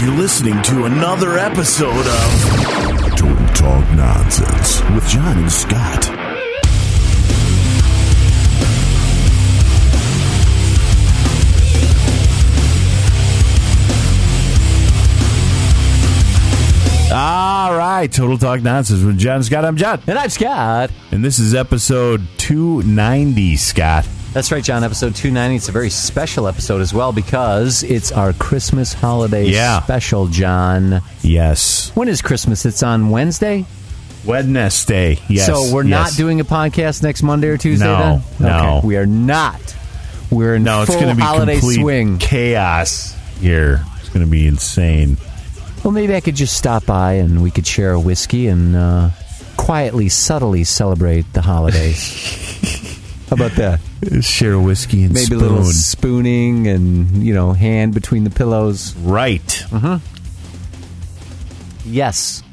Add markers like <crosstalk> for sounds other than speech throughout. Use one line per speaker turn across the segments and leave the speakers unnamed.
You're listening to another episode of Don't Talk Nonsense with John and Scott. All right, Total Talk Nonsense with John and Scott. I'm John,
And I'm Scott.
and this is episode 290, Scott.
That's right, John. Episode 290. It's a very special episode as well because it's our Christmas holiday
Yeah.
special, John.
Yes.
When is Christmas? It's on Wednesday?
Wednesday. Yes.
So we're
yes.
not doing a podcast next Monday or Tuesday
No,
then?
no.
Okay. We are not. We're in
No, it's
full
going to be
holiday
complete
swing.
chaos here. It's going to be insane.
Well, maybe I could just stop by and we could share a whiskey and uh, quietly, subtly celebrate the holidays.
<laughs>
How about that?
Share whiskey and
Maybe
spoon.
a little spooning and, you know, hand between the pillows. Mm-hmm.
right.
Yes.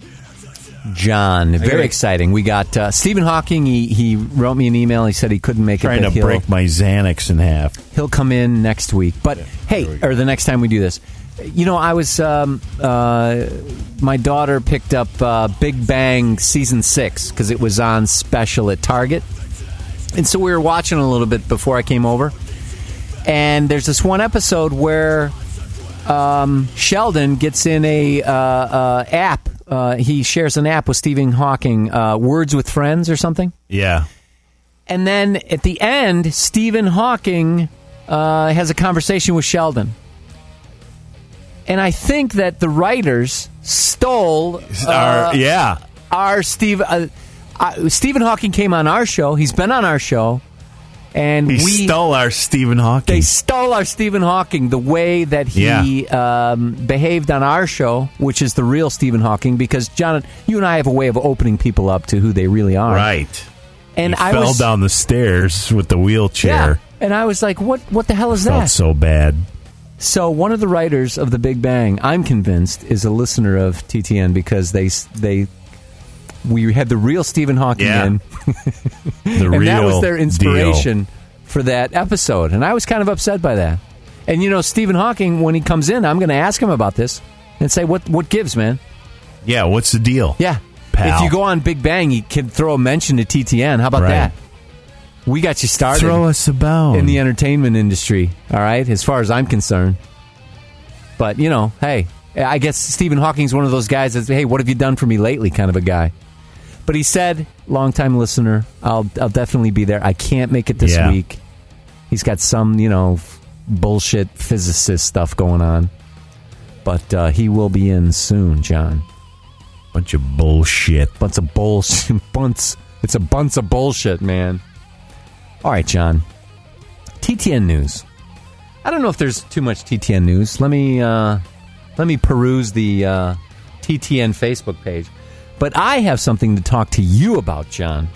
John, very
gotta-
exciting. We got uh, Stephen Hawking. He, he wrote me an email. He said he couldn't make it.
Trying
but
to
he'll,
break my Xanax in half.
He'll come in next week. But
there we
hey,
go.
or the next time we do this, you know, I was um, uh, my daughter picked up uh, Big Bang season six because it was on special at Target, and so we were watching a little bit before I came over. And there's this one episode where um, Sheldon gets in a uh, uh, app. Uh, he shares an app with Stephen Hawking, uh, Words with Friends or something.
Yeah.
And then at the end, Stephen Hawking uh, has a conversation with Sheldon. And I think that the writers stole uh,
Our- yeah.
our Steve. Uh, uh, Stephen Hawking came on our show. He's been on our show, and
He
we
stole our Stephen Hawking.
they stole our Stephen Hawking the way that he um, behaved on our show, which is the real Stephen Hawking. Because John, you and I have a way of opening people up to who they really are.
right.
And
He
I
fell
was
down the stairs with the
yeah,
wheelchair.
and I was like, what? What the hell is
Felt
that?
so bad.
So one of the writers of The Big Bang, I'm convinced, is a listener of TTN because they s- they we had the real Stephen Hawking
Yeah. <laughs>
in.
The real
and that was their
deal.
inspiration for that episode. And I was kind of upset by that. And you know, Stephen Hawking, when he comes in, I'm going to ask him about this and say, "What what gives, man?"
Yeah. What's the deal?
Yeah,
Pal.
if you go on Big Bang, you can throw a mention to TTN. How about
Right.
that? We got you started
Throw us a bone.
in the entertainment industry. All right, as far as I'm concerned. But you know, hey, I guess Stephen Hawking's one of those guys that's, hey, what have you done for me lately? Kind of a guy. But he said, longtime listener, I'll I'll definitely be there. I can't make it this
Yeah.
week. He's got some, you know, f- bullshit physicist stuff going on. But uh, he will be in soon, John.
Bunch of bullshit.
Bunch of bullshit. <laughs> Bunts. It's a bunch of bullshit, man. All right, John. TTN news. I don't know if there's too much TTN news. Let me uh, let me peruse the uh, TTN Facebook page. But I have something to talk to you about, John.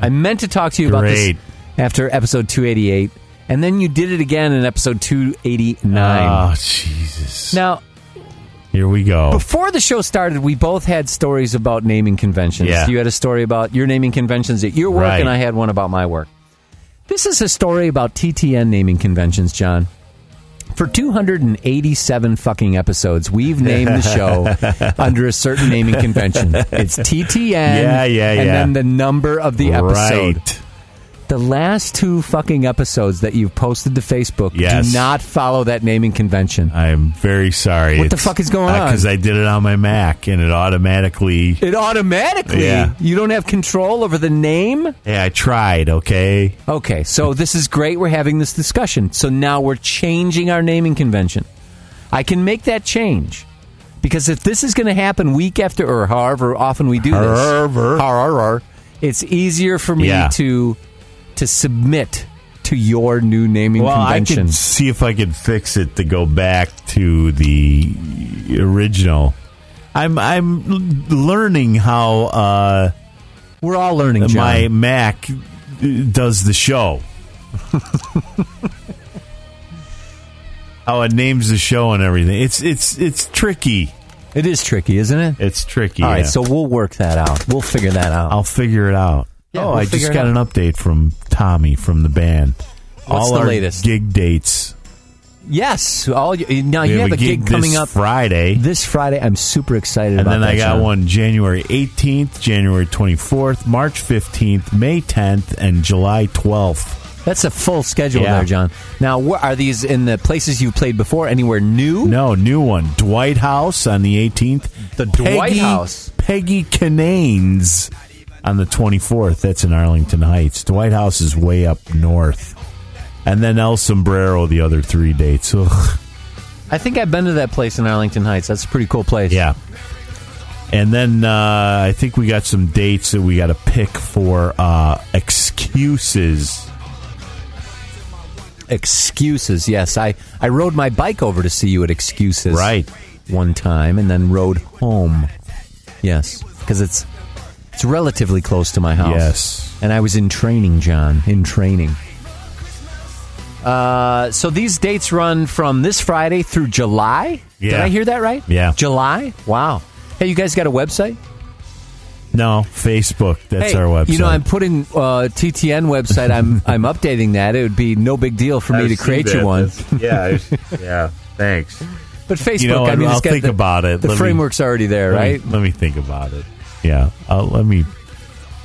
I meant to talk to you about this
Great.
after episode 288, and then you did it again in episode 289.
Oh, Jesus.
now,
Here we go.
before the show started, we both had stories about naming conventions.
Yeah.
You had a story about your naming conventions at your work,
Right.
and I had one about my work. This is a story about TTN naming conventions, John. For 287 fucking episodes, we've named the
<laughs>
show under a certain naming convention. It's TTN,
Yeah, yeah,
and
yeah.
then the number of the episode.
Right.
The last two fucking episodes that you've posted to Facebook
Yes.
do not follow that naming convention.
I'm very sorry.
What the fuck is going on?
Because I did it on my Mac and it automatically.
It automatically.
Yeah.
You don't have control over the name.
Hey, I tried, okay?
Okay, so this is great. We're having this discussion. So now we're changing our naming convention. I can make that change because if this is going to happen week after or however often we do
However.
this, however, it's easier for me
Yeah.
to to submit to your new naming
Well, I
convention.
can see if I could fix it to go back to the original. I'm I'm l- learning how uh,
We're all learning, John.
my Mac uh, does the show. <laughs> how it names the show and everything. It's it's it's tricky.
it is tricky, isn't it?
It's tricky.
All right,
yeah.
so we'll work that out. We'll figure that out.
I'll figure it out.
Yeah,
oh,
we'll
I
figure
just
it
got
out.
an update from Tommy from the band.
What's
All
the
our
latest?
gig dates
Yes. All you, now
We
you have, Uh, a gig, coming
this
up
Friday.
this Friday. I'm super excited
And
about
then
that.
I got
Sean.
one January 18th, January 24th, March 15th, May 10th, and July 12th.
That's a full schedule
Yeah.
there, John. Now, wh- are these in the places you've played before? Anywhere new?
No, new one. Dwight House on the 18th.
The Dwight House.
Peggy Cananes on the 24th. That's in Arlington Heights. Dwight House is way up north. And then El Sombrero the other three dates. Ugh.
I think I've been to that place in Arlington Heights. That's a pretty cool place.
Yeah. And then uh, I think we got some dates that we got to pick for uh, excuses.
Excuses. Yes, I I rode my bike over to see you at Excuses.
Right.
One time, and then rode home. Yes, because it's it's relatively close to my house.
Yes.
and I was in training, John. In training. Uh, so these dates run from this Friday through July. Did
Yeah.
I hear that right?
Yeah.
July. Wow. Hey, you guys got a website?
No, Facebook. That's
Hey,
our website.
You know, I'm putting uh, TTN
<laughs>
website. I'm I'm updating that. It would be no big deal for me to create you one. <laughs>
yeah, yeah. uh, Thanks.
But Facebook,
You know,
I mean,
I'll
it's got
think
the,
about it.
The
Let me-
framework's already there, right?
Let me, let me think about it. Yeah, I'll, let me.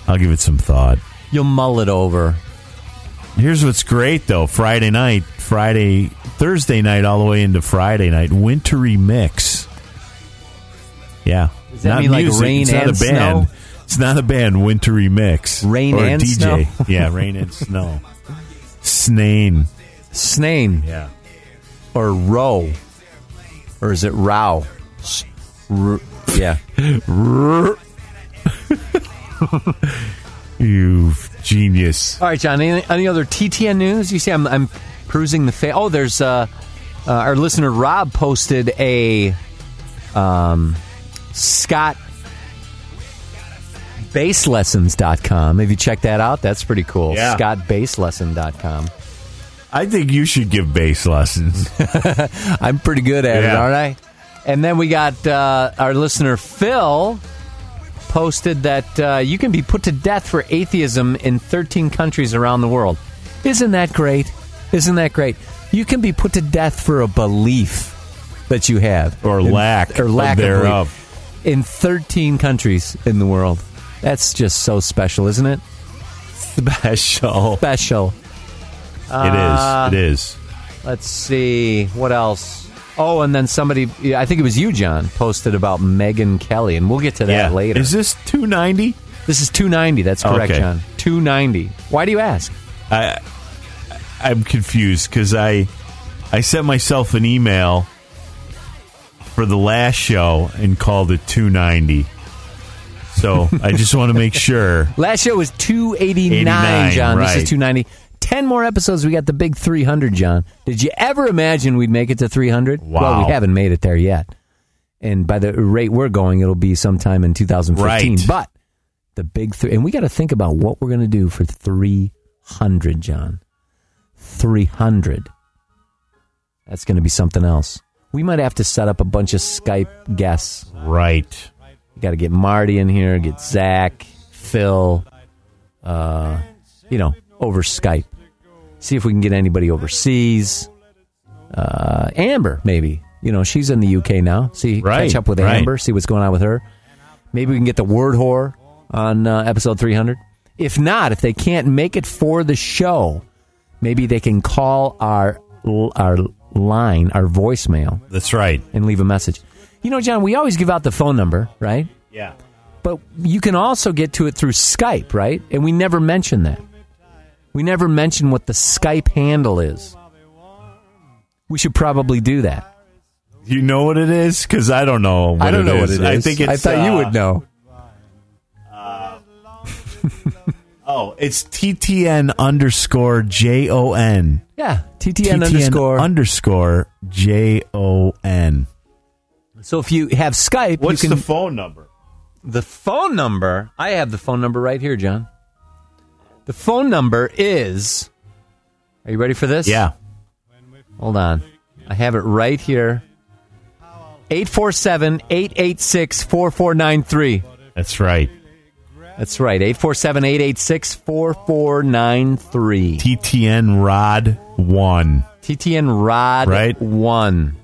I'll give it some thought.
You'll mull it over.
Here's what's great though: Friday night, Friday, Thursday night, all the way into Friday night, wintry mix. Yeah,
Does that
not
mean, like,
music.
rain
it's not
and
a band.
snow?
It's not a band. Wintry mix.
Rain
or a
and
DJ.
snow?
yeah, rain and snow. Snane.
Snane
Yeah.
or row, or is it row? S- r- yeah.
<laughs> You genius.
All right, John. Any, any other TTN news? You see, I'm, I'm perusing the fa- Oh, there's uh, uh, our listener Rob posted a um, Scott baselessons.com. Have you checked that out? That's pretty cool.
Yeah.
ScottBaseLesson.com.
I think you should give bass lessons. <laughs>
I'm pretty good at it,
Yeah.
aren't I? And then we got uh, our listener Phil posted that uh, you can be put to death for atheism in 13 countries around the world. Isn't that great? Isn't that great? You can be put to death for a belief that you have
Or
In-
lack
or lack
thereof.
of belief in 13 countries in the world. That's just so special, isn't it?
Special.
Special.
it is. It is.
Let's see what else. Oh, and then somebody, yeah, I think it was you, John, posted about Megan Kelly, and we'll get to that later.
Is this 290?
this is 290. That's correct,
Okay.
John. 290. Why do you ask?
I I'm confused cuz I I sent myself an email for the last show and called it 290. So, I just want to
<laughs>
make sure.
Last show was 289,
89,
John. This
right.
is 290. 10 more episodes. We got the big 300, John. Did you ever imagine we'd make it to 300? Well,
Wow.
we haven't made it there yet. And by the rate we're going, it'll be sometime in 2015.
Right.
But the big three, and we got to think about what we're going to do for 300, John. 300. That's going to be something else. We might have to set up a bunch of Skype guests.
Right.
You got to get Marty in here, get Zach, Phil, uh, you know, over Skype. See if we can get anybody overseas. Uh, Amber, maybe. You know, she's in the UK now. See,
Right,
catch up with
right.
Amber, see what's going on with her. Maybe we can get the word whore on uh, episode 300. If not, if they can't make it for the show, maybe they can call our our line, our voicemail,
That's right.
and leave a message. You know, John, we always give out the phone number, right?
Yeah.
But you can also get to it through Skype, right? And we never mention that. We never mention what the Skype handle is. We should probably do that.
You know what it is? Cuz I don't know what
I don't know what it is.
I think it's
I thought you
uh,
would know.
<laughs> Oh, it's TTN underscore J O N.
Yeah, TTN underscore.
underscore J O N.
so if you have Skype,
What's
you can
the phone number?
The phone number, I have the phone number right here, John. The phone number is Are you ready for this?
Yeah.
Hold on. I have it right here. 847 886 4493.
That's right.
That's right. 847 886 4493.
TTN Rod 1.
TTN Rod
Right.
1.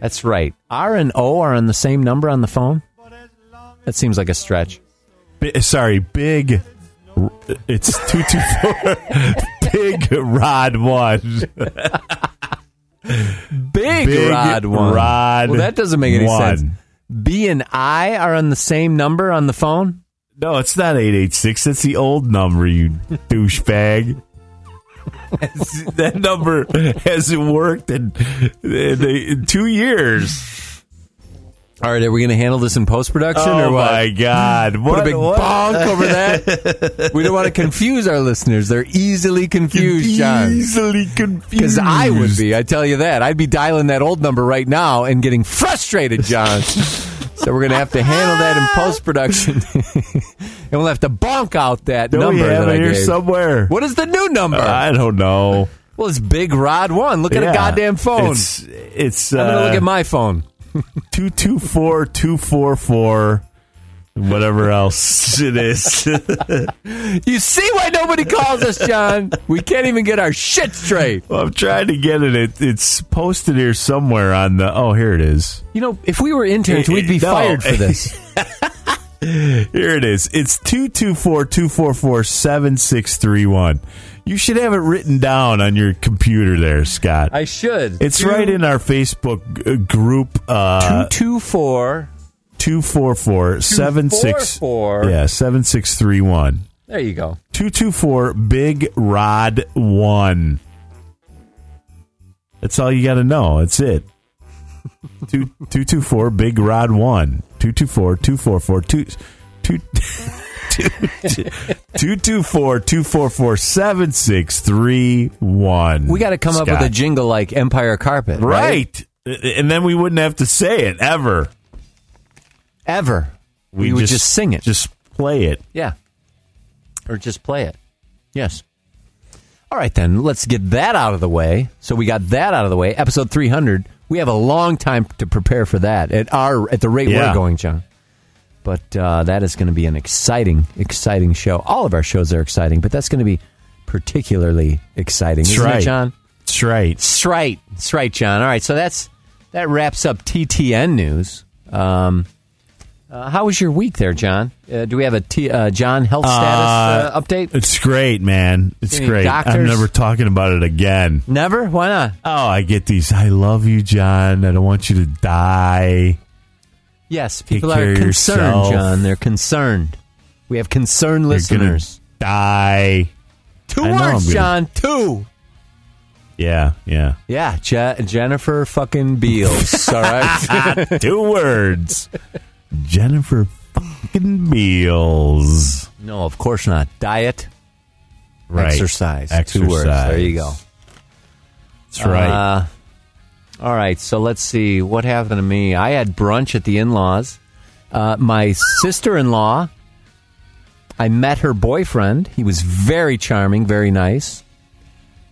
That's right. R and O are on the same number on the phone? That seems like a stretch.
Bi- sorry, Big. R- It's 224. <laughs> Big Rod 1.
Big,
Big
Rod 1.
Rod
well, that doesn't make any
one.
sense. B and I are on the same number on the phone?
<laughs> No, it's not 886. That's the old number, you douchebag. <laughs> that number hasn't worked in, in, in two years.
All right, are we going to handle this in post production
Oh,
or what?
my God. What,
Put a big
what? <laughs>
bonk over that. we don't want to confuse our listeners. They're easily confused, John.
Easily confused.
Because I would be, I tell you that. I'd be dialing that old number right now and getting
<laughs>
frustrated, John. so we're going to have to handle that in post production. <laughs> and we'll have to bonk out that
Don't
number
we have
that
it
I
here
gave.
somewhere?
what is the new number?
I don't know.
well, it's Big Rod 1. Look at
Yeah.
a goddamn phone.
It's, it's
I'm going to
uh,
look at
<laughs>
my phone.
224 244 whatever else it is.
<laughs>
<laughs>
You see why nobody calls us, John? <laughs> we can't even get our shit straight.
Well, I'm trying to get it. it. It's posted here somewhere on the. Oh, here it is.
You know, if we were interns,
Eh, eh,
we'd be
no.
fired
<laughs>
for this.
Here it is. It's 224 244 7631. You should have it written down on your computer there, Scott.
I should.
it's right in our Facebook g- group uh,
224.
244 76
244.
Yeah, 7631.
There you go.
224 Big Rod 1. That's all you got to know. That's
<laughs>
it. Two- 224 Big Rod 1. 224 244 two- two- <laughs> two- 224 244 7631.
We got to come up with a jingle like Empire Carpet. Right.
Right. And then we wouldn't have to say it ever.
Ever. We, would just, sing it.
Just play it.
yeah. Or just play it. Yes. All right, then. Let's get that out of the way. So we got that out of the way. Episode 300. We have a long time to prepare for that at our at the rate
Yeah.
we're going, John. But uh, that is going to be an exciting, exciting show. All of our shows are exciting, but that's going to be particularly exciting,
That's
isn't
right.
it, John?
That's right.
That's right. That's right, John. All right, so that's that wraps up TTN news. Um, uh, how was your week there, John? Uh, do we have a T, uh, John health status uh, update?
It's great, man. It's
Any
great. I'm
doctors?
never talking about it again.
Never? Why not?
Oh, I get these. I love you, John. I don't want you to die.
Yes, people are
care of
concerned,
yourself.
John. They're concerned. We have concerned listeners.
You're gonna die.
2
I know
words,
I'm
John. Two.
Yeah, yeah.
Yeah, Je- Jennifer fucking Beals. all right.
<laughs> Two words. Jennifer fucking Beals.
no, of course not. Diet,
Right.
exercise. Two words. There you go.
That's right.
Uh, all right, so let's see what happened to me. I had brunch at the in-laws. Uh, my sister-in-law. I met her boyfriend. He was very charming, very nice.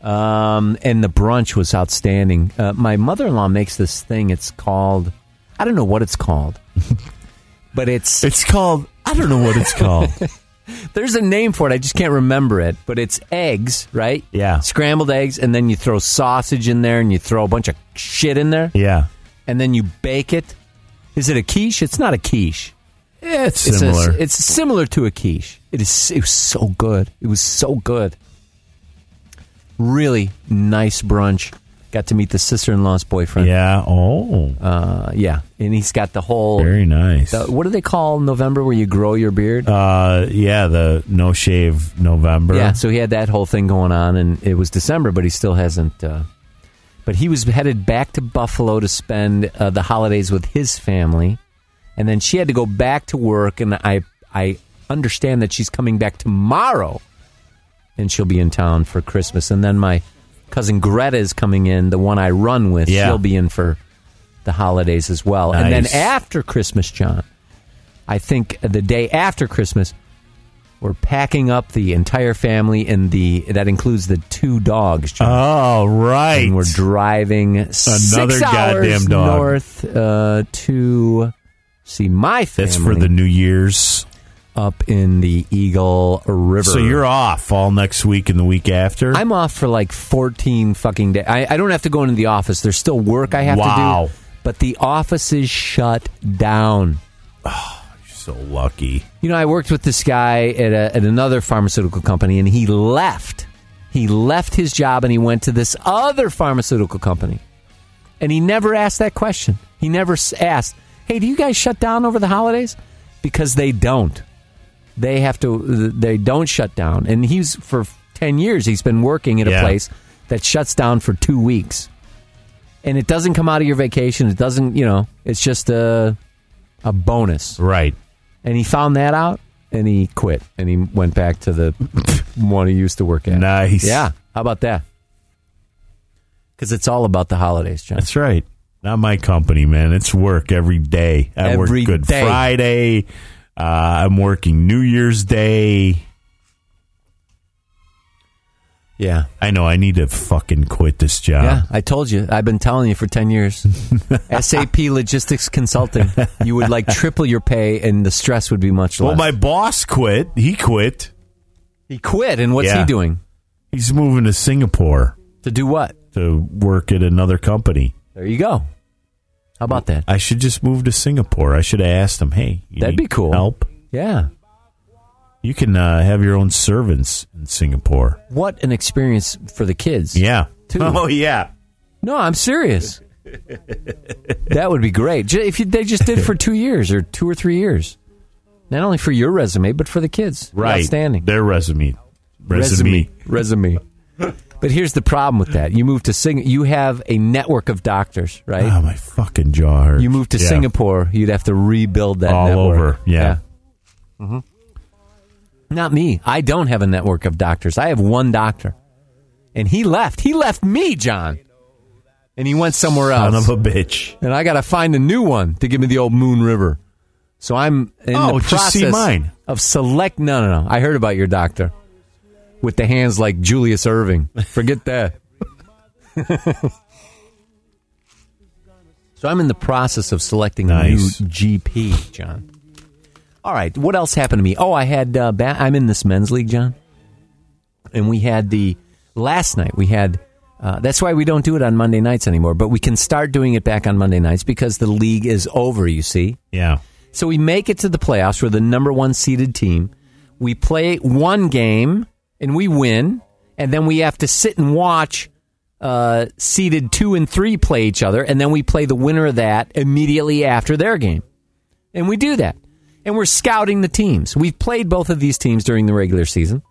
Um, and the brunch was outstanding. Uh, my mother-in-law makes this thing. It's called I don't know what it's called, but it's
it's called. I don't know what it's called.
<laughs> there's a name for it. I just can't remember it, but it's eggs, right?
Yeah.
Scrambled eggs, and then you throw sausage in there and you throw a bunch of shit in there
yeah.
and then you bake it. Is it a quiche? It's not a quiche.
Yeah, it's
It's a-
similar.
it's similar to a quiche. It is. It was so good. It was so good. Really nice brunch. Got to meet the sister-in-law's boyfriend.
yeah. Oh,
Uh, yeah, and he's got the whole.
very nice.
the- what do they call November where you grow your beard?
Uh, yeah. The no shave November.
Yeah, so he had that whole thing going on, and it was December, but he still hasn't. Uh, but he was headed back to Buffalo to spend uh, the holidays with his family, and then she had to go back to work. And I I understand that she's coming back tomorrow, and she'll be in town for Christmas. And then my cousin Greta is coming in, the one I run with.
Yeah.
She'll be in for the holidays as well. And then
Nice.
after Christmas, John, I think the day after Christmas, we're packing up the entire family, and the that includes the two dogs. John.
Oh, right.
and we're driving six
goddamn
hours
dog.
north uh, to see my family.
That's for the New Year's.
up in the Eagle River.
So you're off all next week and the week after.
I'm off for like 14 fucking days. I, I don't have to go into the office. There's still work I have
Wow.
to do. But the office is shut
<sighs>
down.
so lucky.
You know, I worked with this guy at, a, at another pharmaceutical company, and he left. He left his job and he went to this other pharmaceutical company. And he never asked that question. He never s- asked, "Hey, do you guys shut down over the holidays?" Because they don't. They have to. They don't shut down. And he's for ten years. He's been working at a
Yeah.
place that shuts down for two weeks, and it doesn't come out of your vacation. It doesn't. You know, it's just a a bonus
Right.
and he found that out and he quit and he went back to the <laughs> one he used to work at.
Nice.
Yeah. How about that? Because it's all about the holidays, John.
That's right. Not my company, man. It's work every day. I
Every
work Good
day.
Friday. Uh, I'm working New Year's Day.
Yeah.
I know. I need to fucking quit this job.
Yeah. I told you. I've been telling you for
<laughs>
10 years. SAP Logistics Consulting. You would like triple your pay and the stress would be much
Well,
less.
my boss quit. He quit.
he quit and what's
Yeah.
he doing?
He's moving to Singapore
To do what?
to work at another company.
There you go. How about that?
I should just move to Singapore. I should have asked him, hey, you
That'd
need
be cool.
Help.
Yeah.
You can uh, have your own servants in Singapore.
What an experience for the kids.
Yeah.
Two.
<laughs> Oh, yeah.
No,
<laughs>
I'm serious. that would be great. Ju- If you, they just did for two years or two or three years, not only for your resume but for the kids,
Right.
Outstanding
Their resume. Resume.
resume. Resume.
<laughs>
but here's the problem with that: you move to Sing, you have a network of doctors, right?
Oh, my fucking jaw hurts.
you move to
Yeah.
Singapore, you'd have to rebuild that
All
network.
over, yeah.
hmm Not me. I don't have a network of doctors. I have one doctor, and he left. He left me, John, and he went somewhere else.
Son of a bitch.
and I got to find a new one to give me the old Moon River. So I'm in
Oh,
the process
just see mine.
of select. No, no, no. I heard about your doctor with the hands like Julius Irving. Forget that. so I'm in the process of selecting
Nice.
a new GP, John. All right, what else happened to me? Oh, I had uh, ba- I'm in this men's league, John, and we had the last night. We had uh, that's why we don't do it on Monday nights anymore, but we can start doing it back on Monday nights because the league is over. You see,
Yeah.
so we make it to the playoffs. We're the number one seeded team. We play one game and we win, and then we have to sit and watch uh, seeded two and three play each other, and then we play the winner of that immediately after their game. And we do that. And we're scouting the teams. We've played both of these teams during the regular season.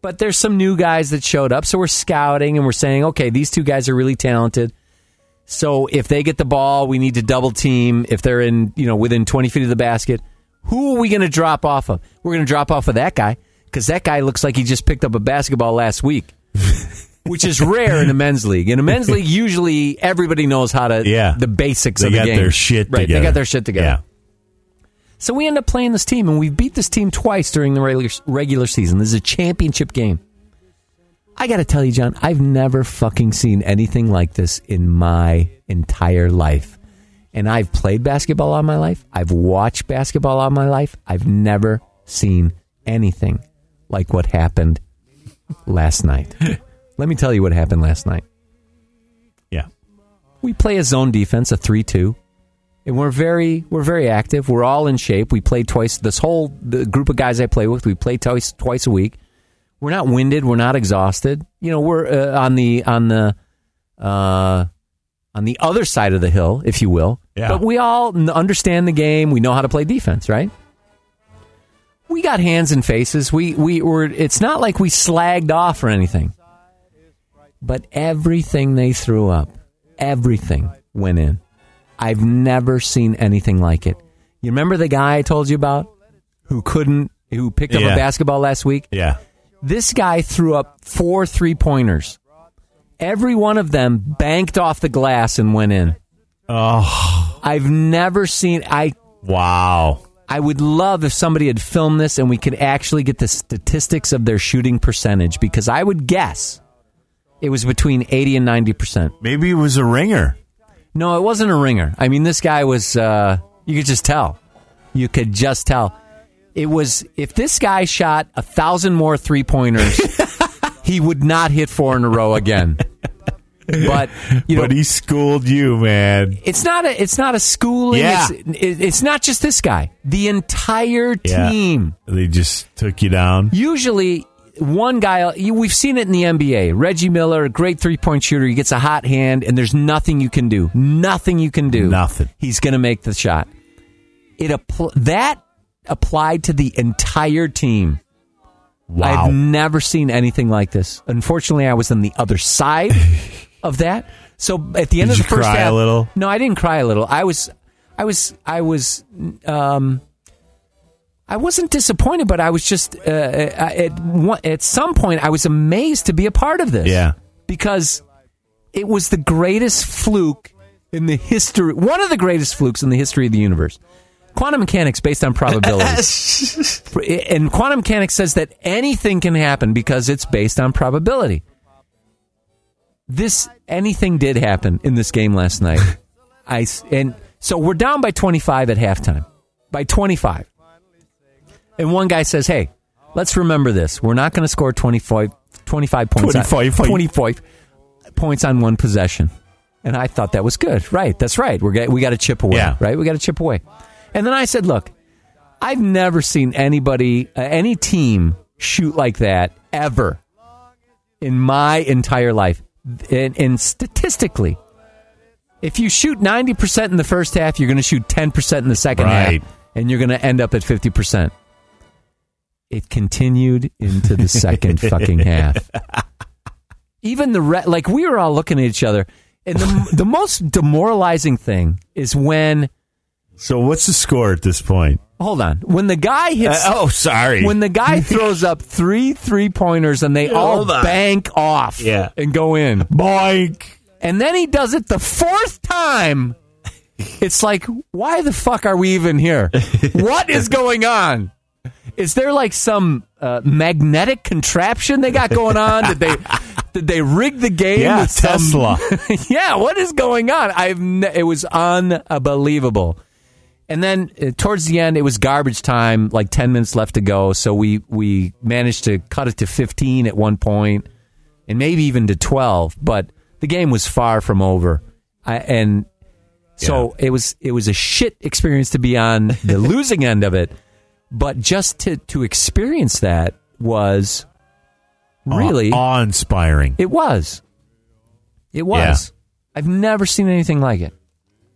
But there's some new guys that showed up, so we're scouting and we're saying, okay, these two guys are really talented. So if they get the ball, we need to double team. If they're in, you know, within 20 feet of the basket, who are we going to drop off of? We're going to drop off of that guy because that guy looks like he just picked up a basketball last week, which is rare in a men's league. In a men's league, usually everybody knows how to,
Yeah.
the basics
They
of the
got
game.
their shit
right,
together.
They got their shit together.
Yeah.
So we end up playing this team, and we beat this team twice during the regular, regular season. This is a championship game. I got to tell you, John, I've never fucking seen anything like this in my entire life. And I've played basketball all my life. I've watched basketball all my life. I've never seen anything like what happened last night. <laughs> Let me tell you what happened last night.
Yeah.
We play a zone defense, a three-two, and we're very we're very active. We're all in shape. We play twice. This whole the group of guys I play with, we play twice twice a week. We're not winded. We're not exhausted. You know, we're uh, on the on the uh, on the other side of the hill, if you will.
Yeah.
But we all n- understand the game. We know how to play defense, right? We got hands and faces. We we were. It's not like we slagged off or anything. But everything they threw up, everything went in. I've never seen anything like it. You remember the guy I told you about who couldn't, who picked up
Yeah.
a basketball last week?
Yeah.
This guy threw up four three pointers. Every one of them banked off the glass and went in.
Oh,
I've never seen, I
wow.
I would love if somebody had filmed this and we could actually get the statistics of their shooting percentage because I would guess it was between 80 and 90%.
Maybe it was a ringer.
No, it wasn't a ringer. I mean, this guy was, uh, you could just tell. You could just tell. It was if this guy shot a thousand more
<laughs>
three pointers, he would not hit four in a row again. But you know,
but he schooled you, man.
it's not a it's not a schooling.
Yeah.
It's, it, it's not just this guy. The entire
Yeah.
team.
They just took you down.
Usually, one guy. you- We've seen it in the NBA. Reggie Miller, great three point shooter. He gets a hot hand, and there's nothing you can do. Nothing you can do.
Nothing.
He's going to make the shot. It appl- that applied to the entire team.
Wow.
I've never seen anything like this. Unfortunately, I was on the other
<laughs>
side of that. So at the end
Did
of the
you
first
cry a
half,
little?
no, I didn't cry a little. I was, I was, I was, um, I wasn't disappointed, but I was just uh, I- at one, at some point I was amazed to be a part of this.
Yeah.
because it was the greatest fluke in the history, one of the greatest flukes in the history of the universe. Quantum mechanics based on
<laughs>
probability. and quantum mechanics says that anything can happen because it's based on probability. This anything did happen in this game last night. I s- and so we're down by 25 at halftime. By 25. And one guy says, "Hey, let's remember this. We're not going to score 25 25 points on-
25.
25 points on one possession." And I thought that was good. Right. That's right. We're get, we got to chip away,
Yeah.
right? We got to chip away. And then I said, "Look, I've never seen anybody, uh, any team shoot like that ever in my entire life. And, and statistically, if you shoot 90% in the first half, you're going to shoot 10% in the second
Right.
half, and you're going to end up at 50%. It continued into the second
<laughs>
fucking half. Even the re- like we were all looking at each other, and the, <laughs> the most demoralizing thing is when
So what's the score at this point?
hold on when the guy hits
Uh, oh, sorry.
when
<laughs>
the guy throws up three three pointers and they all
Hold on.
bank off
Yeah.
and go in.
boink.
And then he does it the fourth time. It's like, why the fuck are we even
<laughs>
here? What is going on? Is there like some uh, magnetic contraption they got going on?
<laughs>
Did they did they rig the game?
Yeah,
with some-
Tesla.
<laughs> yeah, what is going on? I've n- it was unbelievable. And then uh, towards the end, it was garbage time, like ten minutes left to go. So we we managed to cut it to fifteen at one point, and maybe even to twelve. But the game was far from over, I, and so it was it was a shit experience to be on
<laughs>
the losing end of it. But just to to experience that was really
awe inspiring.
it was. It was. I've never seen anything like it.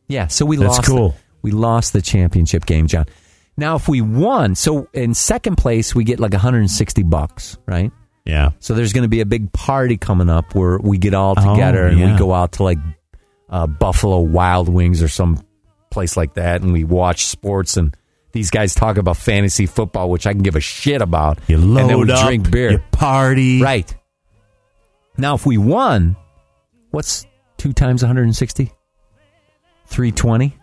Yeah, so we
That's
lost.
cool.
we lost the championship game, John. Now, if we won, so in second place, we get like 160 bucks, right?
Yeah.
So there's going to be a big party coming up where we get all
Oh,
together and
yeah.
we go out to like uh, Buffalo Wild Wings or some place like that, and we watch sports and these guys talk about fantasy football, which I can give a shit about.
You load
and then we
up.
drink beer.
You party.
Right. Now, if we won, what's two times 160? 320?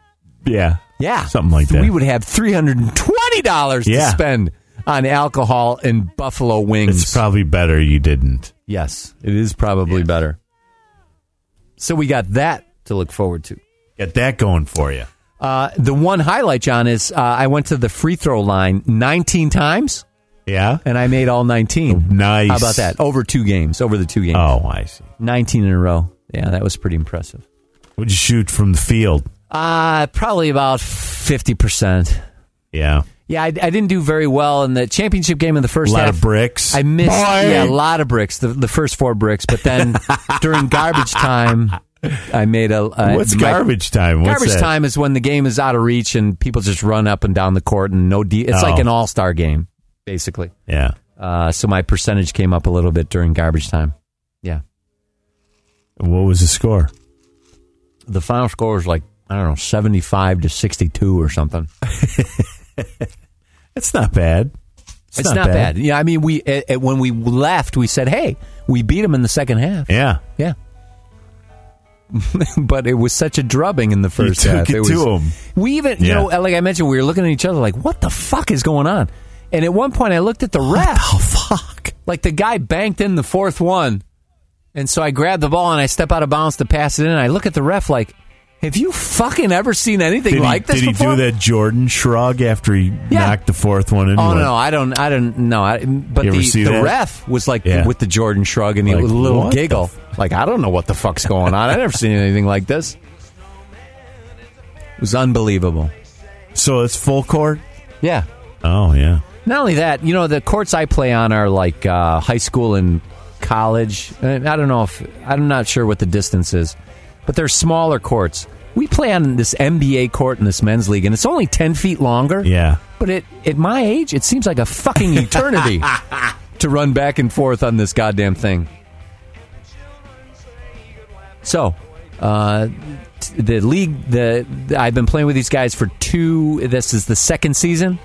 Yeah.
Yeah.
Something like that.
We would have $320
Yeah.
to spend on alcohol and buffalo wings.
It's probably better you didn't.
yes, it is probably better. So we got that to look forward to.
Get that going for you.
Uh, the one highlight, John, is uh, I went to the free throw line 19 times
Yeah. Oh,
and I made all 19.
Nice.
How about that? Over two games, over the two games.
Oh, I see.
19 in a row. Yeah, that was pretty impressive.
Would you shoot from the field?
Uh, probably about 50%.
Yeah.
Yeah, I, I didn't do very well in the championship game in the
A
first
lot
half.
of bricks.
I missed
Boing.
yeah, a lot of bricks, the, the first four bricks, but
<laughs>
then during garbage time, I made a. Uh,
What's
my-
garbage time? What's
Garbage
that?
time is when the game is out of reach and people just run up and down the court and no. De- it's
Oh.
like an all star game, basically.
Yeah.
Uh, so my percentage came up a little bit during garbage time. Yeah.
What was the score?
the final score was like I don't know, seventy-five to sixty-two
<laughs>
or something.
It's not bad.
It's, not, bad. Yeah, I mean, we eh, eh, when we left, we said, "Hey, we beat them in the second half."
Yeah.
Yeah, <laughs> but it was such a drubbing in the first
took
half.
it
was,
to 'em.
We even, you
Yeah.
know, like I mentioned, we were looking at each other like, "What the fuck is going on?" And at one point, I looked at the ref.
Oh fuck.
Like the guy banked in the fourth one, and so I grab the ball and I step out of bounds to pass it in. And I look at the ref like, Have you fucking ever seen anything
Did,
like
he,
this
did he
before?
do that Jordan shrug after he knocked the fourth one in?
Oh
Like,
no, I don't. I don't know. I, but
You ever
the,
see
the
that?
ref was like
Yeah.
with the Jordan shrug and the
Like,
little
what the
giggle. like I don't know what the fuck's going on. I never seen anything like this. It was unbelievable.
So it's full court?
Yeah.
Oh, yeah.
Not only that, you know, the courts I play on are like uh, high school and college. And I don't know if I'm not sure what the distance is, but they're smaller courts. We play on this NBA court in this men's league, and it's only ten feet longer.
Yeah.
But it, at my age, it seems like a fucking eternity to run back and forth on this goddamn thing. So, uh, t- the league, the I've been playing with these guys for two. This is the second season.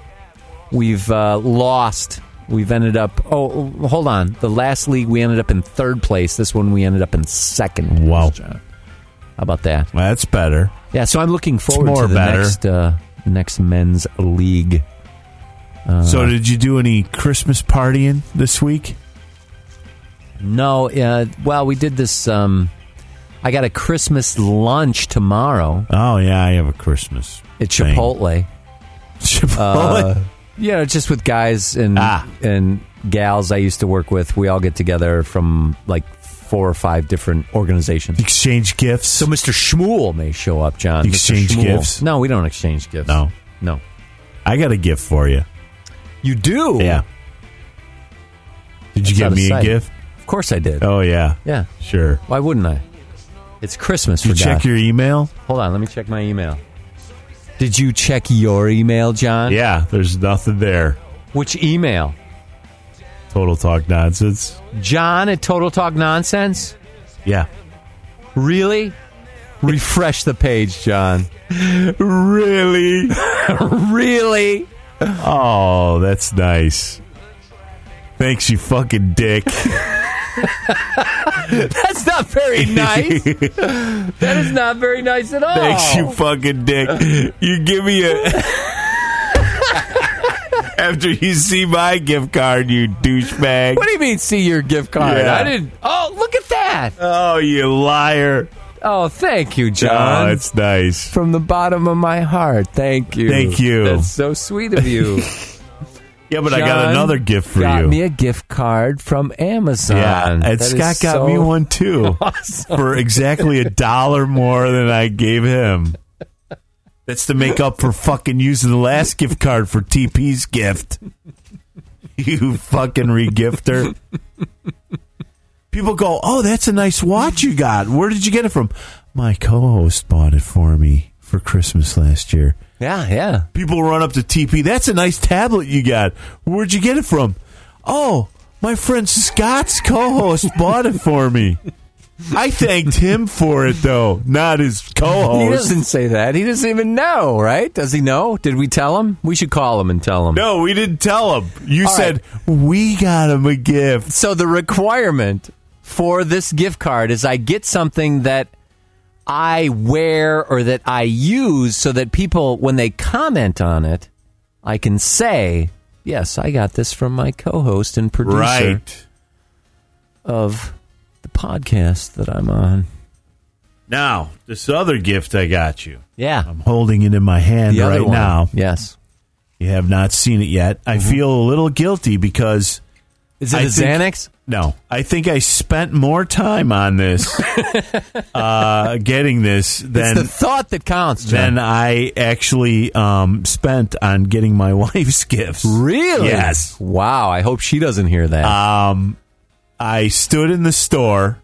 We've uh, lost. We've ended up. Oh, hold on. The last league we ended up in third place. This one we ended up in second.
Wow.
How about that?
That's better.
Yeah, so I'm looking forward
more
to the
better.
next uh, next men's league.
so did you do any Christmas partying this week?
No, uh, well, we did this. Um, I got a Christmas lunch tomorrow
Oh, yeah, I have a Christmas.
at
thing.
Chipotle.
<laughs>
Uh,
Chipotle?
Yeah, just with guys and
Ah.
and gals I used to work with. We all get together from like four or five different organizations.
Exchange gifts?
So Mr. Schmuel may show up, John.
You
Mr.
exchange
Schmuel.
gifts?
No, we don't exchange gifts.
No.
no.
I got a gift for you.
You do?
Yeah. Did you
That's out
give
of
me a
sight.
gift?
Of course I did.
Oh, yeah.
Yeah.
Sure.
Why wouldn't I? It's Christmas for
Did you
God.
check your email?
Hold on, let me check my email. Did you check your email, John?
Yeah, there's nothing there.
Which email?
Total talk nonsense.
John at Total Talk Nonsense?
Yeah.
Really? Refresh the page, John. <laughs>
Really?
really?
Oh, that's nice. Thanks, you fucking dick.
<laughs> That's not
<laughs>
very nice. that is not very nice at all.
Thanks,
Oh.
you fucking dick. You give me a. After you see my gift card, you douchebag.
What do you mean, see your gift card?
Yeah.
I didn't. Oh, look at that.
Oh, you liar.
Oh, thank you,
Oh,
John.
it's nice.
From the bottom of my heart. Thank you.
Thank you.
That's so sweet of you.
<laughs> Yeah, but I got
John
another gift for
got
you.
me a gift card from Amazon.
yeah, and
That is
Scott got
so
me one too
<laughs> awesome.
for exactly a dollar more than I gave him. That's to make up for fucking using the last gift card for TP's gift. <laughs> You fucking regifter. People go, "Oh, that's a nice watch you got. Where did you get it from?" My co-host bought it for me for Christmas last year.
Yeah, yeah.
People run up to TP. That's a nice tablet you got. Where'd you get it from? Oh, my friend Scott's co-host bought it for me. I thanked him for it though, Oh, not his
He
co-host.
doesn't say that. He doesn't even know, right? Does he know? Did we tell him? We should call him and tell him.
No, we didn't tell him. You
All
said we got him a gift.
So the requirement for this gift card is I get something that I wear or that I use so that people when they comment on it, I can say, "Yes, I got this from my co-host and producer."
Right.
of the podcast that I'm on.
Now, this other gift I got you.
Yeah.
I'm holding it in my hand
The other
right
one.
now.
Yes. Mm-hmm.
You have not seen it yet. I feel a little guilty because
Is it
I
a
think-
Xanax?
No, I think I spent more time on
<laughs>
this, uh, getting this
It's the
than
thought that counts, John.
than I actually um, spent on getting my <laughs> wife's gifts.
really?
Yes.
Wow. I hope she doesn't hear that.
Um, I stood in the store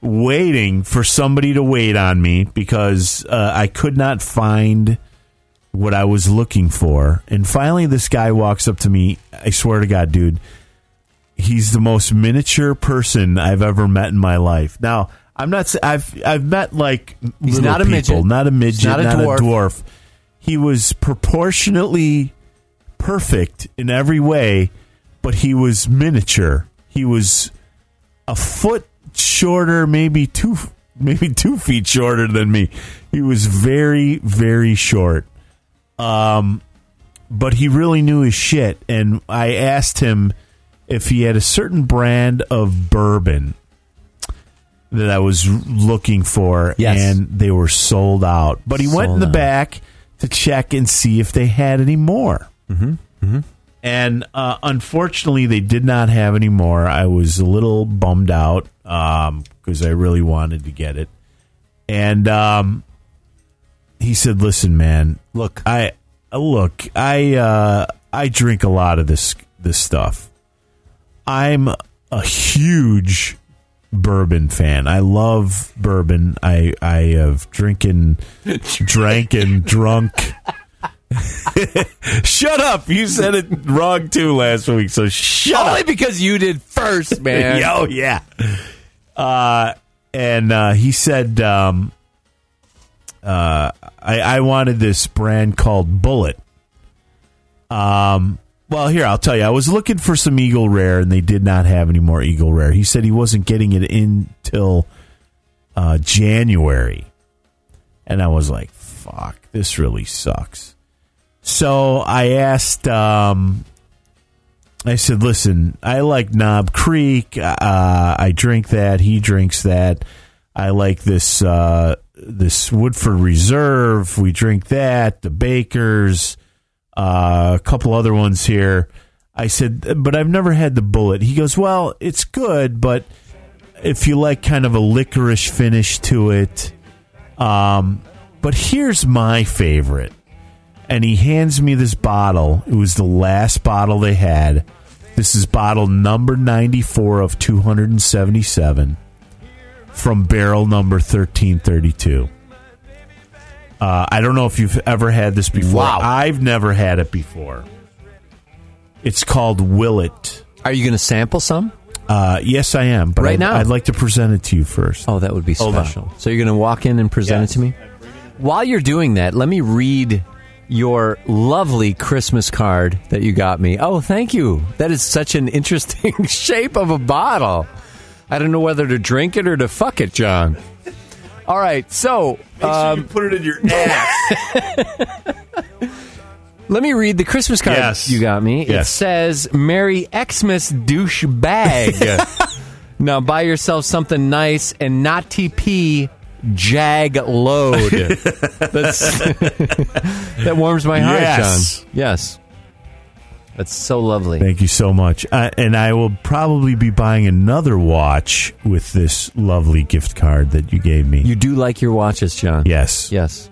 waiting for somebody to wait on me because uh, I could not find what I was looking for. And finally, this guy walks up to me. I swear to God, dude, he's the most miniature person I've ever met in my life. Now, I'm not. s- I've I've met like
He's
little
not a
people,
midget.
not a midget,
not a dwarf.
dwarf. He was proportionately perfect in every way, but he was miniature. He was a foot shorter, maybe two, <laughs> maybe two feet shorter than me. He was very, very short. Um, but he really knew his shit. And I asked him if he had a certain brand of bourbon that I was looking for,
Yes.
and they were sold out. But he went in
Sold
the
out.
back to check and see if they had any more. Mm-hmm. Mm-hmm. And uh, unfortunately, they did not have any more. I was a little bummed out because I really wanted to get it. And um, he said, "Listen, man,
Look,
I uh, look, I uh, I drink a lot of this this stuff. I'm a huge bourbon fan. I love bourbon. I I have
<laughs>
drinking, drank and drunk. <laughs> shut up! You said it wrong too last week. So shut up.
only because you
<laughs>
did first, man.
Yeah, oh, yeah. Uh, and uh, he said, um, uh, I, I wanted this brand called Bullet. Um, well, here, I'll tell you. I was looking for some Eagle Rare, and they did not have any more Eagle Rare. He said he wasn't getting it in till uh, January. And I was like, fuck, this really sucks. So I asked um, I said, listen, I like Knob Creek. Uh, I drink that. He drinks that. I like this uh, this Woodford Reserve. We drink that. The Bakers. Uh, a couple other ones here. I said, but I've never had the Bullet. He goes, well, it's good, but if you like kind of a licorice finish to it. Um, but here's my favorite and he hands me this bottle. It was the last bottle they had. This is bottle number 94 of 277 from barrel number 1332. Uh, I don't know if you've ever had this before.
Wow.
I've never had it before. It's called Willet.
Are you going to sample some?
Uh, yes, I am. But
Right
I'd,
now?
I'd like to present it to you first.
Oh, that would be
Hold on.
special. So you're going to walk in and present
Yes.
it to me? While you're doing that, let me read your lovely Christmas card that you got me. Oh, thank you. That is such an interesting <laughs> shape of a bottle. I don't know whether to drink it or to fuck it, John. All right, so um,
put it in your
<laughs>
ass.
let me read the Christmas card
Yes.
you got me. It
Yes.
says, Merry Xmas
<laughs>
douchebag. now buy yourself something nice and not TP
<laughs>
jag load. That's, <laughs> that warms my heart,
Yes.
John. Yes. That's so lovely.
Thank you so much. Uh, and I will probably be buying another watch with this lovely gift card that you gave me.
you do like your watches, John.
yes.
Yes.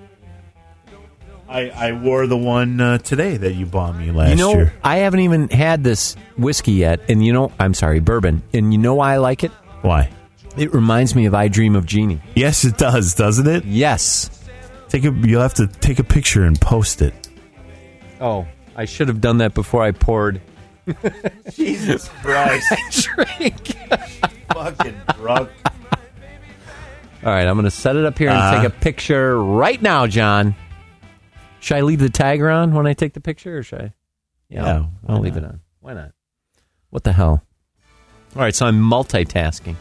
I, I wore the one uh, today that you bought me last
You know,
year.
I haven't even had this whiskey yet. And you know, I'm sorry, bourbon. And you know why I like it?
Why?
It reminds me of I Dream of Jeannie.
Yes, it does, doesn't it?
Yes.
Take a, you'll have to take a picture and post
<laughs>
it.
Oh, I should have done that before I poured.
<laughs> Jesus Christ,
Drink.
fucking drunk.
All right, I'm going to set it up here and
Uh.
take a picture right now, John. Should I leave the tiger on when I take the picture, or should I?
Yeah,
I'll,
why
I'll leave
not?
it on. Why not? What the hell? All right, so I'm multitasking.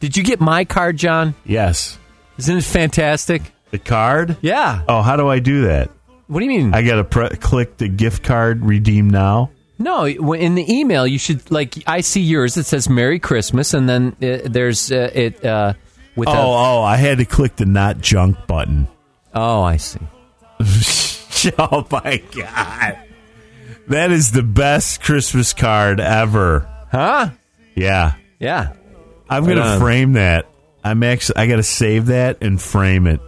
Did you get my card, John?
Yes.
Isn't it fantastic?
The card?
Yeah.
Oh, how do I do that?
What do you mean?
I got to pre- click the gift card, redeem now.
No, w- in the email you should like I see yours. It says Merry Christmas, and then uh, there's uh, it uh, with
Oh,
a,
oh, I had to click the not junk button.
oh I see.
<laughs> oh my god. That is the best Christmas card ever.
Huh?
Yeah.
Yeah.
I'm going to
on.
frame that. I'm actually I got to save that and frame it.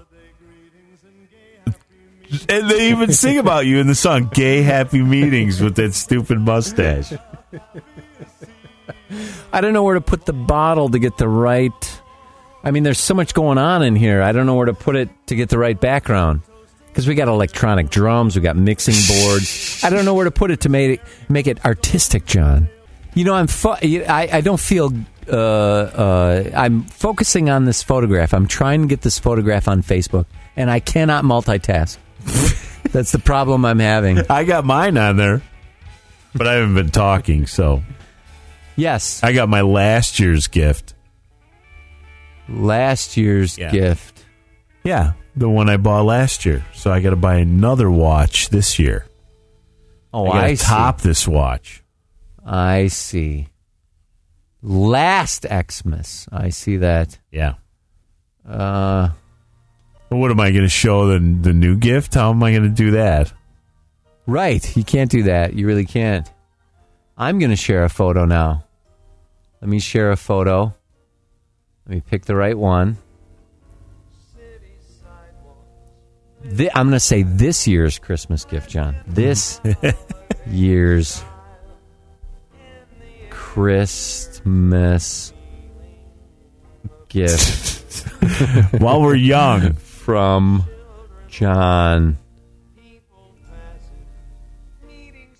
And they even sing about you in the song Gay Happy Meetings with that stupid mustache.
<laughs> I don't know where to put the bottle to get the right. I mean, there's so much going on in here. I don't know where to put it to get the right background because we got electronic drums, we got mixing boards. I don't know where to put it to make it make it artistic, John. You know, I'm fo- I I don't feel. Uh, uh, I'm focusing on this photograph. I'm trying to get this photograph on Facebook, and I cannot
<laughs>
multitask. That's the problem I'm having.
I got mine on there, but I haven't been talking, so
Yes,
I got my last year's gift.
last year's
Yeah.
gift.
Yeah, the one I bought last year. So I got to buy another watch this year.
Oh,
I, gotta
I see.
top this watch.
I see. Last Xmas. I see that.
Yeah.
Uh,
What am I going to show the the new gift? How am I going to do that?
right. You can't do that. You really can't. I'm going to share a photo now. Let me share a photo. Let me pick the right one. Thi- I'm going to say this year's Christmas gift, John.
Mm-hmm. <laughs>
This year's Christmas gift.
<laughs> While we're young,
from John.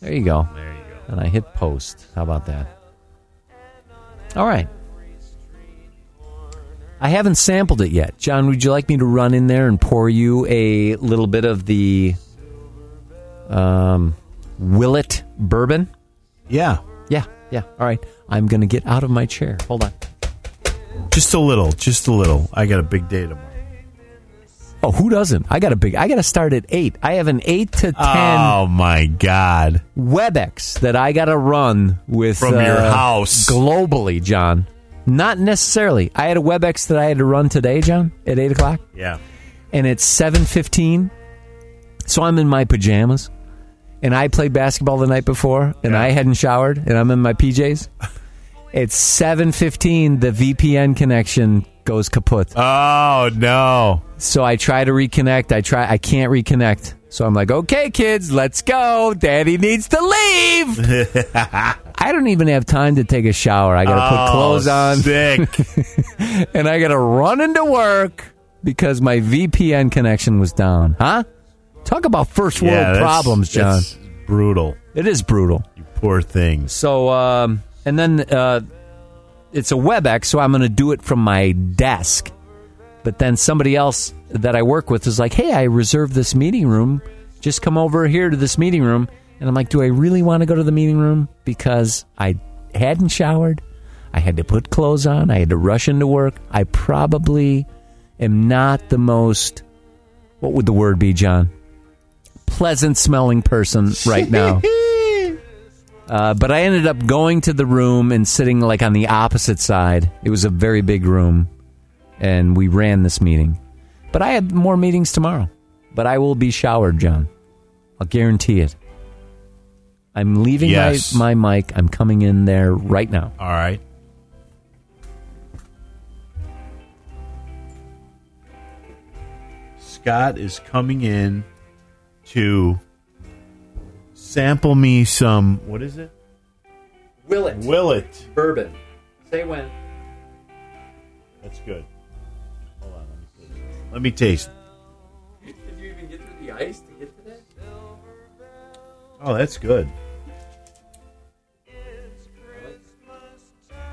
There you go. There you go. And I hit post. How about that? All right. I haven't sampled it yet. John, would you like me to run in there and pour you a little bit of the um, Willet bourbon?
yeah,
Yeah, yeah. All right. I'm going to get out of my chair. Hold on.
just a little, just a little. I got a big day tomorrow.
Oh, who doesn't? I got a big. I got to start at eight. I have an eight to ten.
Oh my god!
WebEx that I got to run with uh,
From your house.
globally, John. Not necessarily. I had a WebEx that I had to run today, John, at eight o'clock,
Yeah,
and it's seven fifteen. So I'm in my pajamas, and I played basketball the night before, and
Yeah.
I hadn't showered, and I'm in
<laughs>
my PJs. it's seven fifteen. The VPN connection goes kaput.
Oh no!
So I try to reconnect. I try. I can't reconnect. So I'm like, okay, kids, let's go. Daddy needs
<laughs>
to leave. I don't even have time to take a shower. I got to put clothes on
Oh,
<laughs>
Sick.
and I got to run into work because my VPN connection was down. Huh? Talk about first world
that's-
problems, John.
that's brutal.
It is brutal.
You poor things.
So, um, and then uh, it's a WebEx, so I'm going to do it from my desk. But then somebody else that I work with is like, hey, I reserved this meeting room. Just come over here to this meeting room. And I'm like, do I really want to go to the meeting room? Because I hadn't showered. I had to put clothes on. I had to rush into work. I probably am not the most, what would the word be, John? Pleasant smelling person right <laughs> now. Uh, but I ended up going to the room and sitting like on the opposite side. It was a very big room, and we ran this meeting. But I have more meetings tomorrow. But I will be showered, John. I'll guarantee it. I'm leaving
Yes.
my, my mic. I'm coming in there right now.
All right. Scott is coming in to sample me some. What is it?
Will it?
Will it?
Bourbon. Say when.
That's good. Hold on. Let me taste. Let me taste.
Did you even get through the ice to get to that?
Oh, that's good.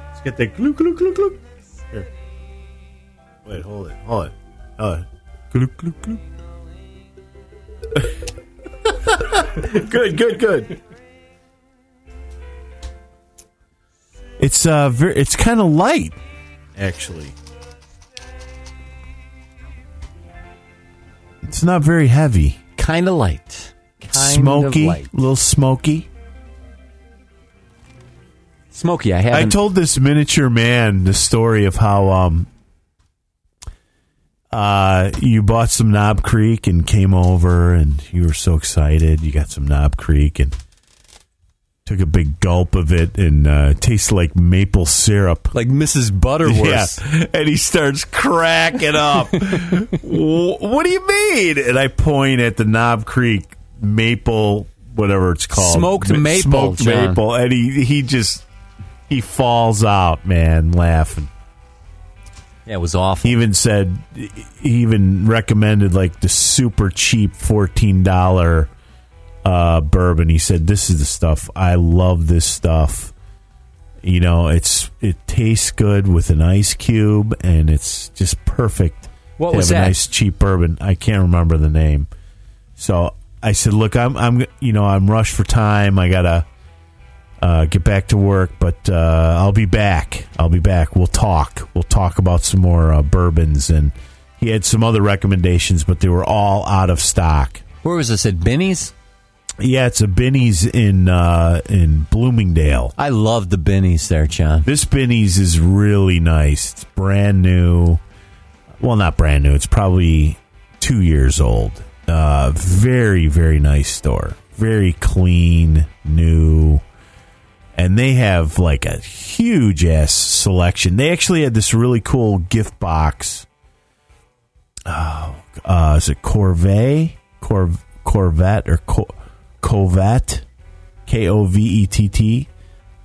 Let's get that glue, glue, glue, glue. Here. Wait, hold it, hold it, hold it. Glue, glue, glue. <laughs> good, good, good. It's uh, ver- it's kind of light, actually. It's not very heavy.
Kind of light. Kind
smoky,
Of light.
a little smoky.
Smoky. I
I
haven't.
told this miniature man the story of how um uh you bought some Knob Creek and came over and you were so excited you got some Knob Creek and took a big gulp of it and uh it tasted like maple syrup.
like Mrs. Butterworth.
Yeah. And he starts cracking
<laughs>
up. "Wh- what do you mean? And I point at the Knob Creek maple, whatever it's called.
Smoked
Ma-
maple,
Smoked
John.
maple. And he, he just, he falls out, man, laughing.
Yeah, it was awful.
He even said, he even recommended like the super cheap $14 uh, bourbon. He said, this is the stuff. I love this stuff. You know, it's it tastes good with an ice cube, and it's just perfect.
What
to
was
have
that?
A nice cheap bourbon. I can't remember the name. So I said, "Look, I'm I'm you know I'm rushed for time. I gotta uh, get back to work, but uh, I'll be back. I'll be back. We'll talk. We'll talk about some more uh, bourbons." And he had some other recommendations, but they were all out of stock.
Where was this at Benny's?
Yeah, it's a Binny's in uh, in Bloomingdale.
I love the Bennies there, John.
This Binny's is really nice. It's brand new. well, not brand new. It's probably two years old. Uh, very, very nice store. Very clean, new. And they have like a huge ass selection. They actually had this really cool gift box. Oh, uh, is it Corvette? Cor- Corvette or Co- Covette? K O V E T T.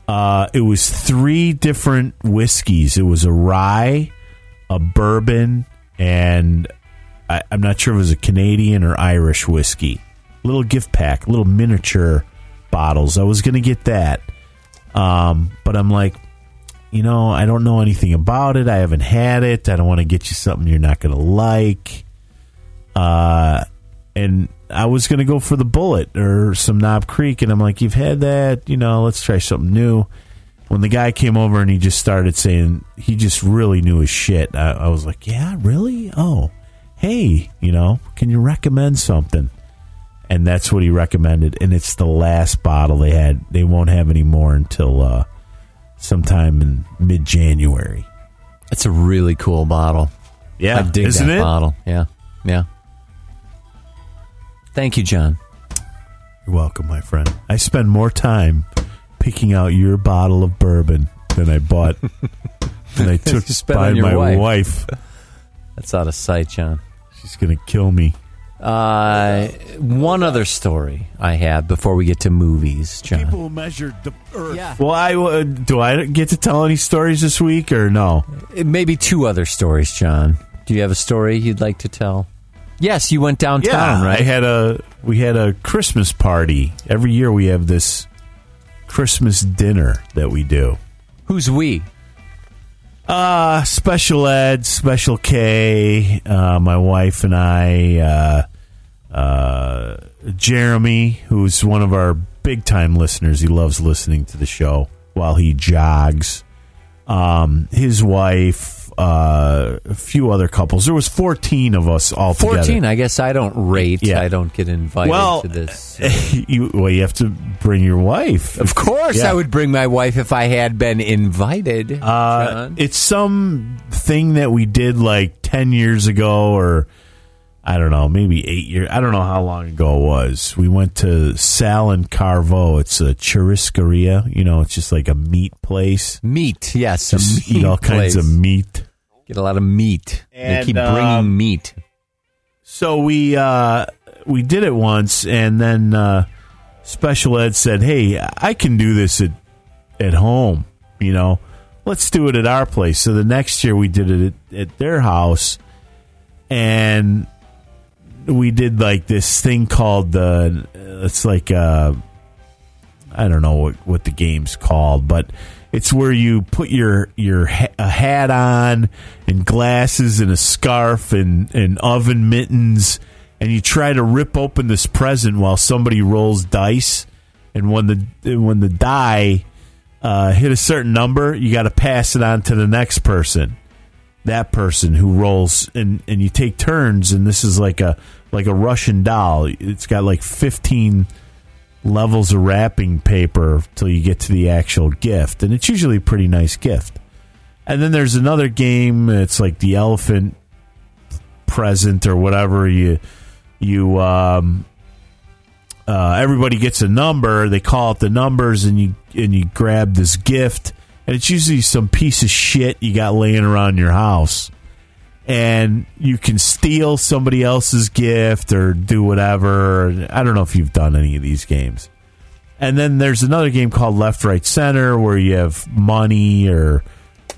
Uh, it was three different whiskeys. It was a rye, a bourbon, and I, I'm not sure if it was a Canadian or Irish whiskey. Little gift pack, little miniature bottles. I was going to get that. Um, but I'm like, you know, I don't know anything about it. I haven't had it. I don't want to get you something you're not going to like. Uh, and I was going to go for the bullet or some Knob Creek. And I'm like, you've had that. You know, let's try something new. When the guy came over and he just started saying, he just really knew his shit. I, I was like, yeah, really? Oh, hey, you know, can you recommend something? and that's what he recommended. And it's the last bottle they had. They won't have any more until uh, sometime in mid January.
That's a really cool bottle.
Yeah,
I dig
isn't
that
it?
bottle. Yeah, yeah. Thank you, John.
You're welcome, my friend. I spend more time picking out your bottle of bourbon than I
<laughs>
bought. And I took
You spent
by
on your
my wife.
wife. That's out of sight, John.
She's gonna kill me.
Uh, one other story I have before we get to movies, John.
measured the earth.
Yeah.
Well, I uh, do. I get to tell any stories this week or no?
Uh, Maybe two other stories, John. Do you have a story you'd like to tell? Yes, you went downtown,
yeah,
right?
I had a we had a Christmas party. Every year we have this Christmas dinner that we do.
Who's we?
Uh special ed, special K, uh, my wife and I, uh, uh, Jeremy, who's one of our big time listeners. He loves listening to the show while he jogs. Um, his wife, uh, a few other couples. There was fourteen of us all together.
Fourteen. I guess I don't rate.
Yeah.
I don't get invited
Well,
to this.
<laughs> you, well, you have to bring your wife.
Of course,
Yeah.
I would bring my wife if I had been invited.
Uh,
John.
it's some thing that we did like 10 years ago or I don't know, maybe eight years. I don't know how long ago it was. We went to Sal and Carvo. It's a churrascaria. You know, it's just like a meat place.
meat. Yes, a
Just
meat
eat all kinds
place.
of meat.
Get a lot of meat.
And,
they keep bringing
um,
meat.
So we uh, we did it once, and then uh, special ed said, "Hey, I can do this at at home. You know, let's do it at our place." So the next year we did it at, at their house, and we did like this thing called the it's like uh, I don't know what what the game's called, but it's where you put your your ha- a hat on and glasses and a scarf and and oven mittens, and you try to rip open this present while somebody rolls dice, and when the when the die uh, hit a certain number, you got to pass it on to the next person that person who rolls and and you take turns and this is like a like a Russian doll. It's got like 15 levels of wrapping paper till you get to the actual gift and it's usually a pretty nice gift. And then there's another game, it's like the elephant present or whatever you you um uh, everybody gets a number. They call out the numbers, and you and you grab this gift, and it's usually some piece of shit you got laying around your house, and you can steal somebody else's gift or do whatever. I don't know if you've done any of these games. And then there's another game called Left, Right, Center where you have money or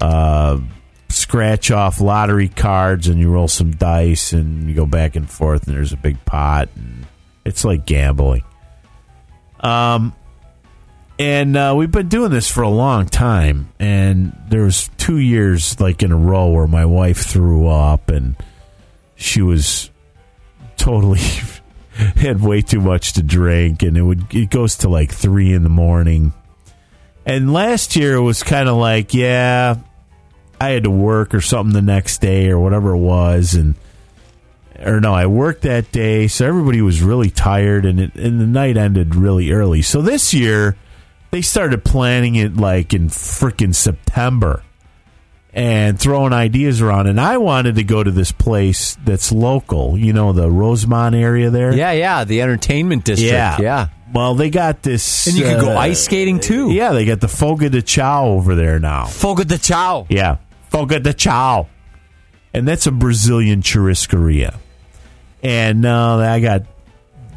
uh, scratch off lottery cards and you roll some dice and you go back and forth and there's a big pot. And it's like gambling. Um, and uh, we've been doing this for a long time. And there was two years like in a row where my wife threw up and she was totally <laughs> had way too much to drink and it would it goes to like three in the morning and last year it was kind of like yeah i had to work or something the next day or whatever it was and or no i worked that day so everybody was really tired and it and the night ended really early so this year they started planning it like in freaking september and throwing ideas around. And I wanted to go to this place that's local, you know, the Rosemont area there.
Yeah, yeah, the entertainment district. Yeah.
Well, they got this.
And you could go
uh,
ice skating too.
Yeah, they got the Fogo de Chao over there now.
Fogo de Chao.
Yeah, Fogo de Chao. And that's a Brazilian churrascaria. And no, I got.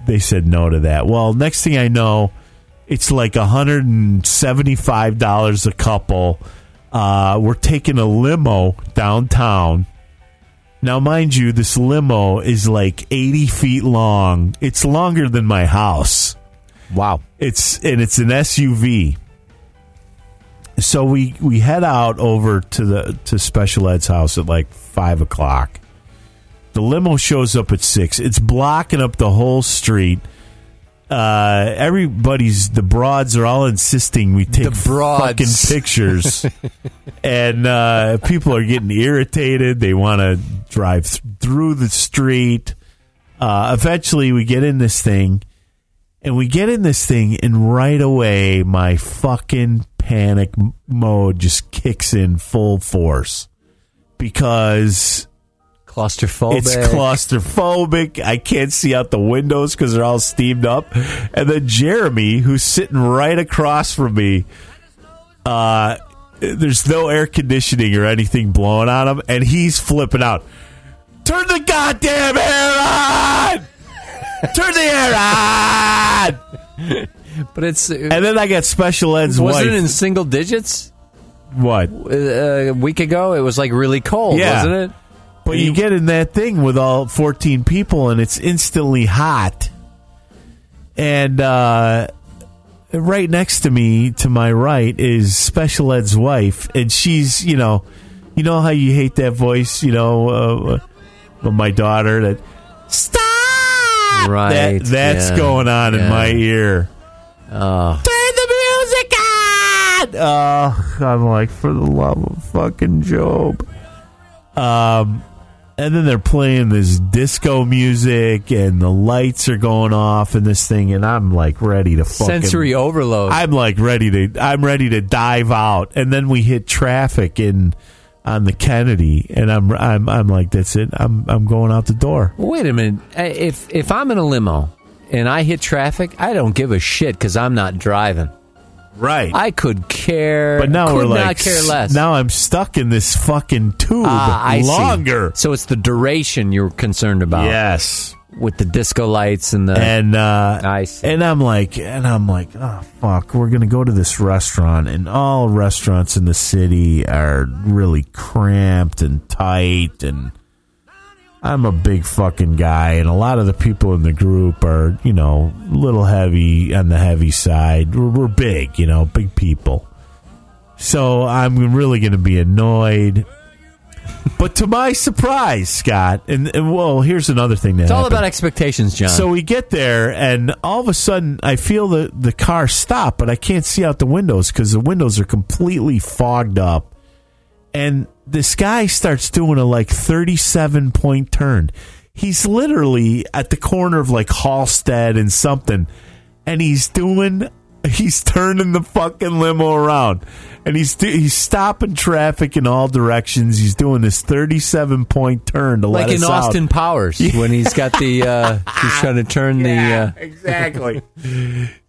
They said no to that. Well, next thing I know, it's like $175 a couple. Uh, we're taking a limo downtown. Now, mind you, this limo is like 80 feet long. It's longer than my house.
Wow.
It's and it's an SUV. So we we head out over to the to special ed's house at like five o'clock. The limo shows up at six. It's blocking up the whole street. Uh, everybody's the broads are all insisting we take
The broads.
fucking pictures, and uh, people are getting irritated. They want to drive th- through the street. Uh, eventually, we get in this thing, and we get in this thing, and right away, my fucking panic m- mode just kicks in full force because
Claustrophobic.
it's claustrophobic. I can't see out the windows because they're all steamed up. And then Jeremy, who's sitting right across from me, uh, there's no air conditioning or anything blowing on him, and he's flipping out. Turn the goddamn air on! Turn the air on!
but it's uh,
And then I got special ed's
wasn't
wife.
it in single digits
what?
uh, a week ago? It was like really cold,
Yeah.
wasn't it?
But you get in that thing with all 14 people and it's instantly hot. And uh, right next to me, to my right, is Special Ed's wife. And she's, you know, you know how you hate that voice, you know, uh, of my daughter that, stop!
Right,
That, that's
yeah,
going on in
yeah. Oh.
my ear. Turn the music on! Oh, <laughs> I'm like, for the love of fucking Job. Um, and then they're playing this disco music, and the lights are going off, and this thing, and I'm like ready to fucking
Sensory overload.
I'm like ready to. I'm ready to dive out, and then we hit traffic in on the Kennedy, and I'm I'm I'm like, that's it. I'm I'm going out the door.
Wait a minute. I- If if I'm in a limo and I hit traffic, I don't give a shit because I'm not driving.
Right.
I could care,
but now
could
we're
not
like,
care
s-
less.
now I'm stuck in this fucking tube
Ah, I see.
longer.
So it's the duration you're concerned about
Yes.
with the disco lights and the.
and uh,
I see.
and I'm like, and I'm like, oh fuck, we're gonna go to this restaurant, and all restaurants in the city are really cramped and tight, and I'm a big fucking guy, and a lot of the people in the group are, you know, little heavy on the heavy side. We're, we're big, you know, big people. So I'm really going to be annoyed. But to my surprise, Scott, and, and well, here's another thing that
it's all
happened.
about expectations, John.
So we get there, and all of a sudden, I feel the, the car stop, but I can't see out the windows because the windows are completely fogged up. And this guy starts doing a like 37 point turn. He's literally at the corner of like Halstead and something, and he's doing. <laughs> He's turning the fucking limo around, and he's do- he's stopping traffic in all directions. He's doing this thirty-seven point turn to
like
let
in
us out.
Austin Powers when he's got the <laughs> uh, he's trying to turn
Yeah,
the. Uh,
exactly.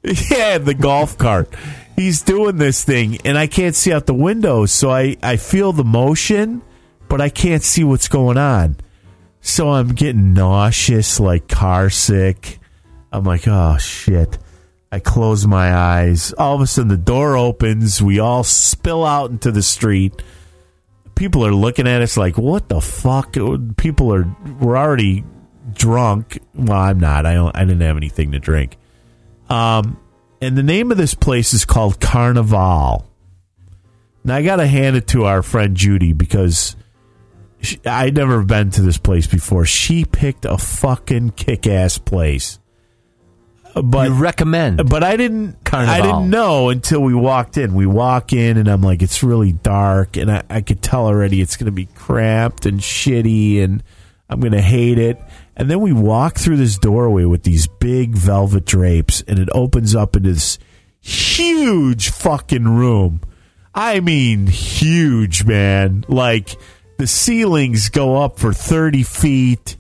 yeah, the golf cart. He's doing this thing, and I can't see out the window, so I, I feel the motion, but I can't see what's going on. So I'm getting nauseous, like car sick. I'm like, oh shit. I close my eyes. All of a sudden, the door opens. We all spill out into the street people are looking at us like, "What the fuck?" People are we're already drunk. Well, I'm not. I don't, I didn't have anything to drink. Um, and the name of this place is called Carnival. Now I gotta hand it to our friend Judy because she, I'd never been to this place before. She picked a fucking kick-ass place, but
you
<laughs>
recommend
but I didn't.
Carnival.
I didn't know until we walked in. We walk in, and I'm like, it's really dark, and I, I could tell already it's going to be cramped and shitty, and I'm going to hate it. And then we walk through this doorway with these big velvet drapes, and it opens up into this huge fucking room. I mean, huge, man. Like the ceilings go up for 30 feet.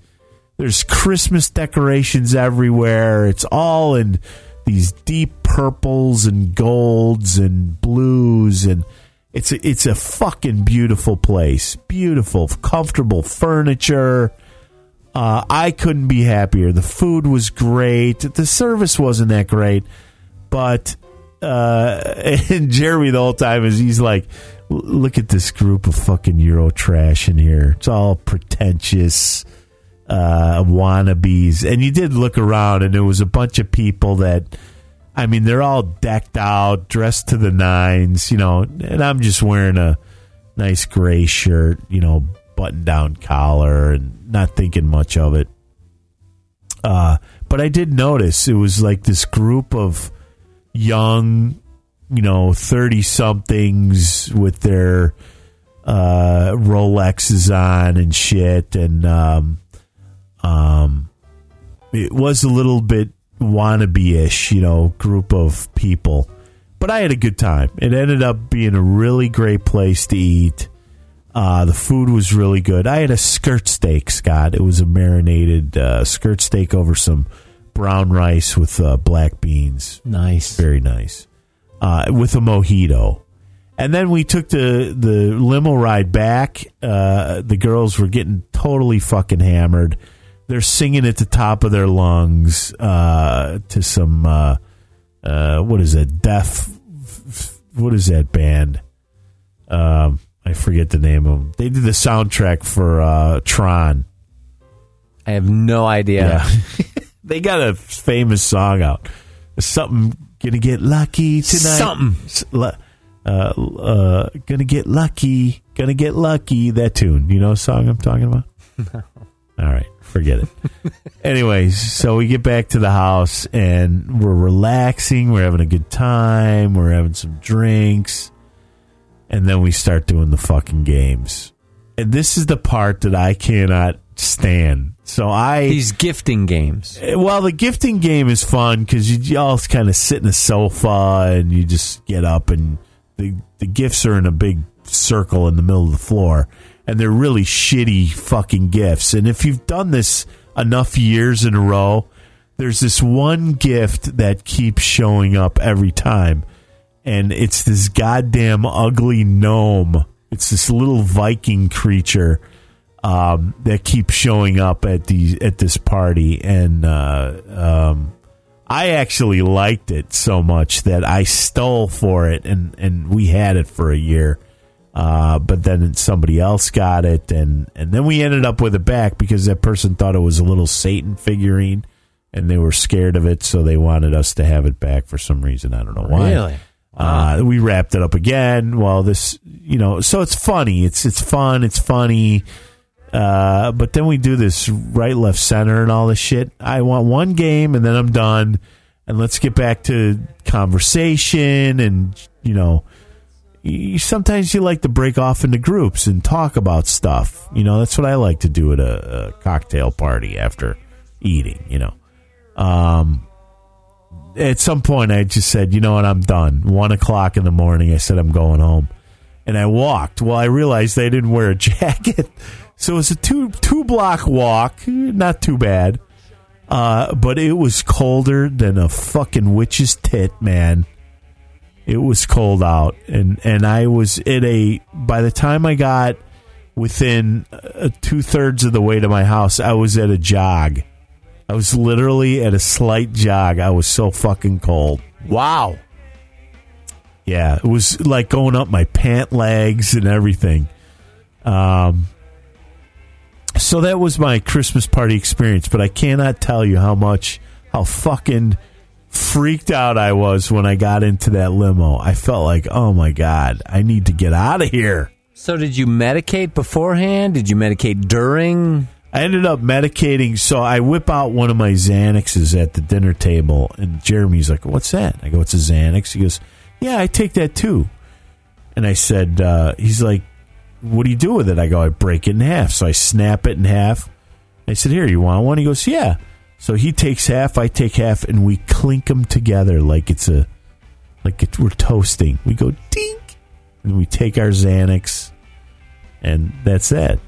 There's Christmas decorations everywhere. It's all in these deep purples and golds and blues and it's a, it's a fucking beautiful place. Beautiful, comfortable furniture. Uh, I couldn't be happier. The food was great. The service wasn't that great, but uh, <laughs> and Jeremy the whole time is he's like, look at this group of fucking Euro trash in here. It's all pretentious uh, wannabes. And you did look around, and there was a bunch of people that, I mean, they're all decked out, dressed to the nines, you know. And I'm just wearing a nice gray shirt, you know, button down collar, and not thinking much of it. Uh, but I did notice it was like this group of young, you know, 30 somethings with their uh, Rolexes on and shit. And um, um, it was a little bit wannabe ish, you know, group of people. But I had a good time. It ended up being a really great place to eat. Uh, the food was really good. I had a skirt steak, Scott. It was a marinated uh, skirt steak over some brown rice with uh, black beans.
Nice.
Very nice. Uh, with a mojito. And then we took the, the limo ride back. Uh, the girls were getting totally fucking hammered. They're singing at the top of their lungs uh, to some, uh, uh, what is that, deaf, what is that band? Um, I forget the name of them. They did the soundtrack for uh, Tron.
I have no idea.
Yeah. <laughs> they got a famous song out. Something gonna get lucky tonight.
Something.
S- lu- Uh, uh, gonna get lucky. Gonna get lucky. That tune. You know, what song I'm talking about. All right, forget it. Anyways, so we get back to the house and we're relaxing. We're having a good time. We're having some drinks, and then we start doing the fucking games. And this is the part that I cannot stand. So I
These gifting games.
Uh, well, the gifting game is fun because you, you all kind of sit in a sofa and you just get up and the the gifts are in a big circle in the middle of the floor and they're really shitty fucking gifts. And if you've done this enough years in a row, there's this one gift that keeps showing up every time, and it's this goddamn ugly gnome. It's this little Viking creature um, that keep showing up at these at this party, and uh, um, I actually liked it so much that I stole for it, and and we had it for a year. Uh, but then somebody else got it, and and then we ended up with it back because that person thought it was a little Satan figurine, and they were scared of it, so they wanted us to have it back for some reason. I don't know why. Uh, we wrapped it up again. Well, this, you know, so it's funny. It's it's fun. It's funny. Uh, but then we do this right, left, center, and all this shit. I want one game, and then I'm done. And let's get back to conversation, and you know, you, sometimes you like to break off into groups and talk about stuff. You know, that's what I like to do at a, a cocktail party after eating. You know, um, at some point I just said, you know what, I'm done. One o'clock in the morning, I said I'm going home, and I walked. Well, I realized they didn't wear a <laughs> jacket, so it's a two two block walk, not too bad. Uh, but it was colder than a fucking witch's tit, man. It was cold out, and and I was at a. By the time I got within two thirds of the way to my house, I was at a jog. I was literally at a slight jog. I was so fucking cold.
Wow.
Yeah, it was like going up my pant legs and everything. Um, so that was my Christmas party experience, but I cannot tell you how much, how fucking freaked out I was when I got into that limo. I felt like, oh my God, I need to get out of here.
So did you medicate beforehand? Did you medicate during?
I ended up medicating, so I whip out one of my Xanaxes at the dinner table, and Jeremy's like, "What's that?" I go, "It's a Xanax." He goes, "Yeah, I take that too." And I said, uh, "He's like, what do you do with it?" I go, "I break it in half." So I snap it in half. I said, "Here, you want one?" He goes, "Yeah." So he takes half, I take half, and we clink them together like it's a like it, we're toasting. We go dink and we take our Xanax, and that's it.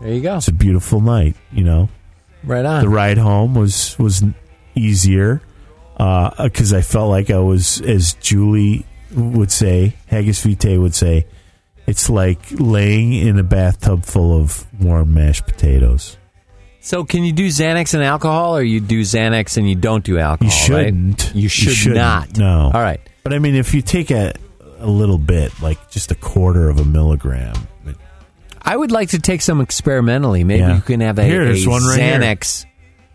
There you go.
It's a beautiful night, you know.
Right
The
on.
ride home was was easier because I felt like I was, as Julie would say, Haggis Vitae would say, it's like laying in a bathtub full of warm mashed potatoes.
So, can you do Xanax and alcohol, or you do Xanax and you don't do alcohol?
You
right?
shouldn't.
You
You
should
shouldn't,
not.
no.
All right.
But I mean, if you take a a little bit, like just a quarter of a milligram, it-
I would like to take some experimentally. Maybe
Yeah.
you can have a,
Here, there's
a
one right here.
Xanax.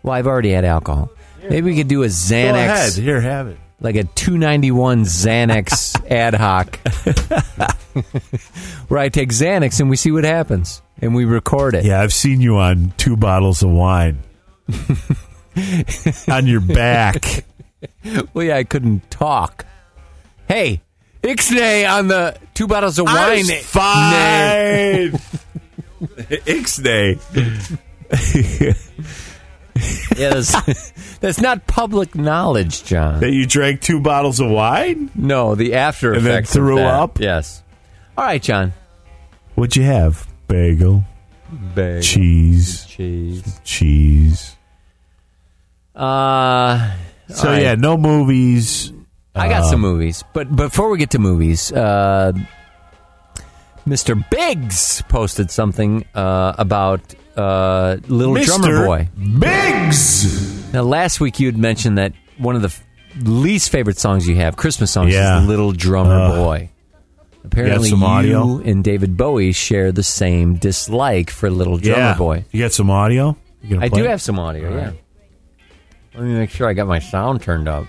Well, I've already had alcohol. Maybe we could do a
go
Xanax.
ahead, here, have it.
like a 291 Xanax
<laughs>
ad hoc, where I take Xanax and we see what happens and we record it.
Yeah, I've seen you on two bottles of
<laughs>
wine on your back.
Well, yeah, I couldn't talk. Hey, Ixnay on the two bottles of wine. Nay. <laughs>
fine. <laughs> Ixnay.
Yeah, that's, that's not public knowledge, John.
That you drank two bottles of wine?
No, the after
And then
effects. of
threw
that.
up?
Yes. All right, John.
What'd you have? Bagel,
Big
cheese,
cheese.
cheese.
Uh,
So
All right.
yeah, no movies. uh,
I got some movies, but before we get to movies, uh, Mr. Biggs posted something uh, about uh, Little Drummer Boy.
Biggs.
Now, last week you'd mentioned that one of the f- least favorite songs you have, Christmas songs,
Yeah.
is the Little Drummer
Ugh.
Boy. Apparently,
some
you
audio?
and David Bowie share the same dislike for Little Drummer
yeah,
Boy.
You got some audio? You gonna
I
play
do
it?
have some audio, yeah. Let me make sure I got my sound turned up.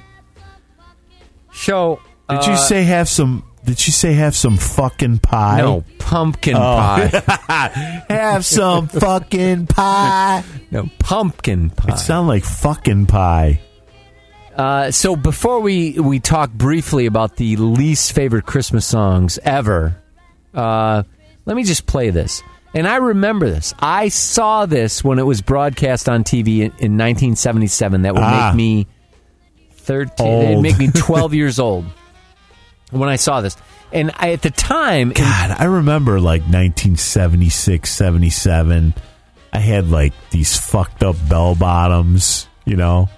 So.
Did you
uh,
say have some? Did you say have some fucking pie? Oh.
No, pumpkin pie.
<laughs> have some fucking pie.
No, pumpkin pie.
It sound like fucking pie.
uh, so before we we talk briefly about the least favorite Christmas songs ever, uh, let me just play this. And I remember this. I saw this when it was broadcast on TV in, in 1977. That would
Ah.
make me 13. It'd
Old.
make me
<laughs>
12 years old when I saw this. And I, at the time, in
God, I remember like 1976, 77. I had like these fucked up bell bottoms, you know?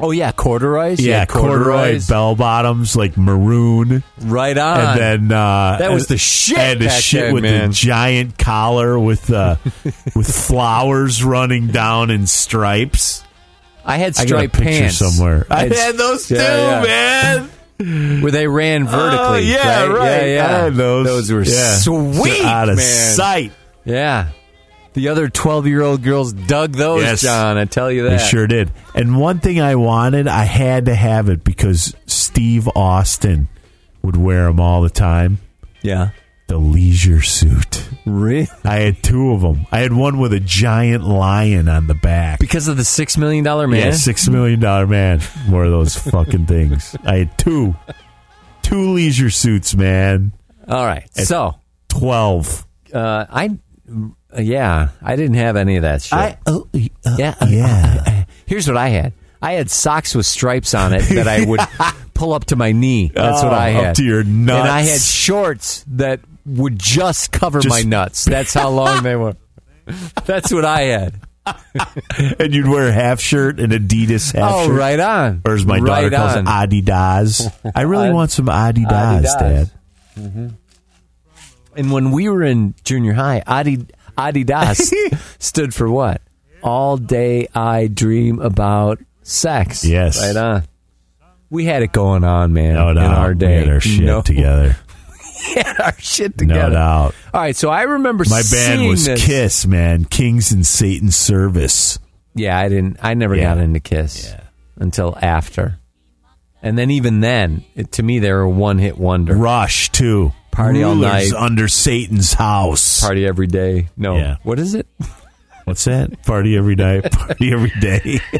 oh yeah, corduroys. You
yeah,
had
corduroy bell bottoms, like maroon.
Right on.
and then uh,
That was
and-
the shit
I had the
back
shit
then,
with
man.
the giant collar with
<laughs>
uh, with flowers running down in stripes.
I had
I got a
striped
picture
pants
somewhere. I
I'd-
had those
yeah, yeah.
too, man.
where they ran vertically.
Oh, yeah,
right. Yeah, yeah.
I had those.
were
Yeah.
sweet,
out of
man.
sight.
Yeah. The other twelve-year-old girls dug those,
Yes.
John. I tell you that.
They sure did. And one thing I wanted, I had to have it because Steve Austin would wear them all the time.
Yeah.
The leisure suit.
Really?
I had two of them. I had one with a giant lion on the back.
Because of the six million dollar man.
Yeah, six million dollar man. More of those fucking things. I had two, two leisure suits, man.
All right. So
Twelve.
uh, I, uh, yeah, I didn't have any of that shit.
oh,
<laughs> yeah.
yeah.
Here's what I had. I had socks with stripes on it
<laughs>
that I would pull up to my knee. That's what
Oh,
I
up
had.
to your nuts.
And I had shorts that would just cover
Just-
my nuts. That's how long
<laughs>
they were. That's what I had.
<laughs> And you'd wear a half shirt and Adidas half
oh,
shirt.
right on.
Or as my daughter
right
calls
on.
it, Adidas. I really
<laughs> Ad-
want some Adidas,
Adidas. Mm-hmm.
Dad.
and when we were in junior high, Adi-
<laughs>
Adidas stood for what? All day I dream about sex.
Yes.
Right on. We had it going on, man.
No
in
doubt.
our day.
We had our shit
<laughs> no,
together.
we had our shit
No
<laughs> together.
doubt.
All right, so I remember
My band
seeing
was
this.
Kiss, man. Kings in Satan's service.
Yeah, I didn't. I never
Yeah.
got into Kiss
Yeah.
until after, and then even then, it, to me, they were a one-hit wonder.
Rush too.
Party all
Rulers
night.
under Satan's house.
Party every day. No,
Yeah.
what is it?
What's that? Party every night. <laughs> Party every day. <laughs>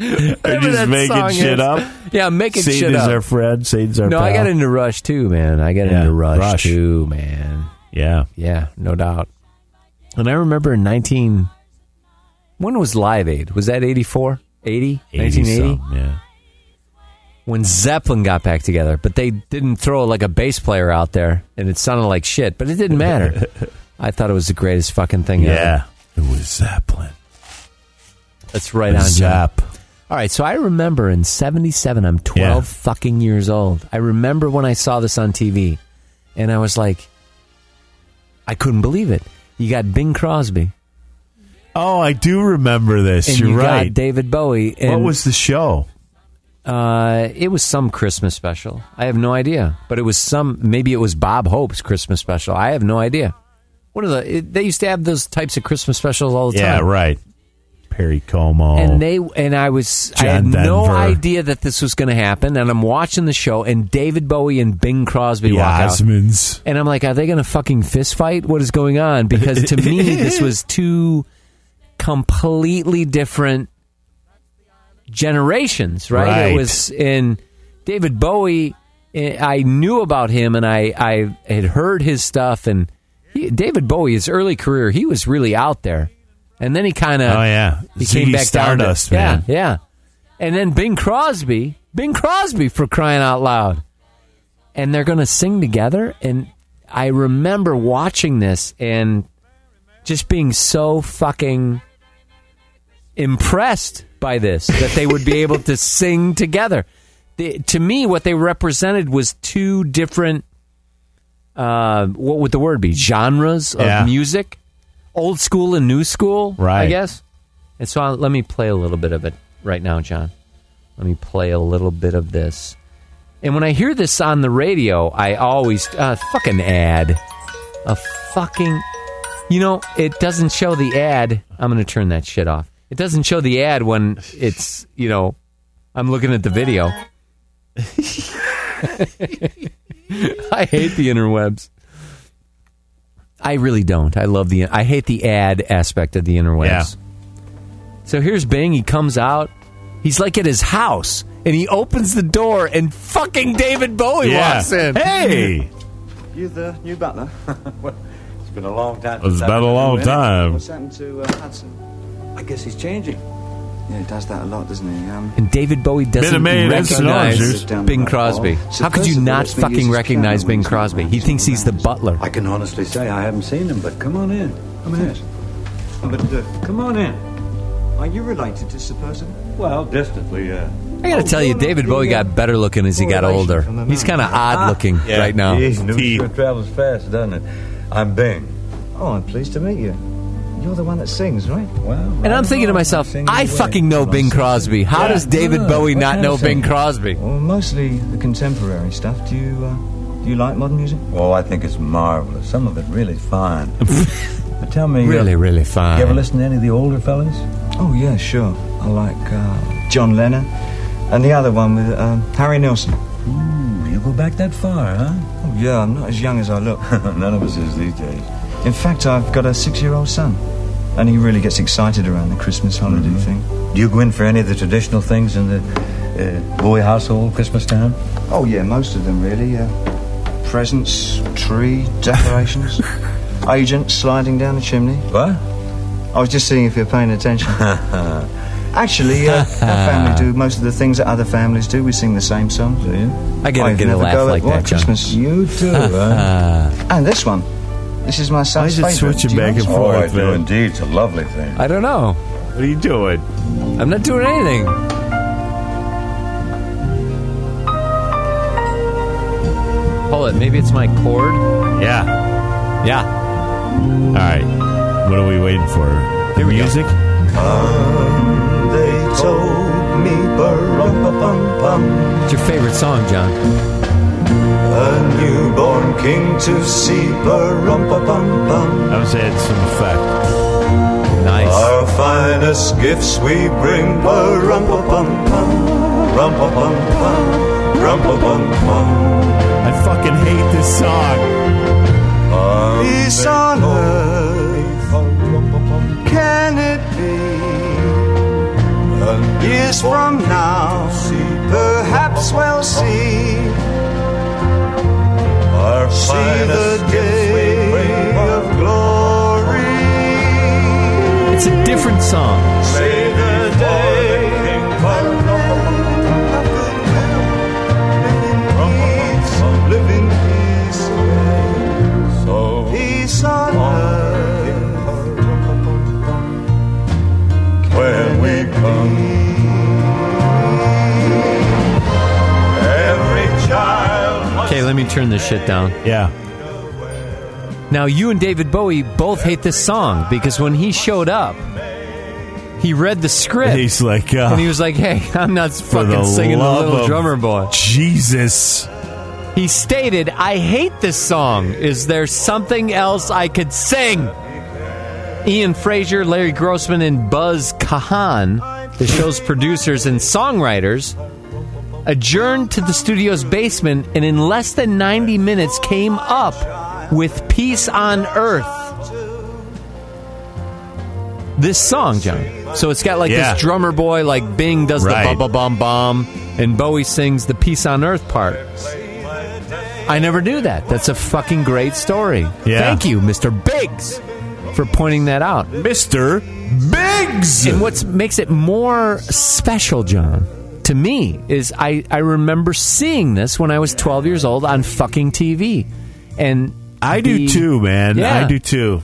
Are
that
just making
song
shit
is.
up?
Yeah, I'm making shit
Satan is
up.
our friend. Satan's our
no,
pal.
I got into Rush too, man. I got
Yeah,
into Rush,
Rush.
too, man.
Yeah.
Yeah, no doubt. And I remember in 19 when was Live Aid? Was that 84? 80?
80
1980?
something, yeah.
when Zeppelin got back together, but they didn't throw like a bass player out there, and it sounded like shit. But it
<laughs>
didn't matter. I thought it was the greatest fucking thing ever.
Yeah. It was Zeppelin.
That's right on, John.
Zap.
All right, so I remember in 77, I'm 12
Yeah.
fucking years old. I remember when I saw this on TV, and I was like, I couldn't believe it. You got Bing Crosby,
Oh, I do remember this.
and
You're
you
right.
got David Bowie. And,
what was the show?
Uh, it was some Christmas special. I have no idea, but it was some. Maybe it was Bob Hope's Christmas special. I have no idea. One of the it, they used to have those types of Christmas specials all the
Yeah,
time.
right. Perry Como.
And they and I was I had
Oh. John
no
Denver.
idea that this was going to happen. And I'm watching the show, and David Bowie and Bing Crosby
the
walk out.
Osmonds.
And I'm like, are they going to fucking fist fight? What is going on? Because to me, this
<laughs>
was two completely different generations, right? It
Right.
was in David Bowie. eh, I knew about him, and I I had heard his stuff. And he, David Bowie, his early career, he was really out there. And then he kind of
Oh, yeah.
he came
Ziggy
back
Stardust,
down. To,
man.
Yeah, yeah. And then Bing Crosby, Bing Crosby for crying out loud. And they're going to sing together. And I remember watching this and just being so fucking impressed by this that they
<laughs>
would be able to sing together. The, to me, what they represented was two different, uh, what would the word be? Genres of
Yeah.
music, old school and new school, I
Right.
guess. And so I, let me play a little bit of it right now, John. Let me play a little bit of this. And when I hear this on the radio, I always uh, fucking ad, a fucking. You know, it doesn't show the ad. I'm going to turn that shit off. It doesn't show the ad when it's you know, I'm looking at the video. <laughs> I hate the interwebs. I really don't. I love the. I hate the ad aspect of the interwebs.
Yeah.
So here's Bing. He comes out. He's like at his house, and he opens the door, and fucking David Bowie
yeah.
walks in.
Hey.
You the new butler? <laughs> well, it's been a long time.
It's
since I've
been a
been
long
with him.
time.
What's happened to uh, Hudson? I guess he's changing. Yeah, he does that a lot, doesn't he? Um,
And David Bowie doesn't
Been a man, that's
recognize
soldiers.
Bing Crosby. How could you not fucking recognize Bing Crosby? He thinks he's the butler.
I can honestly say I haven't seen him, but come on in. Come in. But uh, come on in. Are you related to Sir Percy? Well, distantly, yeah.
I gotta tell you, David Bowie got better looking as he got older. He's kind of
Ah,
odd looking right now.
Jeez, news
Tea.
sure travels fast, doesn't it? I'm Bing. Oh, I'm pleased to meet you. You're the one that sings, right? Wow.
And I'm thinking to myself, I fucking know Bing Crosby. How does David Bowie
Ah, What
not
kind
know
of
Bing
singer?
Crosby?
Well, mostly the contemporary stuff. Do you uh, do you like modern music? Oh, I think it's marvelous. Some of it really
<laughs>
fine. but tell me, uh,
Really, really
you ever
fine.
listen to any of the older fellas? Oh yeah, sure. I like uh, John Lennon, and the other one with um, Harry Nilsson.
You go back that far, huh?
Oh yeah, I'm not as young as I look.
<laughs> None of us is these days.
In fact, I've got a six-year-old son, and he really gets excited around the Christmas holiday thing.
Mm-hmm. Do you go in for any of the traditional things in the uh, boy household Christmas time?
Oh yeah, most of them really. Uh, presents, tree
<laughs>
decorations, agents sliding down the chimney.
What?
I was just seeing if you're paying
<laughs>
attention. Actually, uh, our family do most of the things that other families do. We sing the same songs.
Do you?
I gotta
I've
get a
never
laugh
go at
like
White
that, John.
Christmas.
You
<laughs>
too, huh?
And this one. This is my
Why
son's
is it
favourite.
switching
Do you
back
know
and
this
forth?
one?
oh, I
Fourth,
do
man.
indeed. It's a lovely thing.
I don't know.
What are you doing?
I'm not doing anything. Hold it. Maybe it's my chord.
Yeah.
Yeah.
All right. What are we waiting for? The
Here we go.
music?
They told me ba-rum-pa-pum-pum,
It's your favorite song, John.
a newborn king to see ba-rum-pa-pum-pum.
I was adding some effect.
Nice.
Our finest gifts we bring ba-rum-pa-pum-pum, rum-pa-pum-pum, rum-pa-pum-pum.
I fucking hate this song.
Uh,
Peace on earth. Can it be? Years from now, perhaps we'll see. Our see the day of glory.
It's a different song.
See the day of goodwill.
on.
Every child must
Okay, let me turn this shit down.
Yeah.
Now, you and David Bowie both hate this song because when he showed up, he read the script
He's like, uh,
and he was like, "Hey, I'm not
for the
fucking singing the
love
little
of
drummer boy."
Jesus.
He stated, "I hate this song. Is there something else I could sing?" Ian Fraser, Larry Grossman, and Buzz Kahan, the show's producers and songwriters, adjourned to the studio's basement and in less than 90 minutes came up with Peace on Earth. This song, John. So it's got like
Yeah.
this drummer boy, like Bing does
Right.
the bum bum bum, and Bowie sings the Peace on Earth part. I never knew that. That's a fucking great story.
Yeah.
Thank you, Mr. Biggs, for pointing that out.
Mr. Biggs.
And what makes it more special, John, to me, is I, I remember seeing this when I was 12 years old on fucking TV. And
I do
the-
too, man.
Yeah.
I do too.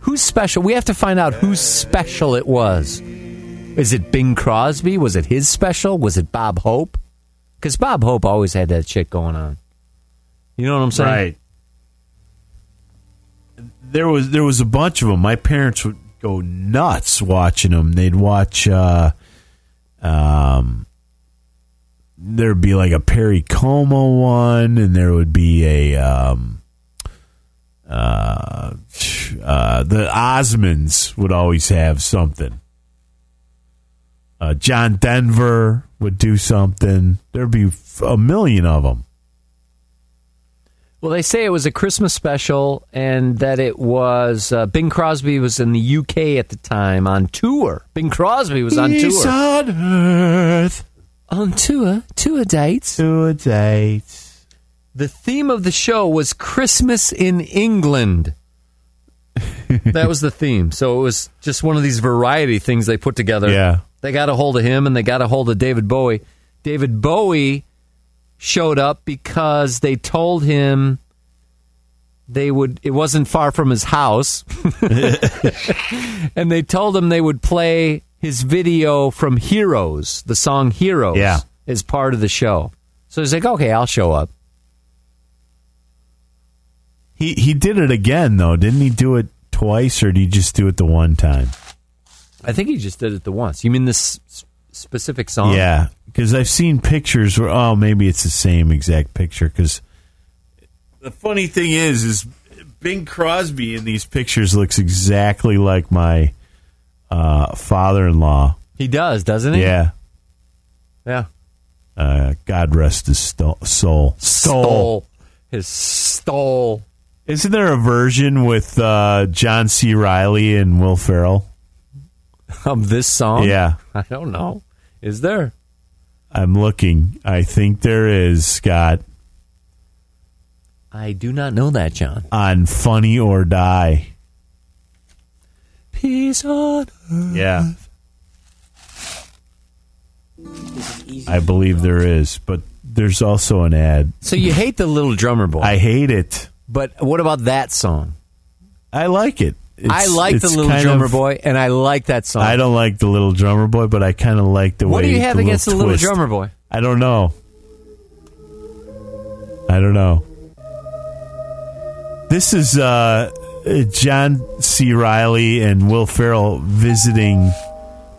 Who's special? We have to find out whose special it was. Is it Bing Crosby? Was it his special? Was it Bob Hope? Because Bob Hope always had that shit going on. You know what I'm saying?
Right. There was there was a bunch of them. My parents would go nuts watching them. They'd watch. Uh, um, there'd be like a Perry Como one, and there would be a um, uh, uh, the Osmonds would always have something. Uh, John Denver would do something. There'd be f- a million of them.
Well, they say it was a Christmas special and that it was uh, Bing Crosby was in the UK at the time on tour. Bing Crosby was on
Peace
tour.
on earth
on tour, tour dates.
to a date.
The theme of the show was Christmas
<laughs>
in England. that was the theme. So it was just one of these variety things they put together.
Yeah.
They got a hold of him and they got a hold of David Bowie. David Bowie showed up because they told him they would it wasn't far from
<laughs>
his house. and they told him they would play his video from Heroes, the song Heroes
Yeah.
as part of the show. So he's like, "Okay, I'll show up."
He he did it again though, didn't he? Do it twice, or did he just do it the one time?
I think he just did it the once. You mean this s- specific song?
Yeah, because I've seen pictures where oh maybe it's the same exact picture. Because the funny thing is, is Bing Crosby in these pictures looks exactly like my uh, father-in-law.
he does, doesn't he?
Yeah,
yeah.
uh, God rest his sto- soul. Soul.
Stole his stole.
Isn't there a version with uh, John C. Riley and Will Ferrell?
of this song.
Yeah,
<laughs> I don't know. Is there?
I'm looking. I think there is Scott
I do not know that, John.
on Funny or Die.
Peace on.
Yeah, I believe there is, but there's also an ad.
So you hate the little drummer boy,
I hate it.
but what about that song?
I like it. It's-
I like the
it's
little
kind
drummer
of-
boy, and I like that song.
I don't like the little drummer boy, but I kind of like the way.
What do you have against the little
twist.
drummer boy?
I don't know. I don't know. This is uh, uh, John C. Riley and Will Ferrell visiting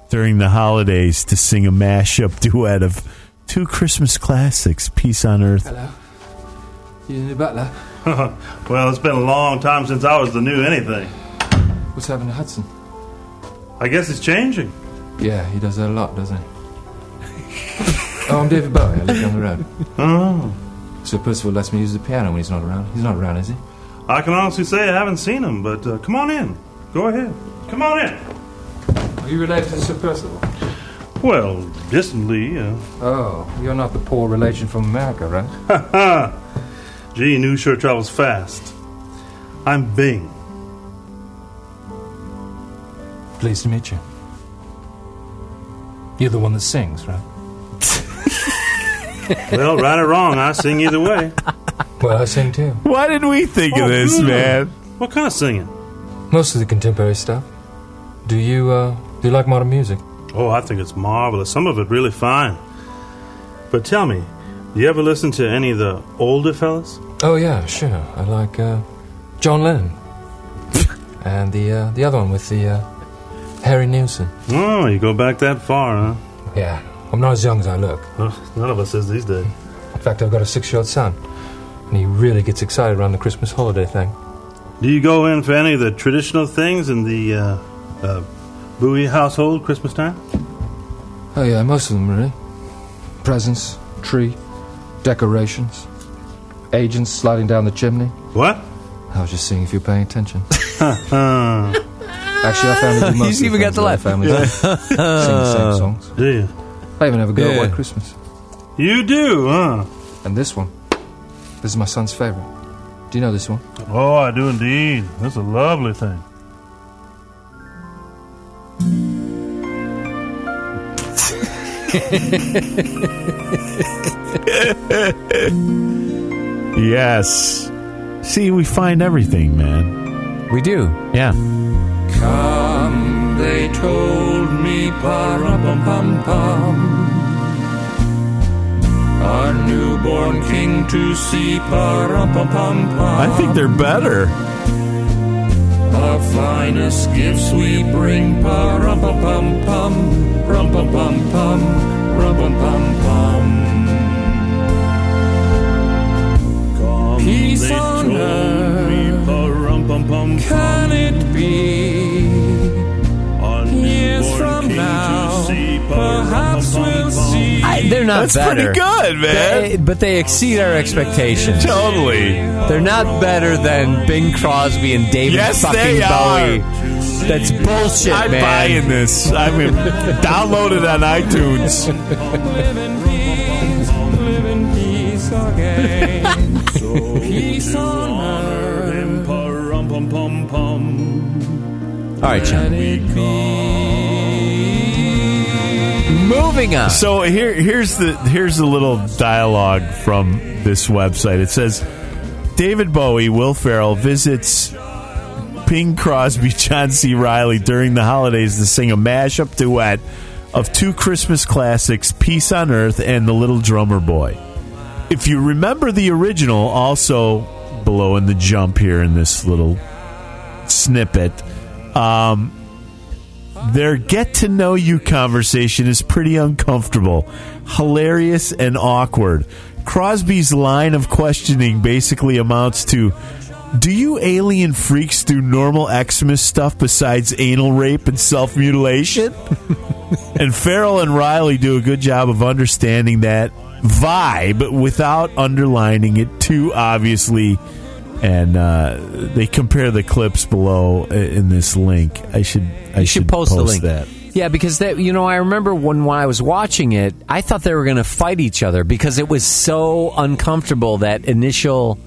during the holidays to sing a mashup <laughs> duet of two Christmas classics, Peace on Earth.
Using the butler.
<laughs> Well, it's been a long time since I was the new anything.
What's happened to Hudson?
I guess it's changing.
Yeah, he does that a lot, doesn't he? oh, I'm David Bowie. I live down the road.
<laughs> Oh.
So Percival lets me use the piano when he's not around. He's not around, is he?
I can honestly say I haven't seen him, but uh, come on in. Go ahead. Come on in.
Are you related to Sir Percival?
Well, distantly, uh,
Oh, you're not the poor relation from America, right?
<laughs> gee, news sure travels fast. I'm Bing.
Pleased to meet you. You're the one that sings, right?
Well, right or wrong, I sing either way. Oh,
Well, I sing too.
<laughs> Why didn't we think
Oh,
of this,
good.
man?
What kind of singing?
Most of the contemporary stuff. Do you, uh, do you like modern music?
Oh, I think it's marvelous. Some of it really fine. But tell me, do you ever listen to any of the older fellas?
Oh yeah, sure. I like uh, John
<laughs>
Lennon, and the uh, the other one with the uh, Harry Nilsson.
Oh, you go back that far, huh?
Yeah, I'm not as young as I look.
Ugh, None of us is these days.
In fact, I've got a six-year-old son, and he really gets excited around the Christmas holiday thing.
Do you go in for any of the traditional things in the uh, uh, Bowie household Christmas time? <laughs>
Oh yeah, most of them really. Presents, tree, decorations, agents sliding down the chimney.
What?
I was just seeing if you're paying attention. Actually, I <laughs> found
<laughs>
that most
He's
of
even got
friends
the
of our
laugh.
family <laughs> sing the same
<laughs>
songs.
Do you?
I even have a girl
Yeah.
White Christmas,
You do, huh?
and this one. This is my son's favorite. Do you know this one?
Oh, I do indeed. That's a lovely thing.
Yes. See, we find everything, man.
We do.
Yeah.
Come, they told me, pa-rum-pum-pum-pum. A newborn king to see, pa-rum-pum-pum-pum.
I think they're better.
Our finest gifts we bring, pa-rum-pum-pum-pum. Rum-pum-pum-pum, rum-pum-pum-pum. Peace on earth. Can it be? Years from now, perhaps we'll see.
I, they're not
That's
better.
pretty good, man.
They- but they exceed our expectations.
Totally.
They're not better than Bing Crosby and David
Yes,
fucking
they are.
Bowie. That's bullshit,
I'm
man.
buying this. I mean,
<laughs>
download it on iTunes.
<laughs>
All right, John. Moving on.
So here, here's the here's the little dialogue from this website. It says David Bowie, Will Ferrell visits Bing Crosby, <laughs> John C. Riley during the holidays to sing a mashup duet of two Christmas classics, "Peace on Earth" and "The Little Drummer Boy." If you remember the original, also below in the jump here in this little snippet. Um, their get to know you conversation is pretty uncomfortable, hilarious, and awkward. Crosby's line of questioning basically amounts to Do you alien freaks do normal Xmas stuff besides anal rape and self mutilation? <laughs> and Farrell and Riley do a good job of understanding that vibe without underlining it too obviously and uh, they compare the clips below i- in this link. I should I
You should post the link.
that.
Yeah, because that you know, I remember when, when I was watching it, I thought they were going to fight each other because it was so uncomfortable that initial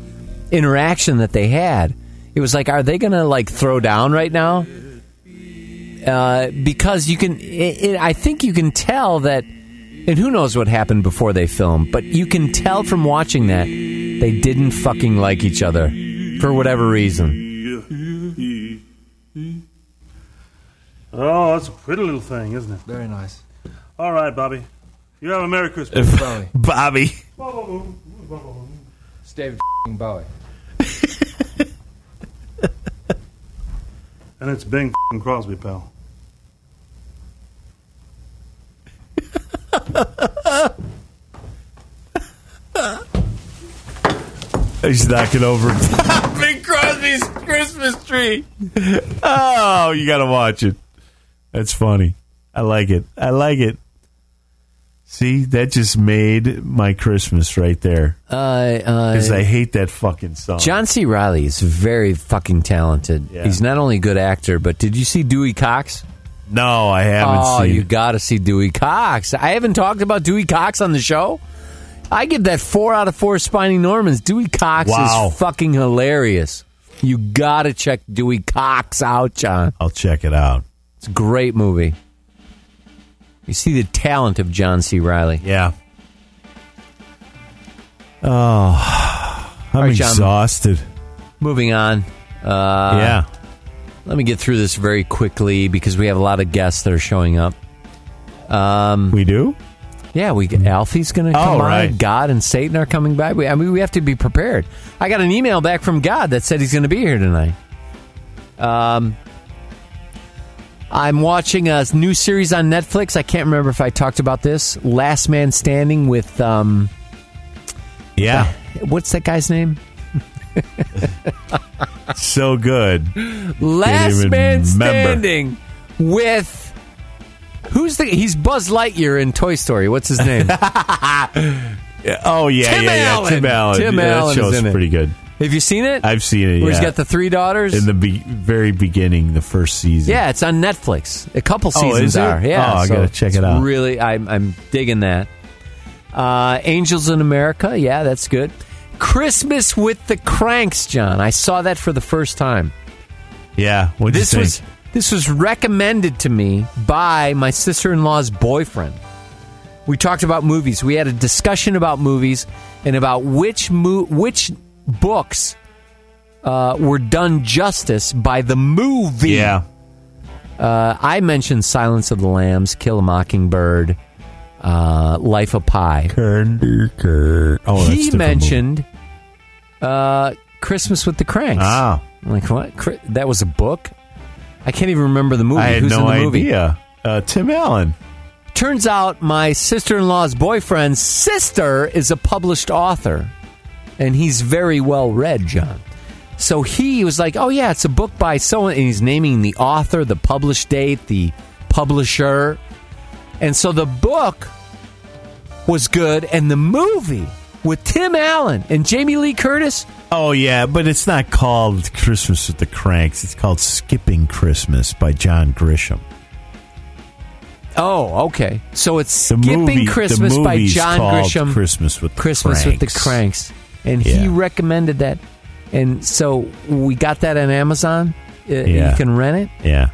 interaction that they had. It was like, are they going to like throw down right now? Uh, because you can, it, it, I think you can tell that, and who knows what happened before they filmed, but you can tell from watching that they didn't fucking like each other for whatever reason.
Oh, that's a pretty little thing, isn't it?
Very nice.
All right, Bobby. You have a Merry Christmas.
<laughs>
Bowie.
Bobby,
It's David Bowie.
and it's Bing f***ing Crosby, pal.
he's knocking over <laughs> <laughs> Big Crosby's Christmas tree. Oh, you gotta watch it. That's funny. I like it. I like it. See, that just made my Christmas right there
Uh, uh,
because I hate that fucking song.
John C. Riley is very fucking talented.
Yeah.
He's not only a good actor, but did you see Dewey Cox?
no, I haven't
oh,
seen.
you
it.
got to see Dewey Cox. I haven't talked about Dewey Cox on the show. I give that four out of four Spiny Normans. Dewey Cox
Wow.
is fucking hilarious. You got to check Dewey Cox out, John.
I'll check it out.
It's a great movie. You see the talent of John C. Riley.
Yeah. Oh, I'm
right, John.
exhausted.
Moving on. Uh,
yeah.
Let me get through this very quickly because we have a lot of guests that are showing up. Um,
We do?
yeah, we Alfie's going to
Oh,
come on.
right.
God and Satan are coming back. We, I mean, we have to be prepared. I got an email back from God that said he's going to be here tonight. Um, I'm watching a new series on Netflix. I can't remember if I talked about this. Last Man Standing with um, uh,
Yeah.
what's that guy's name?
<laughs> so good.
Last
even
Man
remember.
Standing with who's the? He's Buzz Lightyear in Toy Story. What's his name?
<laughs> Oh yeah,
Tim
yeah, yeah.
Allen.
Tim Allen.
Tim
Yeah,
Allen
that
is
show's
in it.
pretty good.
Have you seen it?
I've seen it.
Where he's
yeah.
got the three daughters.
in the be- very beginning, the first season.
yeah, it's on Netflix. A couple
Oh,
seasons
is it?
are. Yeah,
Oh, I
so
gotta check
it's
it out.
Really, I'm I'm digging that. Uh, Angels in America. Yeah, that's good. Christmas with the Cranks, John. I saw that for the first time.
yeah. What
This
you think?
was this was recommended to me by my sister-in-law's boyfriend. We talked about movies. We had a discussion about movies and about which mo- which books uh, were done justice by the movie.
yeah,
Uh, I mentioned Silence of the Lambs, Kill a Mockingbird, uh, Life of Pi.
Kerner. Oh, that's a
he
different movie.
mentioned uh, Christmas with the Cranks.
Ah,
I'm like what? Cri- That was a book. I can't even remember the movie.
I had
Who's
no
in the movie?
idea. Uh, Tim Allen.
Turns out my sister-in-law's boyfriend's sister is a published author, and he's very well read, John. So he was like, "Oh yeah, it's a book by so," and he's naming the author, the published date, the publisher, and so the book was good, and the movie with Tim Allen and Jamie Lee Curtis.
Oh yeah, but it's not called Christmas with the Cranks. It's called Skipping Christmas by John Grisham.
Oh, okay. So it's
The
skipping
movie, the
Christmas by
movie's
John
called
Grisham.
Christmas with the
Christmas
Cranks.
with the Cranks, and he
Yeah.
recommended that, and so we got that on Amazon. Uh,
Yeah.
You can rent it.
Yeah.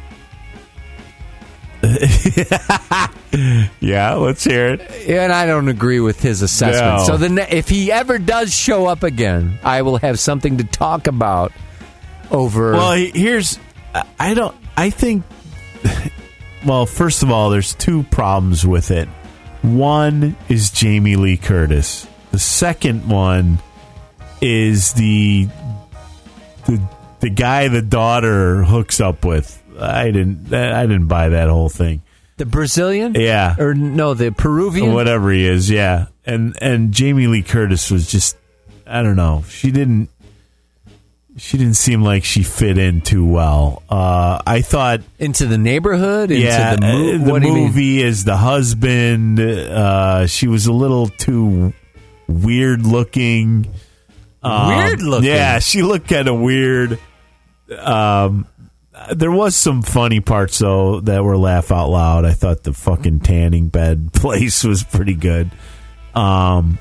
yeah, let's hear it.
And I don't agree with his assessment.
No.
So the ne- if he ever does show up again, I will have something to talk about over.
Well, he- here's I- I don't I think <laughs> well, first of all, there's two problems with it. One is Jamie Lee Curtis. The second one is the the the guy the daughter hooks up with. I didn't I didn't buy that whole thing.
the Brazilian,
Yeah.
or no, the Peruvian.
Or whatever he is, yeah. And and Jamie Lee Curtis was just I don't know. She didn't she didn't seem like she fit in too well. Uh, I thought
Into the neighborhood. Into
yeah,
the, mo-
uh,
what do you mean?
movie is the husband. Uh, she was a little too weird looking. Um,
Weird looking?
Yeah, she looked kind of weird. Um, there was some funny parts though that were laugh out loud. I thought the fucking tanning bed <laughs> place was pretty good. Um,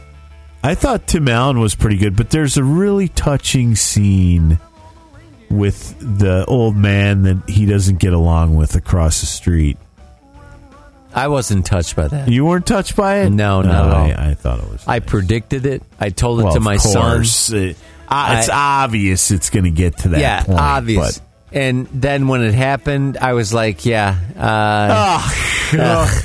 I thought Tim Allen was pretty good, but there's a really touching scene with the old man that he doesn't get along with across the street.
I wasn't touched by that.
You weren't touched by it?
No, not at all.
I, I thought it was.
I predicted it. I told it
well,
to
of
my son.
course. It- uh, it's obvious it's going to get to that
yeah,
point.
obvious.
but-
And then when it happened, I was like, yeah, uh,
Ugh, ugh,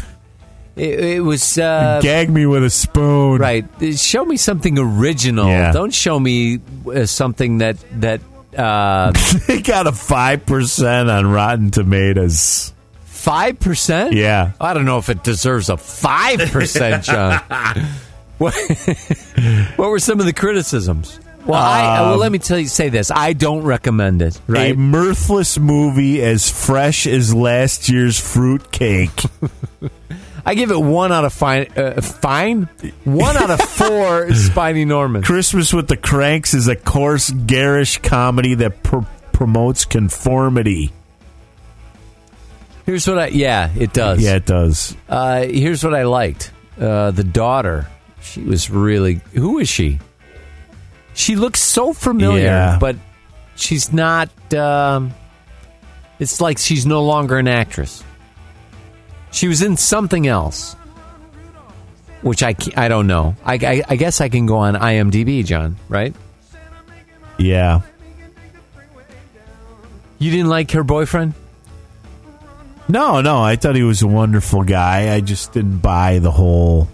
it, it was uh,
gag me with a spoon.
right. Show me something original.
Yeah.
Don't show me uh, something that that uh,
<laughs> they got a 5% on Rotten Tomatoes.
five percent.
Yeah.
I don't know if it deserves a five
<laughs>
percent, John. what, <laughs> what were some of the criticisms? Well, I, uh,
Um,
well, let me tell you, say this. I don't recommend it. Right?
A mirthless movie as fresh as last year's fruitcake.
I give it one out of fine. Uh, fine. <laughs> One out of four. Spiny Norman.
Christmas with the Cranks is a coarse, garish comedy that pr- promotes conformity.
Here's what I yeah, it does.
Yeah, it does.
Uh, here's what I liked. Uh, the daughter, she was really who is she? She looks so familiar,
Yeah.
but she's not. Um, it's like she's no longer an actress. She was in something else, which I ca- I don't know. I, I, I guess I can go on IMDb, John. Right?
Yeah.
You didn't like her boyfriend?
No, no, I thought he was a wonderful guy. I just didn't buy the whole.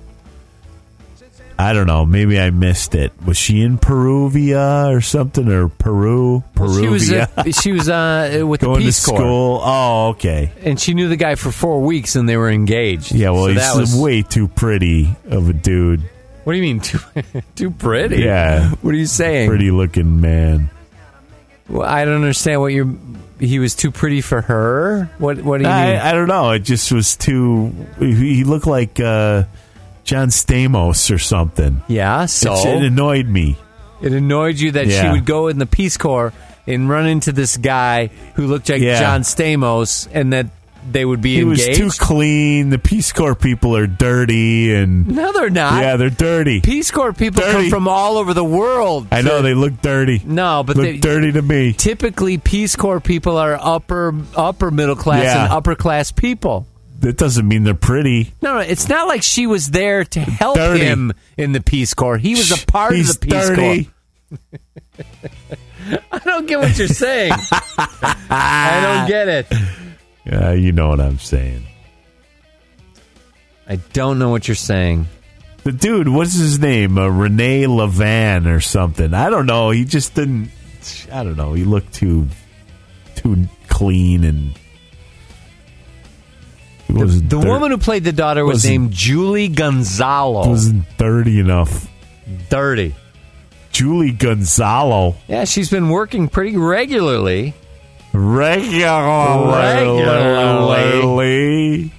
I don't know. Maybe I missed it. Was she in Peruvia or something, or Peru? Peruvia.
She was uh, she was
<laughs>
uh, with the
going to
Peace Corps,
school. Oh, okay.
and she knew the guy for four weeks, and they were engaged.
<laughs> Yeah, well,
So that
he's
was-
way too pretty of a dude.
What do you mean <laughs> too too pretty?
Yeah.
<laughs> What are you saying?
Pretty looking man.
Well, I don't understand what you're. He was too pretty for her. What What do you mean?
I, I don't know. It just was too. He he looked like uh, John Stamos or something.
yeah, so
It's- it annoyed me.
It annoyed you that she
Yeah.
would go in the Peace Corps and run into this guy who looked like
Yeah.
John Stamos, and that they would be
He was
engaged.
too clean. The Peace Corps people are dirty, and
no, they're not.
yeah, they're dirty.
Peace Corps people come
Dirty.
from all over the world.
I know they look dirty.
No, but
look
they,
dirty to me.
typically Peace Corps people are upper upper middle class
Yeah.
and upper class people.
That doesn't mean they're pretty.
No, no, it's not like she was there to help
Dirty.
him in the Peace Corps. He was a part
He's
of the Peace
dirty.
Corps.
<laughs>
<laughs> I don't get what you're saying.
<laughs>
I don't get it.
Yeah, you know what I'm saying.
I don't know what you're saying.
The dude, what's his name? Uh, Rene Levan or something. I don't know. He just didn't. I don't know. He looked too too clean and. He wasn't
The
dir-
woman who played the daughter was
Wasn't-
named Julie Gonzalo.
wasn't dirty enough.
Dirty.
Julie Gonzalo.
Yeah, she's been working pretty regularly.
Regularly.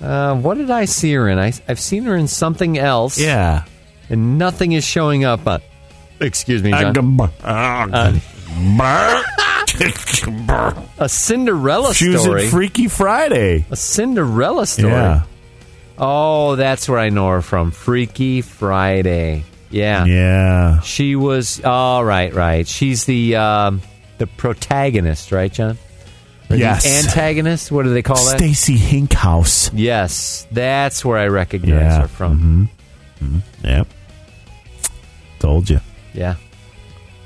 Uh, what did I see her in? I, I've seen her in something else.
Yeah.
and nothing is showing up. On, excuse me, John. Uh, <laughs> A Cinderella
She was
story.
in Freaky Friday.
a Cinderella story.
Yeah.
Oh, that's where I know her from. Freaky Friday. Yeah.
Yeah.
She was. All right, right. She's the um, the protagonist, right, John?
Yes.
Antagonist. What do they call that?
Stacy Hinkhouse.
Yes, that's where I recognize
Yeah. Mm-hmm.
her from.
Yep. Told you.
Yeah.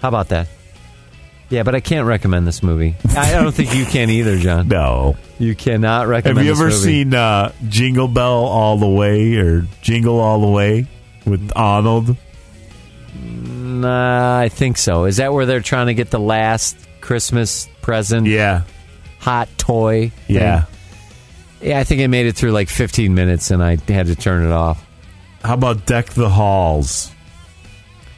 How about that? Yeah, but I can't recommend this movie. I don't think you can either,
<laughs>
John.
No.
You cannot
Have
recommend.
you
this
ever
movie.
seen uh, Jingle Bell All the Way or Jingle All the Way with Arnold?
Nah, I think so. Is that where they're trying to get the last Christmas present
Yeah.
hot toy? thing?
Yeah.
Yeah, I think I made it through like 15 minutes and I had to turn it off.
How about Deck the Halls?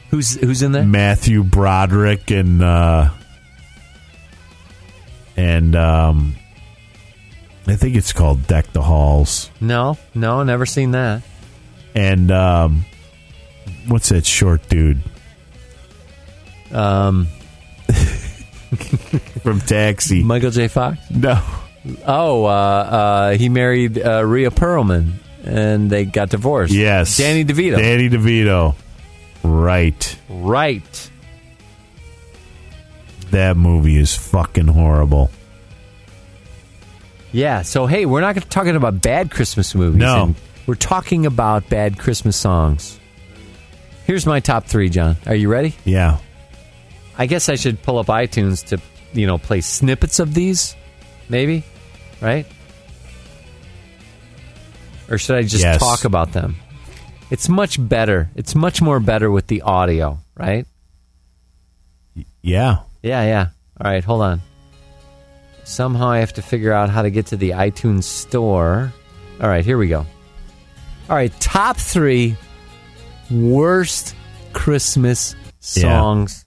Who's who's in there?
Matthew Broderick and uh, and um, I think it's called Deck the Halls.
No, no, never seen that.
And um, what's that short dude
Um,
from Taxi?
Michael J. Fox.
no,
Oh, uh, uh, he married uh, Rhea Perlman and they got divorced.
yes,
Danny DeVito.
Danny DeVito. Right,
Right.
that movie is fucking horrible.
Yeah. So hey, we're not talking about bad Christmas movies.
No.
and we're talking about bad Christmas songs. Here's my top three, John. Are you ready?
Yeah,
I guess I should pull up iTunes to you know play snippets of these, maybe, right? Or should I just
Yes.
talk about them? It's much better. It's much more better with the audio, right?
yeah.
Yeah, yeah. All right, hold on. Somehow I have to figure out how to get to the iTunes store. All right, here we go. All right, top three worst Christmas songs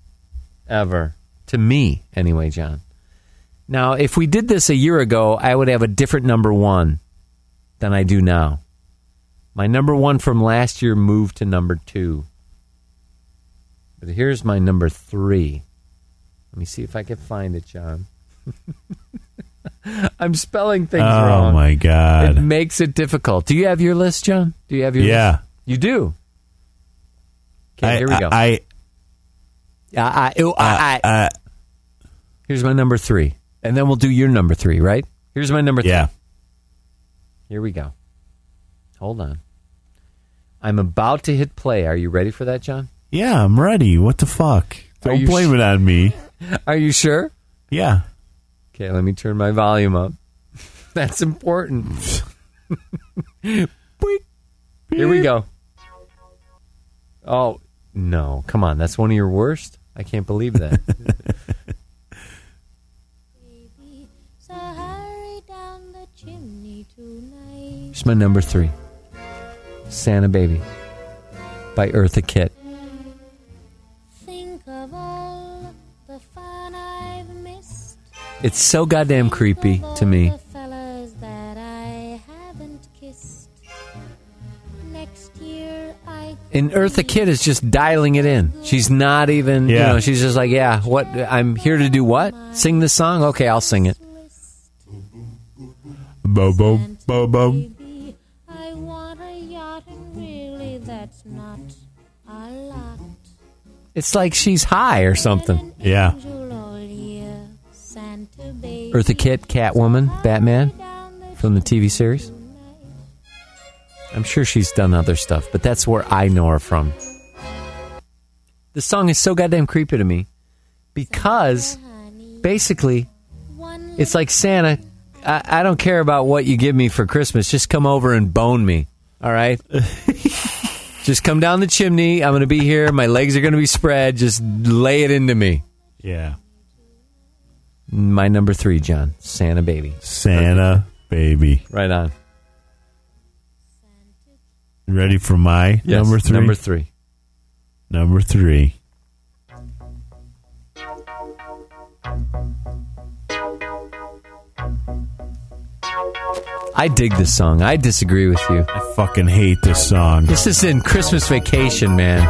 Uh, ever. To me, anyway, John. Now, if we did this a year ago, I would have a different number one than I do now. My number one from last year moved to number two. But here's my number three. Let me see if I can find it, John. <laughs> I'm spelling things
oh
wrong.
my
It
god.
makes it difficult. Do you have your list, John? Do you have your
Yeah.
list? You do. Okay,
I,
here we go. I,
I, uh,
I, ew, I,
I,
I.
I,
Here's my number three. And then we'll do your number three, right? Here's my number three.
yeah.
Here we go. Hold on. I'm about to hit play. Are you ready for that, John? <laughs>
Yeah, I'm ready. What the fuck?
Are
Don't
you
blame it on me.
Are you sure?
Yeah.
Okay, let me turn my volume up.
<laughs>
That's important. <laughs> Boink. Here we go. Oh, no. Come on. That's one of your worst? I can't
<laughs>
believe that.
So hurry down the chimney tonight.
Here's my number three Santa Baby by Eartha Kitt.
Think of all the fun I've missed.
It's so goddamn creepy
Think of
to
all
me.
The fellas that I haven't kissed. Next year I
And Eartha Kitt is just dialing it in. She's not even, you
Yeah.
know, she's just like, yeah, what? I'm here to do what? Sing this song? Okay, I'll sing it.
Bo bo bo bo.
Baby, I want a yacht, and really that's not a lot.
It's like she's high or something.
Been an
Yeah.
angel all year, Santa baby.
Eartha Kitt, Catwoman, Batman
Down the
from the TV series.
chimney.
I'm sure she's done other stuff, but that's where I know her from. The song is so goddamn creepy to me because
Honey,
basically
one
it's like Santa, I, I don't care about what you give me for Christmas. Just come over and bone me.
<laughs>
All right? just come down the chimney. I'm going to be here. My legs are going to be spread. Just lay it into me.
Yeah.
My number three, John, Santa Baby.
Santa baby.
Right on.
You Ready for my
Yes,
number three?
Number three.
Number three.
I dig this song. I disagree with you.
I fucking hate this song.
This is in Christmas Vacation, man.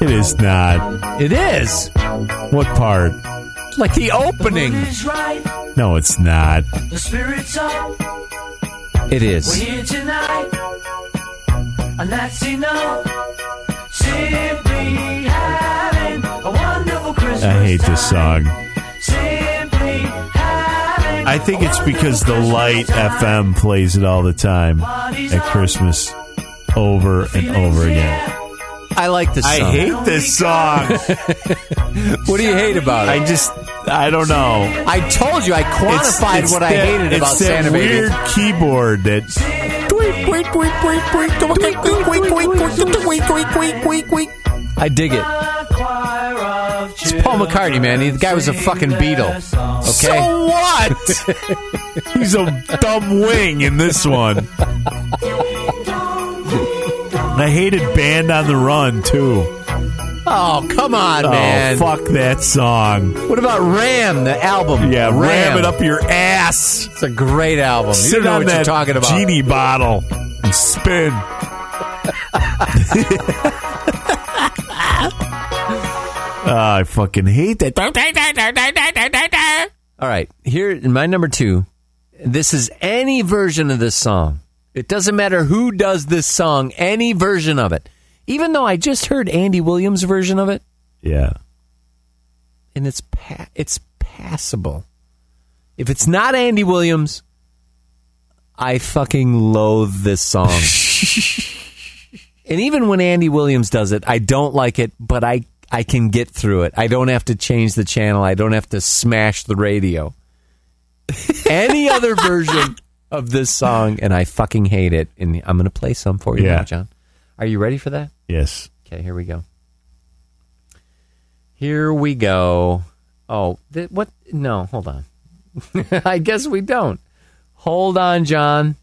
It is not.
It is.
What part?
Like the opening.
No, it's not.
It is.
I hate this song. I think it's because the light FM plays it all the time at Christmas over and over again.
I like this
I
song.
hate this song.
<laughs> what do you hate about it?
I just I don't know.
I, told you I quantified
It's- it's
what I
that-
hated about
it's that
Santa
weird
Baby.
keyboard that
I dig it. It's Paul McCartney, man. He, the guy was a fucking Beatle. Okay?
So what?
<laughs>
He's a dumb wing in this one. And I hated Band on the Run too.
oh, come on, man.
Oh, fuck that song.
What about Ram, the album?
Yeah, ram, it up your ass.
It's a great album.
Sit
you don't know
on
what
that
you're talking about.
genie bottle and spin. Ah, I fucking hate that.
All right, here in my number two, this is any version of this song. It doesn't matter who does this song, any version of it. Even though I just heard Andy Williams' version of it,
Yeah,
and it's pa- it's passable. If it's not Andy Williams, I fucking loathe this song. and even when Andy Williams does it, I don't like it, but I I can get through it. I don't have to change the channel. I don't have to smash the radio. Any other version of this song, and I fucking hate it. And I'm gonna play some for you,
Yeah.
now, John. Are you ready for that?
yes.
Okay, here we go. Here we go. Oh, th- what? No, hold on. <laughs> I guess we don't. Hold on, John.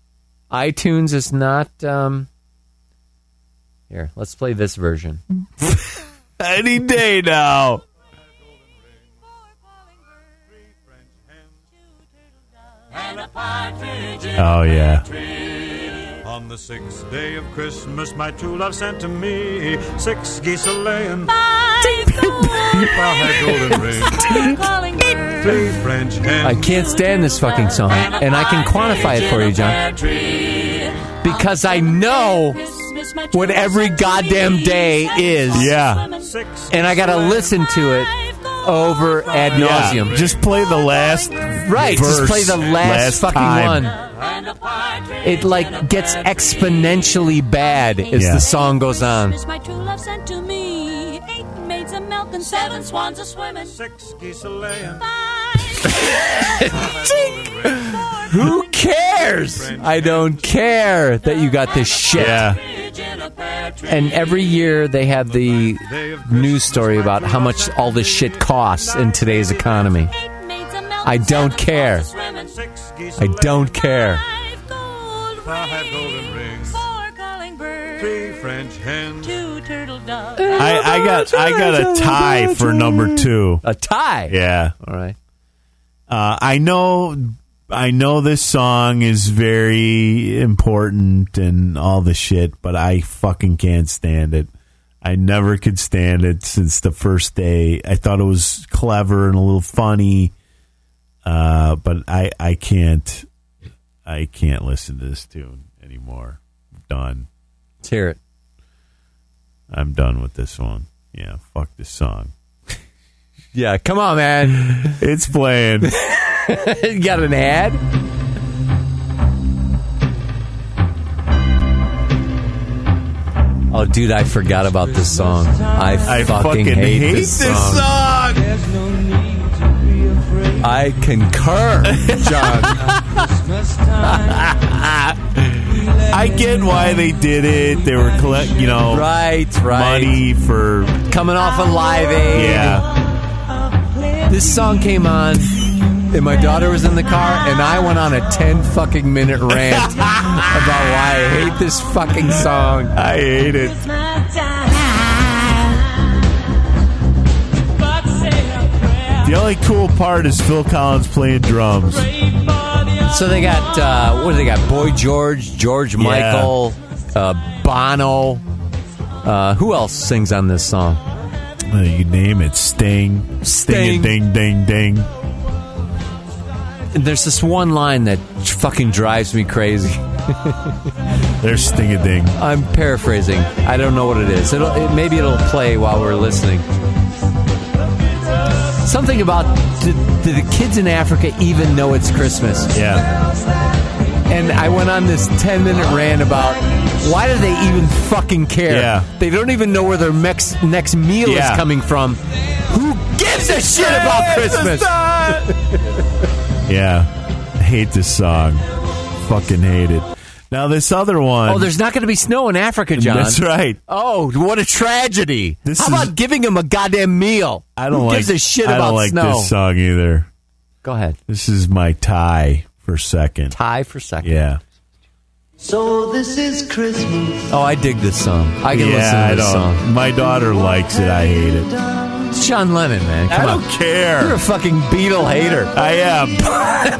iTunes is not. Um... Here, let's play this version.
Any day now. Oh yeah.
On the sixth day of Christmas, my true love sent to me six geese a laying, five golden rings, three French
I
hens.
can't stand this fucking song, and I can quantify it for you, John, because I know what every goddamn day is,
Yeah.
Six
and I gotta listen to it over ad nauseum.
Yeah. Just play the last
Right, just
verse
play the last, fucking
time.
one. It like
<laughs>
gets exponentially bad as
Yeah.
the song goes on.
My true love sent to me eight maids a milk and seven swans a swimming.
Six geese a laying,
Five
Who cares? I don't care that you got this shit.
Yeah.
And every year they have the news story about how much all this shit costs in today's economy. I don't care. I don't care.
Five gold
Five golden rings.
Four calling birds.
Three French hens.
Two turtle doves.
I, I got I got a tie for number two.
A tie.
Yeah.
All right.
Uh, I know I know this song is very important and all the shit, but I fucking can't stand it. I never could stand it since the first day. I thought it was clever and a little funny, uh, but I I can't I can't listen to this tune anymore. done.
Let's hear it.
I'm done with this one. Yeah, fuck this song.
<laughs> Yeah, come on, man.
It's playing.
<laughs> you got an ad? Oh, dude, I forgot about this song. I fucking,
I fucking,
hate,
hate,
this, song. <laughs>
song.
I concur, <laughs> John.
<laughs> I get why they did it. They were collect, you know,
right, right.
money for
Coming off a live aid.
yeah.
This song came on, and my daughter was in the car, and I went on a 10 fucking minute
<laughs>
rant about why I hate this fucking song.
I hate it. The only cool part is Phil Collins playing drums.
So they got, uh, what do they got? Boy George, George Michael, uh, Bono. Uh, who else sings on this song?
Uh, You name it, Sting,
Sting.
ding, ding, ding.
And there's this one line that fucking drives me crazy.
<laughs> There's Sting a ding.
I'm paraphrasing. I don't know what it is. It'll, it, maybe it'll play while we're listening. Something about do, do the kids in Africa even know it's Christmas?
Yeah,
And I went on this 10 minute rant about why do they even fucking care?
Yeah.
They don't even know where their next, next meal
Yeah.
is coming from. Who gives a shit about Christmas?
yeah. I hate this song. Fucking hate it. Now this other one.
Oh, there's not going to be snow in Africa, John.
that's right.
Oh, what a tragedy!
This
How
is-
about giving him a goddamn meal?
I don't
Who
like.
gives a shit
I
about
don't like
snow.
this song either.
Go ahead.
This is my tie for second.
Tie for second.
Yeah.
Oh, I dig this song. I can listen to
I
this
don't.
song.
My daughter likes it. I hate it.
It's John Lennon, man. Come
I
on.
don't care.
You're a fucking Beatle hater.
I am.
<laughs>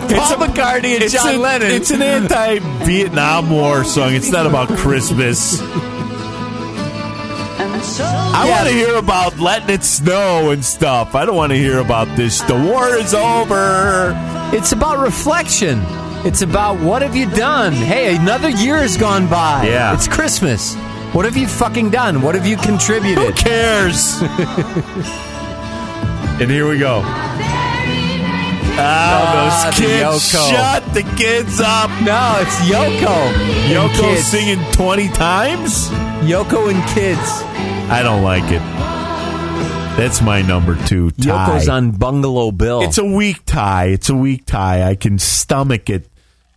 Paul McCartney and
it's
John
a-
Lennon.
It's an anti-Vietnam War song. It's not about Christmas. I want to hear about letting it snow and stuff. I don't want to hear about this. The war is over.
<laughs> It's about reflection. It's about what have you done? Hey, another year has gone by.
Yeah.
It's Christmas. What have you fucking done? What have you
Who
contributed? <laughs>
cares? and here we go. Ah,
Ah,
those
the
kids!
Yoko.
Shut the kids up.
No, it's Yoko.
Yoko
kids.
singing twenty times.
Yoko and kids.
I don't like it. That's my number two tie.
Yoko's on Bungalow Bill.
It's a weak tie. It's a weak tie. I can stomach it,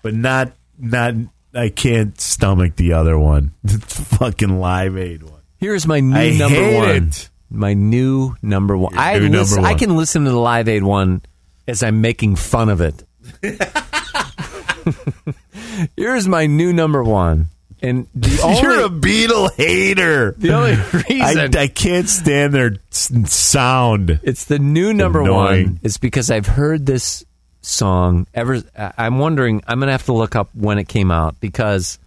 but not not. I can't stomach the other one. <laughs> The fucking Live Aid one.
Here's my new
I
number
hate
one.
it.
My new number one. I
new
lis-
number one.
I can listen to the Live Aid one as I'm making fun of it. <laughs> Here's my new number one, and the only
<laughs> You're a Beatle hater.
the
<laughs>
only
I,
reason
I can't stand their s- sound.
it's the new number
Annoying.
one is because I've heard this song ever. I- I'm wondering. I'm gonna have to look up when it came out because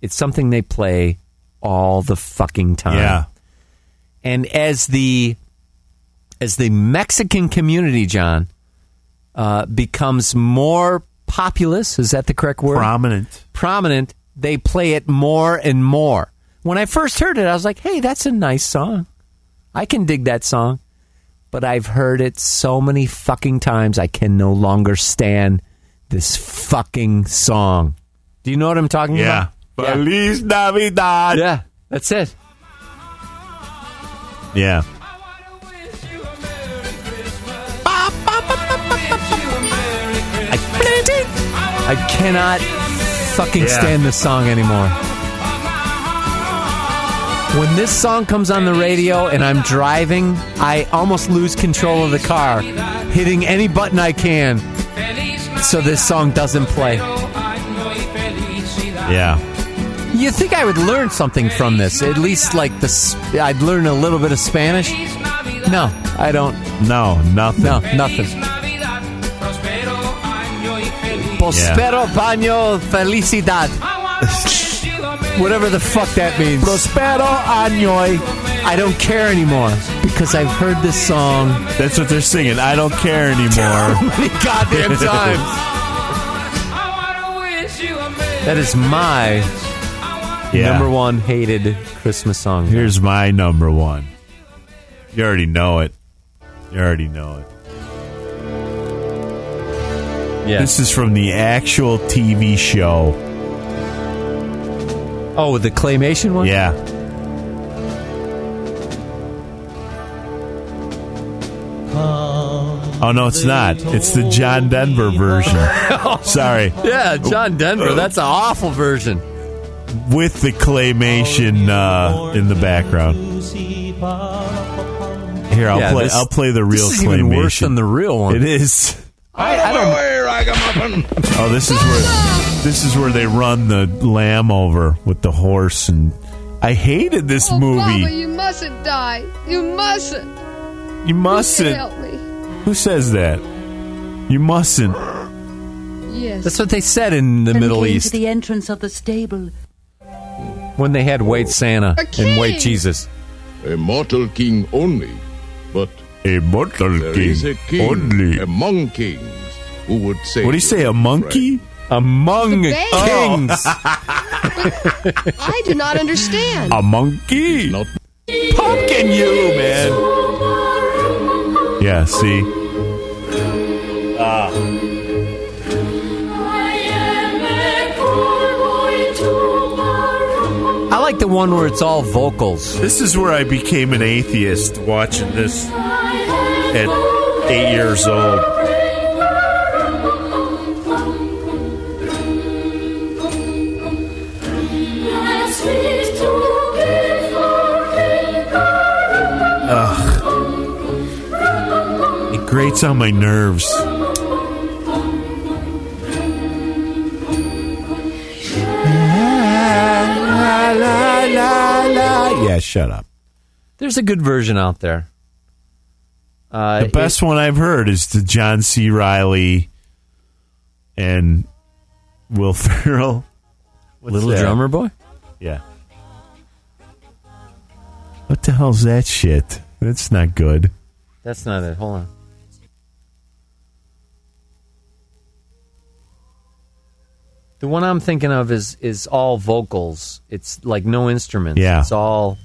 it's something they play all the fucking time.
Yeah,
and as the as the Mexican community, John, uh, becomes more populous, is that the correct word?
prominent.
Prominent, they play it more and more. When I first heard it, I was like, "Hey, that's a nice song. I can dig that song." But I've heard it so many fucking times, I can no longer stand this fucking song. Do you know what I'm talking
Yeah.
about? Yeah.
Feliz Navidad. Yeah.
yeah, that's it.
yeah.
Ba, ba, ba, ba, ba, ba, ba.
I cannot fucking
Yeah.
stand this song anymore. When this song comes on the radio and I'm driving, I almost lose control of the car, hitting any button I can so this song doesn't play.
Yeah.
You think I would learn something from this? At least like the s- I'd learn a little bit of Spanish? No, I don't.
No, nothing.
No, nothing. Prospero paño felicidad. <laughs> Whatever the fuck that means. Prospero año. I don't care anymore because I've heard this song
That's what they're singing. I don't care
<laughs>
anymore.
<laughs>
many <laughs>
<laughs>
goddamn times. That is my
yeah.
number one hated Christmas song.
Here's my number one. You already know it. You already know it.
Yeah.
This is from the actual TV show.
Oh, the claymation one?
Yeah. Oh no, it's not. It's the John Denver version.
<laughs>
Sorry,
Yeah, John Denver. That's an awful version.
with the claymation uh, in the background. Here, I'll
Yeah,
play.
this-
I'll play the real
this is
claymation.
even worse than the real one.
it is.
I, I don't.
Oh, this is where this is where they run the lamb over with the horse, and I hated this movie.
you mustn't die. You mustn't.
You mustn't.
Help me.
Who says that? You mustn't.
Yes.
That's what they said in the Middle East
the entrance of the stable.
when they had white Santa
A
and white
king.
Jesus.
A mortal king only, but
Immortal
there is a
king,
king
only.
among kings who would say.
What do you say? A monkey?
Among
The bear.
<laughs>
kings.
I do not understand.
A monkey?
Not
Pumpkin, you
Uh.
man. Yeah. See.
Ah. I like the one where it's all vocals.
This is where I became an atheist watching this at eight years old. Ugh. It grates on my nerves. Yeah, shut up.
There's a good version out there. Uh,
The best one I've heard is the John C. Riley and Will <laughs> Ferrell.
it-
What's
Little
that?
Drummer Boy?
Yeah. What the hell's that shit? That's not good.
That's not it. Hold on. The one I'm thinking of is is all vocals. It's like no instruments.
Yeah.
It's all.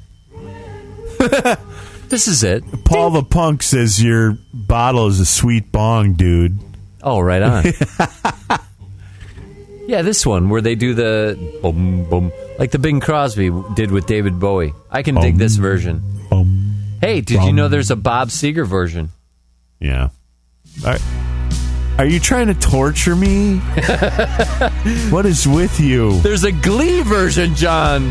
this is it.
Paul the Punk says your bottle is a sweet bong, dude.
Oh, right on. yeah, this one where they do the boom boom like the Bing Crosby did with David Bowie. I can dig
Bum,
this version.
Um,
Hey, did you know
bum.
there's a Bob Seger version?
yeah. Are, <laughs> are you trying to torture
<laughs>
me? what is with you?
There's a Glee version, John.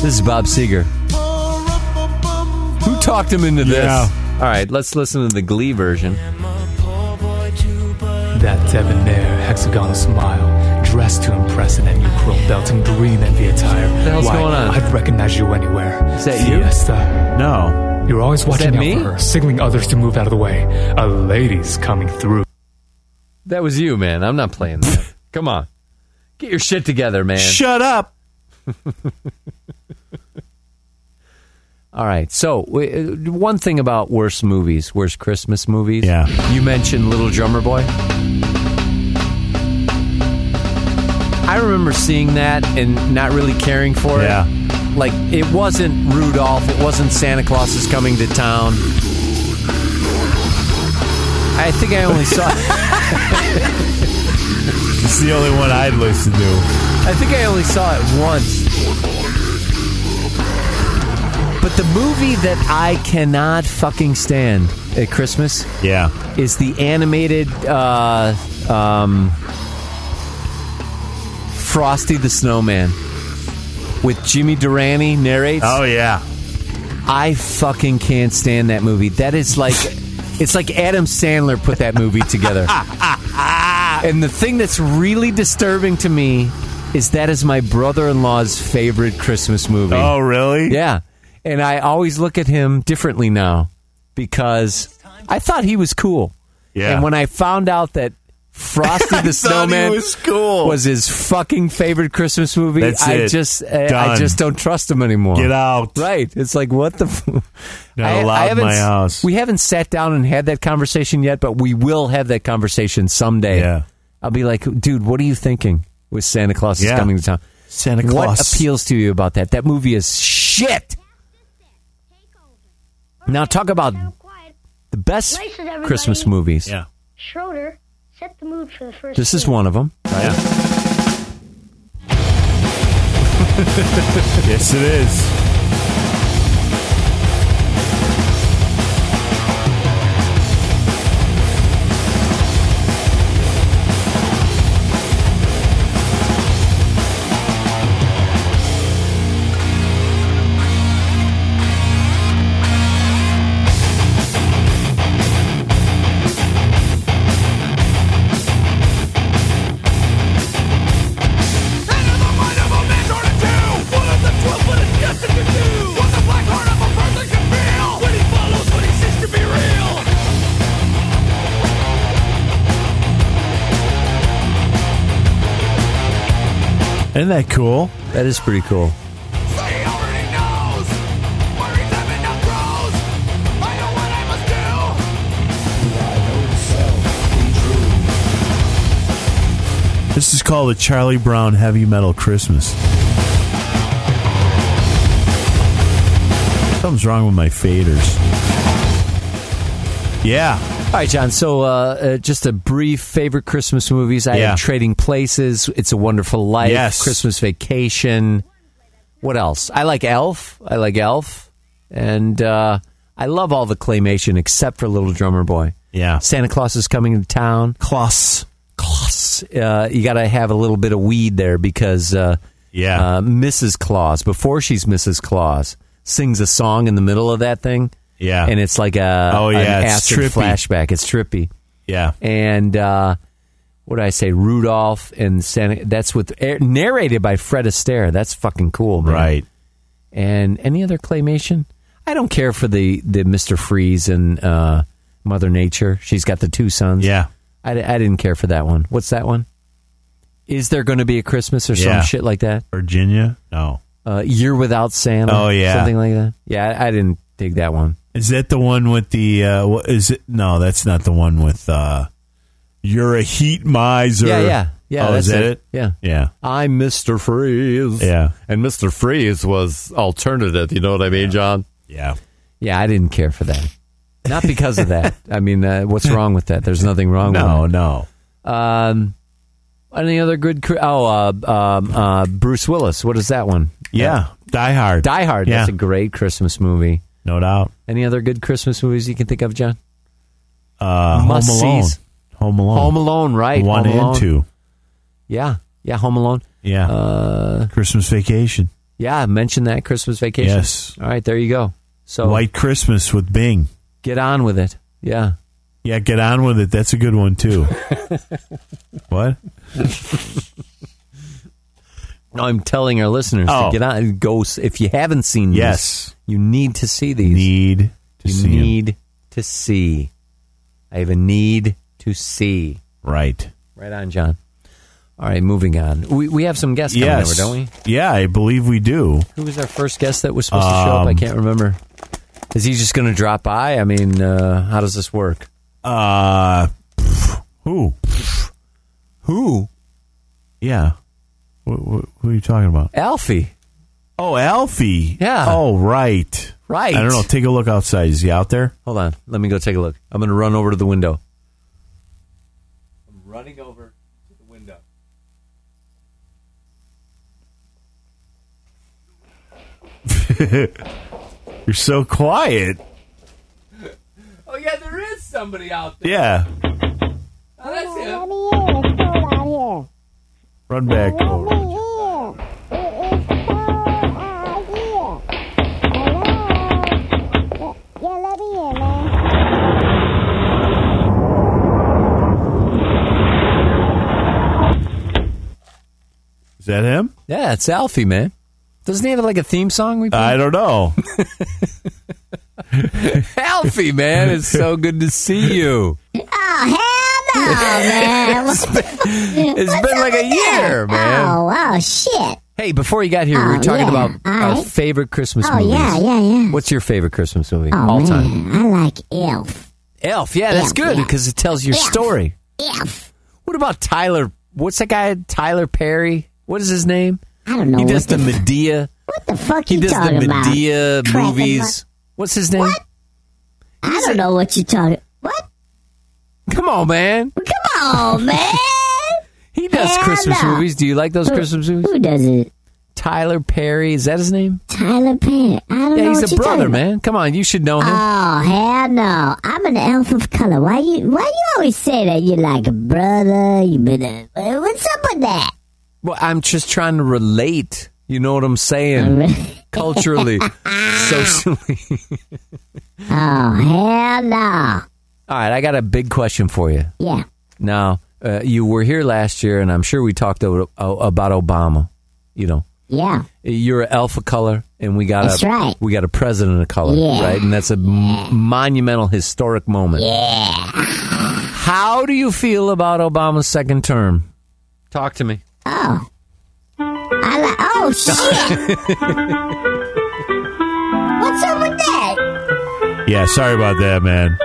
This is Bob Seger. Who talked him into this?
Yeah.
All right, let's listen to the Glee version.
That debonair hexagonal smile, dressed to impress in a new chrome belt and green envy attire. What
the hell's
Why,
going on?
I'd recognize you anywhere.
Is that you?
Fiesta.
No.
you? are always watching
that
out
me?
for her, signaling others to move out of the way. A lady's coming through.
That was you, man. I'm not
<laughs>
playing that. Come on. Get your shit together, man.
Shut up.
All right. So, w- uh, one thing about worst movies, worst Christmas movies.
Yeah.
You mentioned Little Drummer Boy. I remember seeing that and not really caring for it.
Yeah.
Like, it wasn't Rudolph. It wasn't Santa Claus is coming to town. I think I only saw.
<laughs>
<laughs>
<laughs>
It's the only one I'd listen to. <laughs>
I think I only saw it once. But the movie that I cannot fucking stand at Christmas,
yeah,
is the animated uh, um, Frosty the Snowman with Jimmy Durante narrates. Oh
yeah,
I fucking can't stand that movie. That is like, it's like Adam Sandler put that
<laughs>
movie together. and the thing that's really disturbing to me is that is my brother-in-law's favorite Christmas movie.
Oh, really?
Yeah. And I always look at him differently now because I thought he was cool.
Yeah.
And when I found out that
<laughs>
Frosty the Snowman
was cool.
was his fucking favorite Christmas movie,
That's
I
it.
just I, I
Done.
just don't trust him anymore.
Get out.
Right. It's like what the f-
<laughs> Not allowed in
haven't
my
s-
house.
We haven't sat down and had that conversation yet, but we will have that conversation someday.
Yeah.
I'll be like, dude, what are you thinking with Santa Claus is
Yeah.
coming to town?
Santa
What
Claus.
appeals to you about that? That movie is shit. Now talk about the best
Places, everybody.
Christmas movies.
Yeah.
Schroeder set the mood for the first.
This is one of them.
Yeah. yes, it is. Isn't that cool?
That is pretty cool.
This is called a Charlie Brown Heavy Metal Christmas. Something's wrong with my faders. Yeah.
All right, John. So, uh, uh, just a brief favorite Christmas movies. I
Yeah.
have Trading Places, It's a Wonderful Life,
Yes.
Christmas Vacation. What else? I like Elf. I like Elf, and uh, I love all the claymation except for Little Drummer Boy.
Yeah.
Santa Claus is coming to town. Claus. Claus. Uh, you got to have a little bit of weed there because uh,
yeah,
uh, Mrs. Claus before she's Mrs. Claus sings a song in the middle of that thing.
Yeah.
and it's like a
Oh, yeah,
Uh, an
it's
acid
trippy.
flashback. It's trippy.
Yeah.
and uh, what did I say? Rudolph and Santa. That's with eh, narrated by Fred Astaire. That's fucking cool, man.
Right.
And any other claymation? I don't care for the the Mister Freeze and uh, Mother Nature. She's got the two sons.
Yeah.
I, I didn't care for that one. What's that one? Is there going to be a Christmas or
Yeah.
some shit like that?
Virginia? No.
Uh, Year Without Santa.
Oh, yeah.
something like that. Yeah, I, I didn't dig that one.
Is that the one with the? Uh, wha- is it? No, that's not the one with. Uh, You're a heat miser.
Yeah, yeah, yeah.
Oh,
that's
is that it?
Yeah,
Yeah.
I'm Mister Freeze.
Yeah.
and Mister Freeze was alternative. You know what I mean, John?
Yeah.
Yeah, I didn't care for that. Not because of that. I mean, uh, what's wrong with that? There's nothing wrong.
No,
with
no.
it. Um, any other good? cr- Oh, uh, um, uh, Bruce Willis. What is that one? Uh,
Yeah. Die Hard.
Die Hard.
Yeah.
That's a great Christmas movie.
No doubt.
Any other good Christmas movies you can think of, John?
Uh,
Must
Home Alone.
sees.
Home Alone.
Home Alone, right?
One
Home Alone.
and two.
Yeah, yeah. Home Alone.
Yeah.
Uh,
Christmas Vacation.
yeah. Mention that Christmas vacation.
Yes.
All right, there you go. So
White Christmas with Bing.
get on with it. Yeah.
Yeah, get on with it. That's a good one
<laughs>
too. what?
No, I'm telling our listeners
Oh.
to get on. Go s- if you haven't seen. these,
Yes.
you need to see these.
Need to
you
see 'em.
need to see. I have a need to see.
Right.
Right on, John. All right, moving on. We we have some guests
yes.
coming over, don't
Yeah, I believe we do.
we? Who was our first guest that was supposed to show up? I
Um,
can't remember. Is he just going to drop by? I mean, uh, how does this work?
Uh, pff, who? Who? Yeah. Wh- wh- who are you talking about?
Alfie.
Oh, Alfie.
Yeah.
Oh, right.
Right.
I don't know. Take a look outside. Is he out there?
Hold on. Let me go take a look. I'm going to run over to the window. I'm running over to the window.
<laughs> You're so quiet.
Oh yeah, there is somebody out there.
Yeah.
Oh, that's him.
Run back. Over. Is that him?
Yeah, it's Alfie, man. Doesn't he have like a theme song? We
I don't know.
<laughs> Alfie, man, it's so good to see you.
Oh, hell no, man.
It's
<laughs> been,
It's been like a year, man.
Oh, oh, shit.
Hey, before you got here, we were
Oh,
talking
yeah.
about
All
our
right.
favorite Christmas
Oh,
movies.
yeah, yeah, yeah.
What's your favorite Christmas movie
Oh,
all
man.
time?
I like Elf.
Elf. Yeah, that's
Elf,
good
yeah.
because it tells your
Elf.
story.
Elf.
What about Tyler? What's that guy? Tyler Perry. What is his name?
I don't know
He does
what the
the Medea.
What the fuck
He
you
does the
talking about?
Medea
Cracking
movies. What's his name?
I don't know what you're talking
Come on, man.
Come on, man.
<laughs> He does Christmas movies. Do you like those
Who-
Christmas movies?
Who does it?
Tyler Perry. Is that his name?
Tyler Perry. I don't know
Yeah,
what
he's a
you're
brother,
talking
man. Come on, you should know him.
Oh hell no! I'm an elf of color. Why you Why you always say that? You're like a brother. You been a, uh, what's up with that?
Well, I'm just trying to relate. You know what
<laughs>
I'm saying? Culturally, socially.
Oh hell no!
All right, I got a big question for you.
Yeah.
Now, uh, you were here last year, and I'm sure we talked o- o- about Obama. You know,
Yeah.
you're an alpha color, and we got
That's
a
right.
we got a president of color,
Yeah.
right? And that's a m- monumental, historic moment.
Yeah.
How do you feel about Obama's second term? Talk to me.
Oh. I like.
<laughs>
Oh shit! what's up with that?
Yeah, sorry about that, man.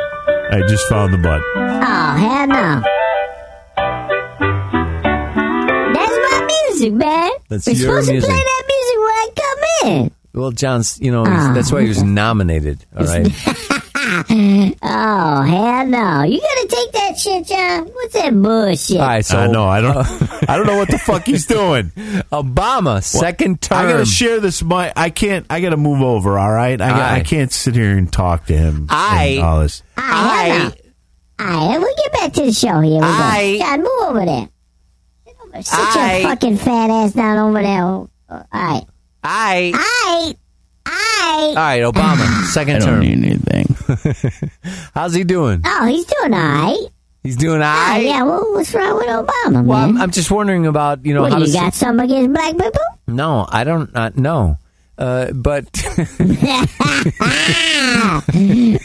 I just found the butt.
Oh hell no! That's my music, man.
That's
We're
your
supposed
music.
to play that music when I come in.
Well, John's, you know, he's- that's why he was nominated. All right.
oh hell no! You gonna take that shit, John? What's that bullshit?
All right, so
I know, <laughs> I don't-
I don't know what
the fuck he's doing.
Obama, second term.
I gotta share this. My, I can't. I gotta move over. All right. I, got,
Aye.
I can't sit here and talk to him.
Aye.
and All this.
Ah, I, I, we'll get back to the show here. We go.
Aye.
John, move over there. Sit
Aye.
your fucking fat ass down over there. All right.
I.
I. I.
All right,
<sighs>
Obama, second term. anything. <laughs> How's he doing?
Oh, he's doing all right.
He's doing
Oh,
I.
yeah, well, what's wrong with Obama,
Well,
man?
I'm, I'm just wondering about you know
what,
how
you
does-
got something against black people?
No, I don't uh, know. Uh,
<laughs>
but
Why you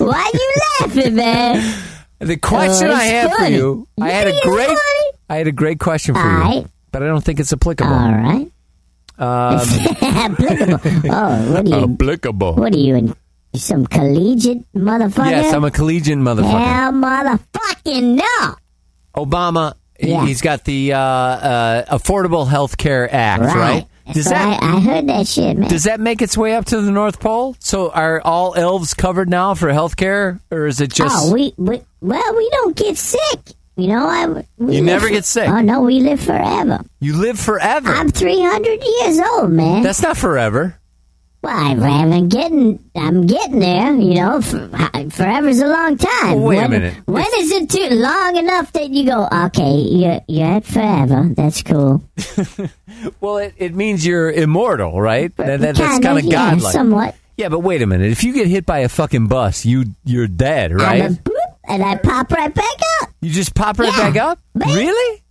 laughing, man?
<laughs> the question
Oh,
I
it's
had for
funny.
you, I had a
Yeah,
great,
it's
I had a great question for you, but I don't think it's applicable. Um,
All right. <laughs> Applicable. Oh, what are you?
applicable.
What are you in? Some collegiate motherfucker?
Yes, I'm a collegiate motherfucker.
Hell, motherfucking no.
Obama, he-
Yeah.
he's got the uh, uh, Affordable Health Care Act, right? Does
So
that
I, I heard that shit, man.
does that make its way up to the North Pole? So are all elves covered now for health care, or is it just
oh, we, we well, we don't get sick. You know, I we
You
live
never
for-
get sick.
Oh no, we live forever.
you live forever?
I'm 300 years old, man.
That's not forever.
well, I haven't getting. I'm getting there. You know, for, I- forever's a long time.
Well, wait a
When-
minute.
When is it too long enough that you go? Okay, you're you're at forever. That's cool.
Well, it, it means you're immortal, right? That, that- that's
Kinda,
kind of
yeah,
godlike.
somewhat.
Yeah, but wait a minute. If you get hit by a fucking bus, you you're dead, right?
I'm a boop, and I pop right back up.
You just pop right
Yeah.
back up? Really?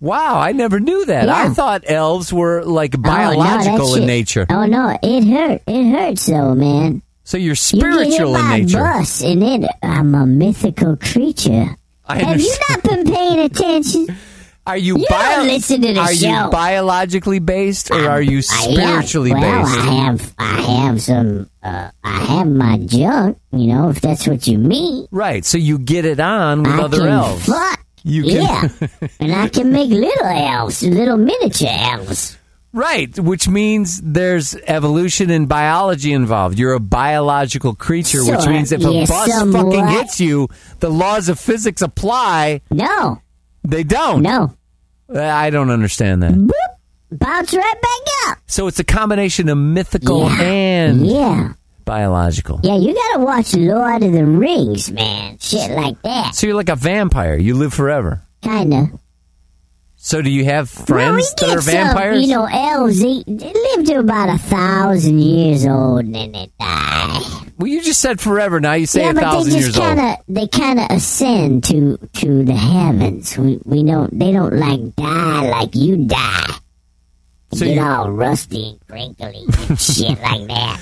Wow, I never knew that. I
Yeah.
thought elves were like
Oh, no, that
biological in
shit-
nature.
Oh no, it hurt. It hurts though, man.
So you're
you get hit
spiritual in
by a
nature.
Bus and it, I'm a mythical creature.
I
Have you
understand.
not been paying attention?
Are you,
You
bio-
don't listen to the
Are
show.
you biologically based or are you spiritually
I am. Well,
based?
I have, I have some, uh, I have my junk. You know, if that's what you mean.
Right. So you get it on with
I
other
can
elves.
fuck.
You can- <laughs>
yeah, and I can make little elves, little miniature elves.
Right, which means there's evolution and biology involved. You're a biological creature, which
Sure.
means if
Yes,
a bus
somewhat.
fucking hits you, the laws of physics apply.
No,
They don't.
No.
I don't understand that.
bounce right back up.
So it's a combination of mythical
Yeah.
and
Yeah.
biological.
Yeah, you gotta watch Lord of the Rings, man. Shit like that.
So you're like a vampire. You live forever.
Kinda.
So do you have
Well, we
friends that
get
are
some,
vampires?
you know, elves, they, they live to about a thousand years old and then they die.
well, you just said forever. Now you say
yeah,
a
but
thousand
they
years
just kind
old.
of they kind of ascend to to the heavens. We we don't they don't like die like you die. They
So
get
you-
all rusty and crinkly and shit like that.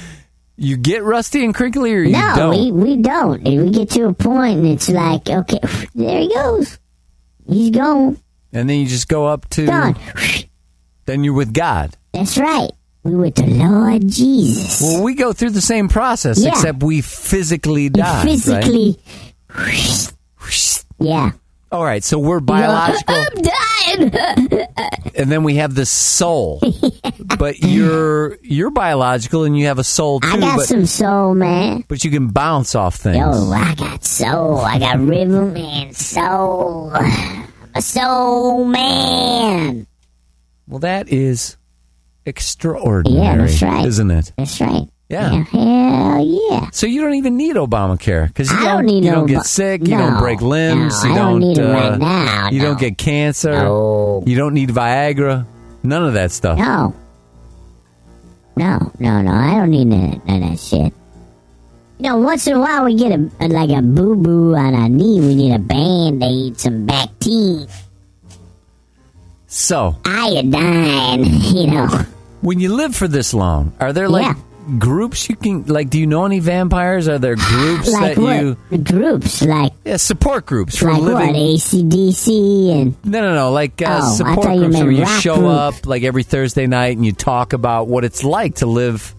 You get rusty and crinkly, or you
No,
don't?
we we don't. And we get to a point and it's like, okay, <laughs> there he goes. He's gone.
and then you just go up to.
Done.
Then you're with God.
That's right. We were the Lord Jesus.
Well, we go through the same process,
Yeah.
except we physically
You
die. right?
physically. Yeah.
All right, so we're
You go, <laughs>
biological,
I'm dying. <laughs>
and then we have this soul. but you're you're biological, and you have a soul too.
I got
but,
some soul, man.
but you can bounce off things.
Yo, I got soul. I got rhythm and soul. I'm a soul man.
Well, that is extraordinary.
Yeah, that's right.
Isn't it?
That's right.
Yeah.
Hell yeah.
So you don't even need Obamacare because you
I
don't,
don't need
you don't
Obama-
get sick, you don't
No,
break limbs,
no,
you
I
don't,
don't need it
uh,
right now,
you don't
no.
get cancer,
No.
you don't need Viagra, none of that stuff.
No. No, no, no. I don't need none of that shit. You know, once in a while we get a, a- like a boo boo on our knee. We need a band aid, some Bactine,
So
iodine. <laughs> You know,
when you live for this long, are there like groups you can like? Do you know any vampires? Are there groups
like
that you
what? Groups like
yeah, support groups for
like what?
living?
ACDC and
No, no, no. Like uh,
Oh, I
support
thought you
groups
meant
where you
rock
show
group.
up like every Thursday night and you talk about what it's like to live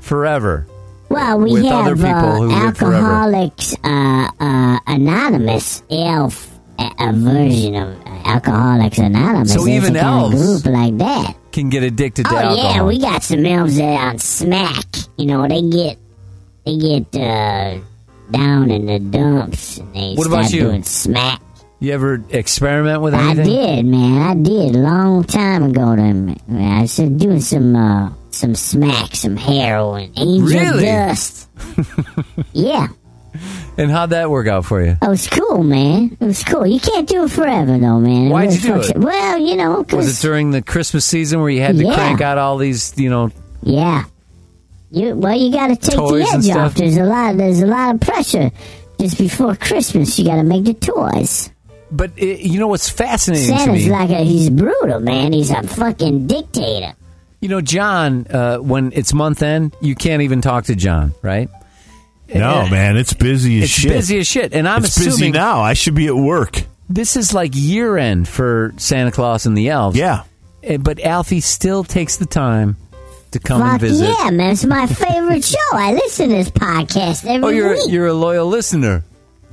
forever.
Well, we
with
have
other people
uh,
who live forever.
Alcoholics uh, uh, Anonymous, ELF, a, a version of Alcoholics Anonymous.
So
There's
even
a kind of
elves-
group like that.
Can get addicted to
oh
alcohol.
yeah, we got some elves that on smack. You know, they get they get uh, down in the dumps and they
What
start
about you?
doing smack.
You ever experiment with
I
anything?
did, man. I did a long time ago. Then man. I was just doing some uh, some smack, some heroin, angel
Really? <laughs>
dust. <laughs> yeah.
And how'd that work out for you?
Oh, it's cool, man. It was cool. You can't do it forever, though, man. It
Why'd you do
fucks
it?
Well, you know, 'cause-
Was it during the Christmas season where you had to
Yeah.
crank out all these, you know?
yeah. You well, you got to take
Toys
the
and
edge
stuff?
off. There's a lot. There's a lot of pressure. Just before Christmas, you got to make the toys.
But it, you know what's fascinating to
Santa's
me?
like a, he's brutal, man. He's a fucking dictator.
you know, John. Uh, when it's month end, you can't even talk to John, right?
No,
And-
man, it's busy as
It's
shit.
busy as shit, and I'm
it's busy
assuming
now. I should be at work.
this is like year end for Santa Claus and the elves. Yeah, but Alfie still takes the time to come and
Fuck
visit.
yeah, man! It's my favorite show. I listen to this podcast every
Oh, you're
week.
you're a loyal listener.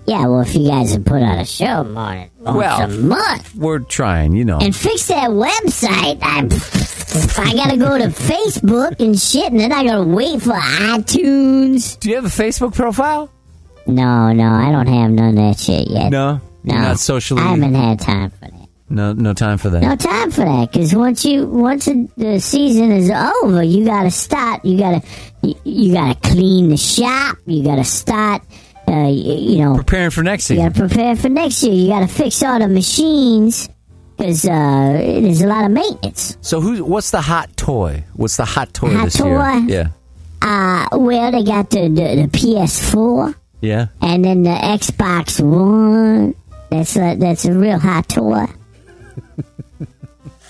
Yeah, well, if you guys have put on a show more than once
well,
a month
we're trying, you know.
and fix that website, I, I gotta go to Facebook and shit, and then I gotta wait for iTunes.
Do you have a Facebook profile?
No, no, I don't have none of that shit yet.
No,
no,
You're not socially.
I haven't had time for that.
No, no time for that.
No time for that, because once you once the- the season is over, you gotta start. You gotta you, you gotta clean the shop. You gotta start. Uh, y you know,
Preparing for next
You
season.
gotta prepare for next year. You gotta fix all the machines because uh, there's a lot of maintenance.
So who? What's the hot toy? What's the hot toy
Hot
this
toy?
year?
Uh, well, they got the, the, the PS4
Yeah, yeah.
and then the Xbox One. That's a that's a real hot
<laughs>
toy.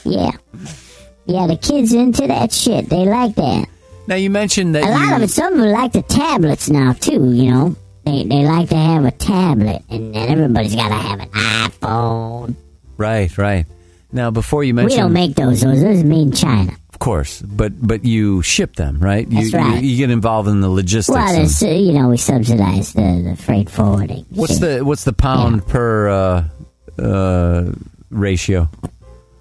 yeah, yeah. The kids into that shit. They like that.
Now you mentioned that
A
you,
lot of it. Some of them like the tablets now too. You know, they they like to have a tablet, and then everybody's gotta have an iPhone.
Right, right. Now before you mentioned,
We don't make those. Those those are made in China.
of course, but but you ship them, right? You,
That's right.
You, you get involved in the logistics.
Well,
and-
it's, uh, you know, we subsidize the, the freight forwarding.
what's the what's the pound per uh, uh, ratio?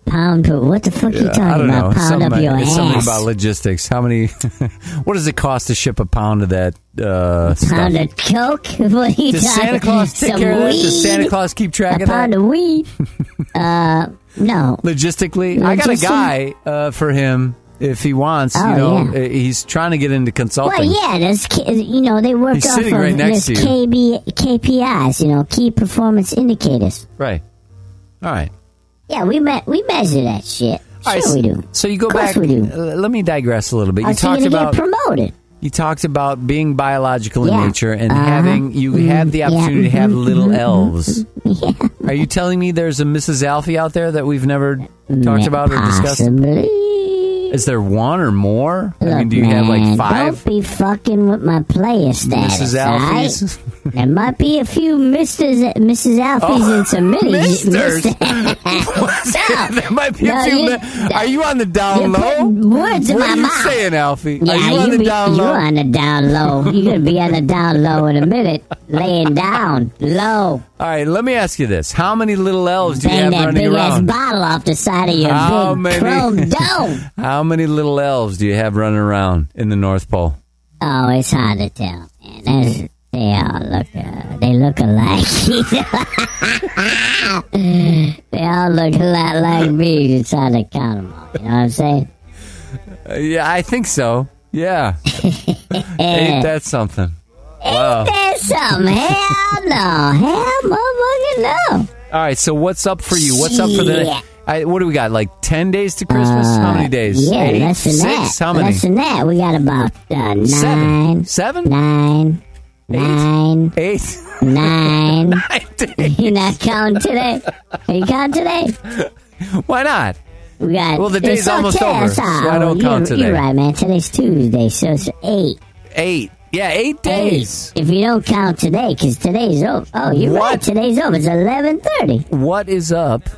Pound per, what the fuck you talking
I don't
about?
know.
Pound
something,
up your
it's something
ass.
about logistics. How many? <laughs> what does it cost to ship a pound of that uh, stuff?
pound of coke? <laughs> What are you
Does
talking
Santa Claus take
Some
care of that?
weed?
<laughs> Does Santa Claus keep track
a
of that?
pound of weed? uh, No.
Logistically, I got a guy uh, for him if he wants.
Oh,
you know,
yeah.
uh, he's trying to get into
Well,
consulting.
yeah, there's K- you know they work
He's
off
sitting
of
right next
this
to you.
KB, KPIs, you know, key performance indicators.
Right. All right.
Yeah, we me- we measure that shit. Sure
All right,
we do.
So you go
Of course
back.
we do.
l- Let me digress a little bit. You
Oh, so you're
talked
gonna
about
get promoted.
You talked about being biological in
Yeah.
nature and
Uh-huh.
having you
Mm,
had the
yeah, Mm-hmm.
opportunity to have
mhm,
little
mhm,
elves.
<laughs>
Are you telling me there's a Mrs. Alfie out there that we've never talked about or discussed?
Possibly.
Is there one or more? I mean,
Look,
do you have
man,
like five?
Don't be fucking with my player status.
Mrs.
all
Alfies?
right? there might be a few Misters, Mrs. Alfies
Oh,
and some
<laughs>
Millys.
Misters?
<laughs> there
might be a few mi- Are you on the down
you're
low?
putting Words in
what
my
are you
mouth.
saying, Alfie?
Yeah,
are you on the
be,
down low?
You're on the down low. You're gonna be on the down low in a minute, laying down low.
All right, let me ask you this: How many little elves do you
Bang
have
that
running
big ass
around?
bottle off the side of your
How
big
many- <laughs>
chrome dome.
How many little elves do you have running around in the North Pole?
Oh, it's hard to tell, man. That's, they all look, uh, they look alike. <laughs> they all look a lot like me. It's hard to count them all. You know what I'm saying?
Uh, yeah, I think so.
<laughs>
Yeah, ain't that something? Wow.
There's something. Hell Oh, no. Hell, motherfucking no.
All right, so what's up for you? What's up for the?
Shit.
I, what do we got? Like ten days to Christmas? how many days?
Uh, Yeah,
Eight,
less than
six,
that.
How many?
Less than that. We got about uh, nine.
Seven.
Nine. Nine.
Eight.
Nine.
<laughs> Nine
you not counting today? Are you counting today?
<laughs> Why not?
We got.
Well, the
it's
day's almost
okay,
over,
it's all-
so I don't
you're,
count today.
You're right, man. Today's Tuesday, so it's eight.
Eight. Yeah, eight days.
If you don't count today, because today's over. Oh, you're right. Today's over. It's eleven thirty.
What is up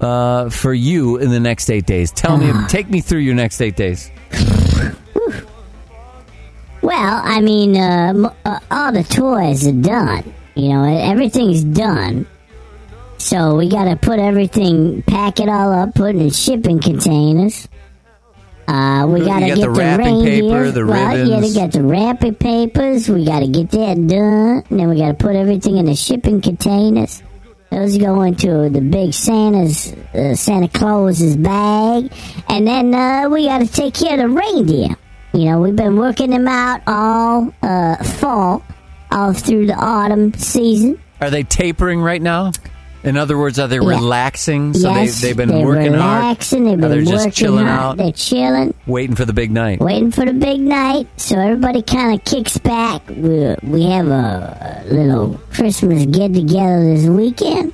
uh, for you in the next eight days? Tell me.
Ah.
Take me through your next eight days.
Well, I mean, uh, m- uh, all the toys are done. You know, everything's done. So we got to put everything, pack it all up, put it in shipping containers. Uh, we
You
got to
got
get
the wrapping paper,
reindeer.
the
well, yeah, to
ribbons.
get the wrapping papers. We got to get that done. And then we got to put everything in the shipping containers. Those go into the big Santa's uh, Santa Claus's bag, and then uh, we got to take care of the reindeer. You know, we've been working them out all uh, fall, all through the autumn season.
Are they tapering right now? In other words, are they
Yeah.
relaxing? So
yes,
they, they've been
they're
working
relaxing,
hard.
They've been
are they
working
just chilling
hard.
out,
They're chilling,
waiting for the big night?
waiting for the big night. So everybody kind of kicks back. We we have a little Christmas get together this weekend.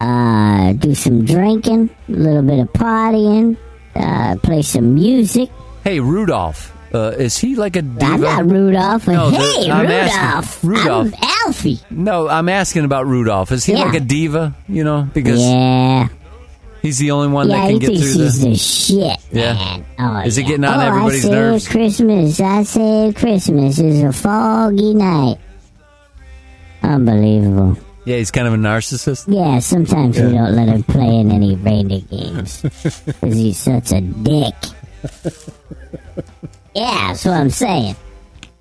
Uh, do some drinking, a little bit of partying, uh, play some music.
Hey, Rudolph, uh, is he like a diva?
I'm not Rudolph. but
No, the-
hey,
I'm
Rudolph.
asking- Rudolph.
I'm Alfie.
No, I'm asking about Rudolph. Is he
Yeah.
like a diva? You know, because
yeah,
he's the only one
yeah,
that
he
can get
thinks
through
he's
the.
the shit.
yeah.
Oh,
Is he
yeah.
getting on
oh, I
everybody's
saved
nerves?
Christmas. I saved Christmas. It's a foggy night. Unbelievable.
Yeah, he's kind of a narcissist.
Yeah, sometimes we don't let him play in any reindeer
<laughs>
games because he's such a dick. Yeah, that's what I'm saying.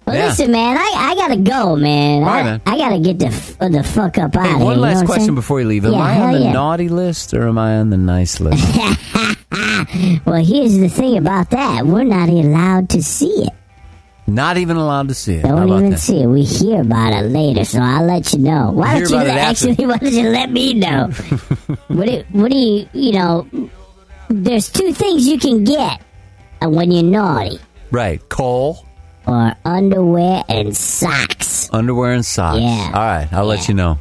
Well,
Yeah.
listen, man, I, I gotta go, man.
All
I,
right, man.
I gotta get the f- the fuck up out of here. you
Hey, one
know what
last
I'm
question
saying?
before you leave. Am
Yeah,
I on
hell
the
yeah.
naughty list or am I on the nice list?
<laughs> Well, here's the thing about that: we're not allowed to see it.
Not even allowed to see it. How
Don't
about
even
that?
see it. We hear about it later, so I'll let you know. Why
Hear
don't you <laughs>
about
let-
it after.
actually? Why don't you let me
<laughs>
know? what do What do you? You know, there's two things you can get when you're naughty:
Right. Coal,
or underwear and socks.
underwear, and socks.
Yeah.
All right. I'll let you know.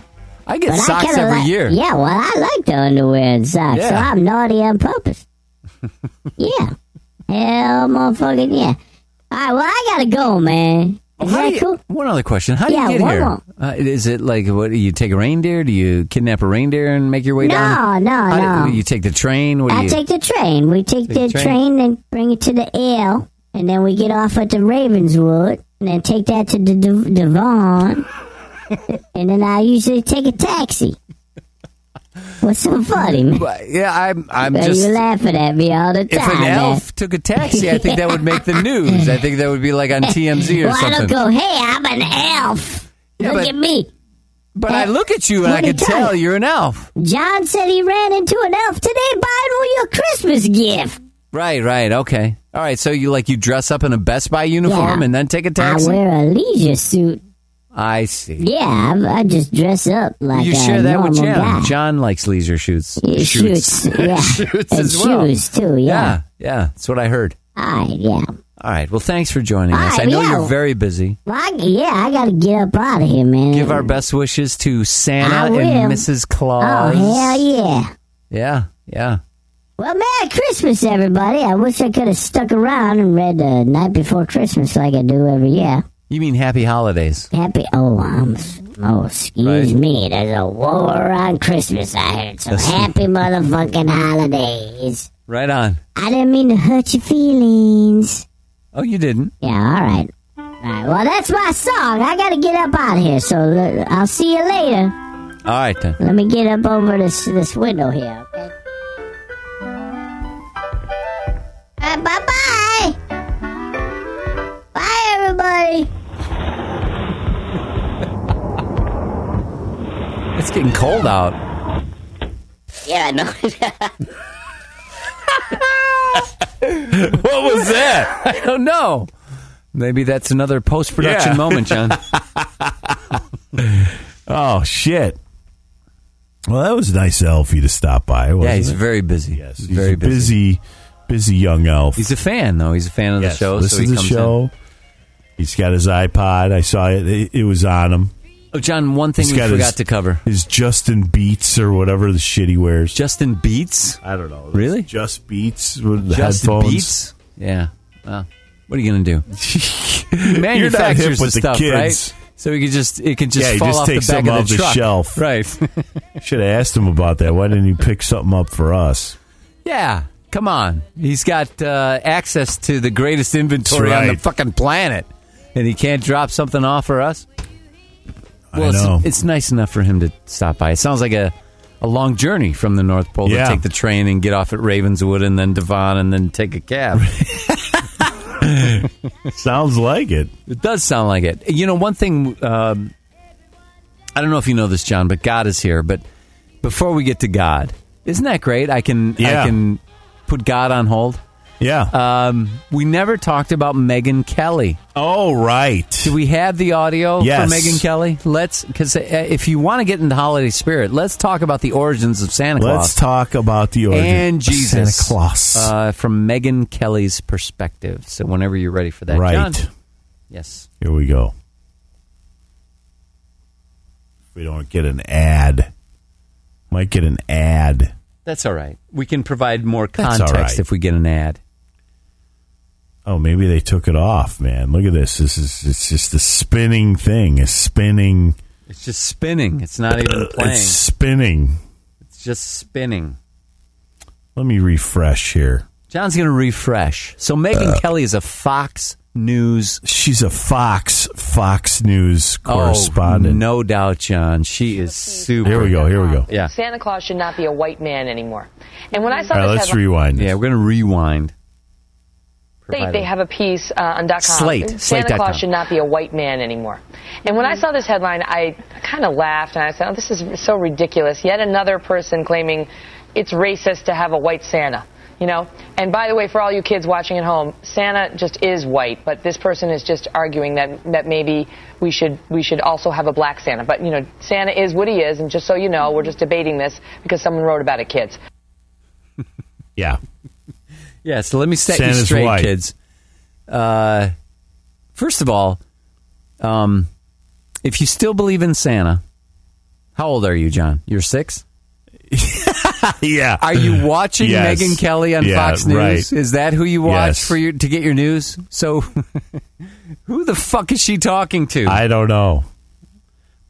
I get
But
socks
kinda
every
like-
year.
Yeah, well, I like the underwear and socks, so
Yeah.
I'm naughty on
<laughs>
purpose. yeah, hell, motherfucking yeah. All right, well, I gotta go, man. Is
How do
that
you-
cool?
One other question. How do
Yeah,
you get
one
here?
more.
Uh, is it like what? You take a reindeer? Do you kidnap a reindeer and make your way
No,
down?
no,
How do-
no.
you take the train? What do
I
you?
take the train. We take,
Take
the
the
train. and bring it to the L, and then we get off at the Ravenswood, and then take that to the D- Devon, <laughs> and then I usually take a taxi. What's so funny, man?
Well, yeah, I'm. I'm
Well,
just.
you're laughing at me all the time.
If an
man.
elf took a taxi, I
<laughs>
think that would make the news. I think that would be like on TMZ or
well, I
something.
don't go, hey, I'm an elf.
Yeah,
Look
but-
at me.
But I look at you and I
What'd he
can tell
you?
you're an elf.
John said he ran into an elf today buying all your Christmas gift.
Right, right, okay. All right, so you like you dress up in a Best Buy uniform
Yeah.
and then take a
I
taxi?
wear a leisure suit.
I see.
Yeah, I, I just dress up like
you
a
share that
normal
with John.
guy.
John likes leisure shoots.
Yeah,
<laughs>
shoots, yeah.
shoots
And
as well.
shoes, too, yeah.
yeah, yeah, That's what I heard.
All right, yeah.
All right. Well, thanks for joining
All
us.
right,
I know
yeah.
you're very busy.
Well, I, yeah, I gotta get up out of here, man.
Give our best wishes to
I
Santa
will.
and Mrs. Claus.
Oh, hell yeah.
Yeah, yeah.
Well, Merry Christmas, everybody. I wish I could have stuck around and read The Night Before Christmas like I do every year.
You mean happy holidays?
Happy, oh, um, oh, excuse me, there's a war on Christmas, I heard. So
That's-
happy
<laughs>
motherfucking holidays.
Right on.
I didn't mean to hurt your feelings.
Oh, you didn't.
Yeah, all right. All right, well, that's my song. I gotta get up out of here, so l- I'll see you later.
All right then.
Let me get up over this this window here, okay? bye bye. Bye
<laughs>
everybody.
It's getting cold out.
Yeah, I know.
<laughs> what was that? <laughs> I don't know. Maybe that's another post production
Yeah. <laughs>
moment, John.
Oh shit. Well, that was nice of Elfie to stop by. Wasn't
yeah, he's
it?
very busy. Yes,
He's
very
a busy, busy young elf.
He's a fan, though. He's a fan of the
Yes,
show.
Listen
so he
to the
comes
show.
In.
He's got his iPod. I saw it. It, it was on him.
Oh, John, one thing
He's
we
got
forgot
his-
to cover.
His Justin Beats or whatever the shit he wears.
Justin Beats?
I don't know.
Really?
Just Beats with the
Justin
headphones.
Beats? Yeah. Well, what are you
<laughs>
going to do? He
You're not hip
manufactures
with the
the stuff,
kids.
right? So he could just it can just
yeah, he
fall
just
off
takes
the back
something
of the
off the,
truck.
shelf.
<laughs> Right.
Should have asked him about that. Why didn't he pick something up for us?
Yeah. Come on. He's got uh, access to the greatest inventory on the
right.
fucking planet, and he can't drop something off for us.
I
Well,
know.
It's, it's nice enough for him to stop by. It sounds like a, a long journey from the North Pole
Yeah.
to take the train and get off at Ravenswood and then Devon and then take a cab.
<laughs>
<laughs>
Sounds like it.
It does sound like it. You know, one thing um, I don't know if you know this, John, but God is here. But before we get to God, isn't that great? I can
Yeah.
I can put God on hold.
Yeah.
Um, we never talked about Megan Kelly.
Oh, right. Do
we have the audio
Yes.
for Megan Kelly? Let's because if you want to get into holiday spirit, let's talk about the origins of Santa Claus.
Let's talk about the origin
and
of
Jesus
Santa Claus.
uh, from Megan Kelly's perspective. So whenever you're ready for that,
Right.
John. Yes.
Here we go. If we don't get an ad, might get an ad.
That's all right. We can provide more
That's all
context
right.
if we get an ad.
Oh, maybe they took it off, man. Look at this. This is it's just a spinning thing. A spinning.
It's just spinning. It's not even playing.
It's
It's,
spinning.
just spinning.
Let me refresh here.
John's going to refresh. So Megan Kelly is a Fox News
Uh, She's a Fox Fox News correspondent.
Oh, no doubt, John. She is super.
Here we go. Here we go.
Yeah.
Santa Claus should not be a white man anymore. And when I saw
All right,
this
let's
headline,
rewind.
Yeah, we're going to rewind.
they, they have a piece uh, on .com.
Slate, Mm-hmm.
Santa
slate.com.
Claus should not be a white man anymore. And when I saw this headline, I kind of laughed and I said, "Oh, this is so ridiculous." Yet another person claiming it's racist to have a white Santa. You know. And by the way, for all you kids watching at home, Santa just is white, but this person is just arguing that that maybe we should we should also have a black Santa. But you know, Santa is what he is, and just so you know,
Mm-hmm.
we're just debating this because someone wrote about it, kids.
Yeah.
<laughs> Yeah, so let me set you
Santa's
straight,
white.
kids. Uh, first of all, um, if you still believe in Santa, how old are you, John? You're six?
<laughs> yeah.
Are you watching
Yes.
Megan Kelly on
Yeah,
Fox News?
right.
Is that who you watch
Yes.
for your, to get your news? So, <laughs> who the fuck is she talking to?
I don't know.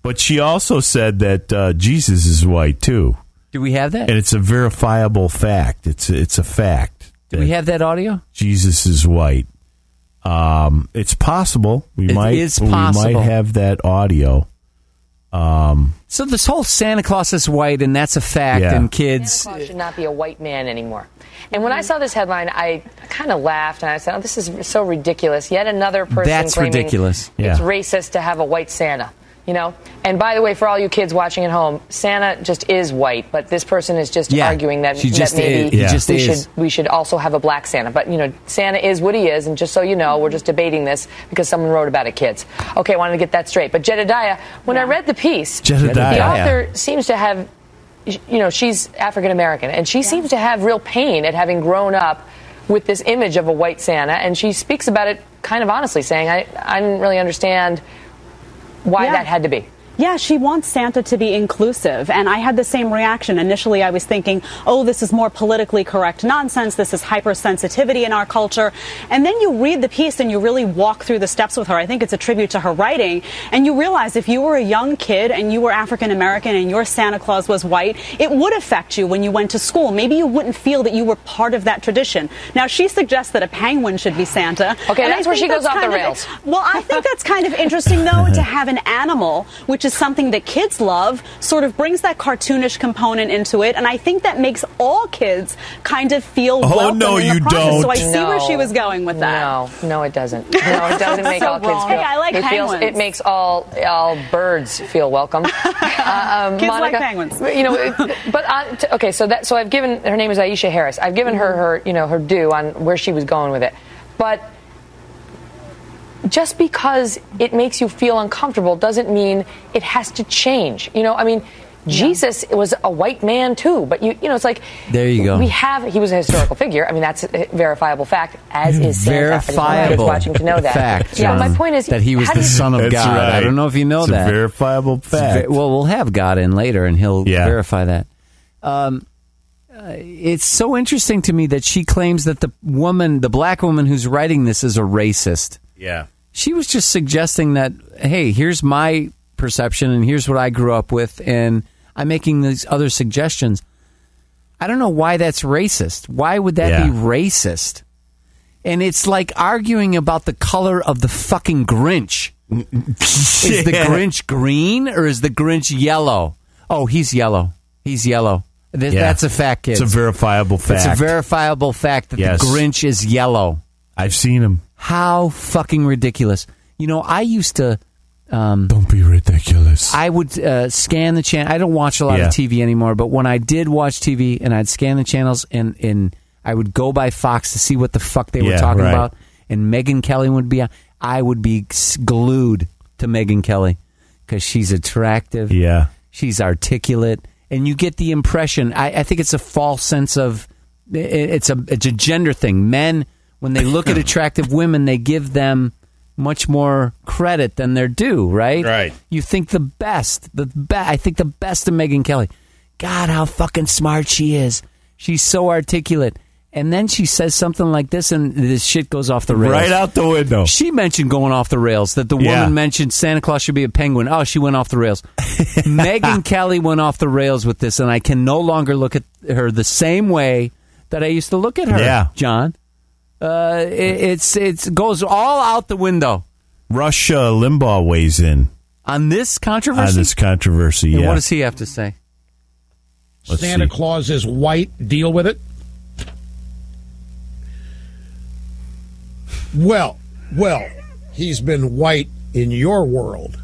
But she also said that uh, Jesus is white too,
Do we have that?
and it's a verifiable fact. It's it's a fact.
Do we have that audio?
Jesus is white. Um, it's possible we
It
might
is
we
possible.
might have that audio. Um,
So this whole Santa Claus is white, and that's a fact.
Yeah.
And kids, Mm-hmm.
Santa Claus should not be a white man anymore. And when I saw this headline, I kind of laughed and I said, "Oh, this is so ridiculous." Yet another person
That's
claiming
ridiculous.
It's
Yeah.
racist to have a white Santa. You know? And by the way, for all you kids watching at home, Santa just is white, but this person is just
Yeah.
arguing that,
She
that
just is.
maybe
He Yeah. just
we,
is.
should, we should also have a black Santa. But, you know, Santa is what he is, and just so you know, we're just debating this because someone wrote about it, kids. Okay, I wanted to get that straight. But Jedediah, when I read the piece,
Jedediah.
the author seems to have, you know, she's African American, and she seems to have real pain at having grown up with this image of a white Santa, and she speaks about it kind of honestly, saying, I, I didn't really understand why
Yeah.
that had to be.
Yeah, she wants Santa to be inclusive. And I had the same reaction. Initially, I was thinking, oh, this is more politically correct nonsense. This is hypersensitivity in our culture. And then you read the piece and you really walk through the steps with her. I think it's a tribute to her writing. And you realize if you were a young kid and you were African American and your Santa Claus was white, it would affect you when you went to school. Maybe you wouldn't feel that you were part of that tradition. Now, she suggests that a penguin should be Santa.
Okay,
And I
that's where
think
she goes off the
kind of-
rails.
well, I think that's kind of interesting, though,
<laughs>
to have an animal, which is something that kids love, sort of brings that cartoonish component into it. And I think that makes all kids kind of feel
Oh,
welcome
no,
in the
you
process. So
don't.
I see where
No.
she was going with that.
No, no, it
<laughs>
doesn't. No, it doesn't make
So
all kids
wrong.
feel.
Hey, I like
it feels-
penguins.
It makes all all birds feel welcome. Uh, um,
Kids like
Monica,
penguins.
You know, it- <laughs> but uh, t- okay. So that so I've given her name is Aisha Harris. I've given
Mm-hmm.
her her you know her due on where she was going with it, but just because it makes you feel uncomfortable doesn't mean it has to change. You know, I mean, Jesus was a white man too, but you you know, it's like
There you go.
We have he was a historical figure. I mean, that's a verifiable fact, as is Santa. I just want everybody
verifiable
watching to know that.
fact.
Yeah, my
John,
point is
that he was
how
the
do you-
son of
That's
God. I
right.
don't know if you know
It's a
that.
verifiable
It's a ver-
fact.
well, we'll have God in later, and he'll verify that. Um, uh, it's so interesting to me that she claims that the woman, the black woman who's writing this, is a racist.
Yeah.
She was just suggesting that, hey, here's my perception, and here's what I grew up with, and I'm making these other suggestions. I don't know why that's racist. Why would that be racist? And it's like arguing about the color of the fucking
<laughs>
Grinch. is the Grinch green or is the Grinch yellow? Oh, he's yellow. He's yellow. Th-
Yeah.
That's a fact, kids.
It's a verifiable fact.
It's a verifiable fact that
Yes.
the Grinch is yellow.
I've seen him.
How fucking ridiculous! You know, I used to. Um,
Don't be ridiculous.
I would uh, scan the channel. I don't watch a lot
Yeah.
of TV anymore, but when I did watch TV, and I'd scan the channels, and and I would go by Fox to see what the fuck they were
Yeah,
talking
right.
about, and Megan Kelly would be. on. I would be s- glued to Megan Kelly because she's attractive.
Yeah,
she's articulate, and you get the impression. I, I think it's a false sense of i- i- it's a it's a gender thing. Men when they look
<clears throat>
at attractive women, they give them much more credit than they're due. Right? Right. You think the best, the be- I think the best of Megan Kelly. God, how fucking smart she is. She's so articulate. And then she says something like this, and this shit goes off the rails.
Right out the window.
She mentioned going off the rails that the
Yeah.
woman mentioned Santa Claus should be a penguin. Oh, she went off
<laughs>
the rails. Megan Kelly went off the rails with this, and I can no longer look at her the same way that I used to look at her.
Yeah.
John, uh, it, it's it's goes all out the window
Russia Limbaugh weighs in
on this controversy.
on this controversy.
And
Yeah.
what does he have to say?
Santa
see.
Claus is white. Deal with it. Well, well, he's been white in your world,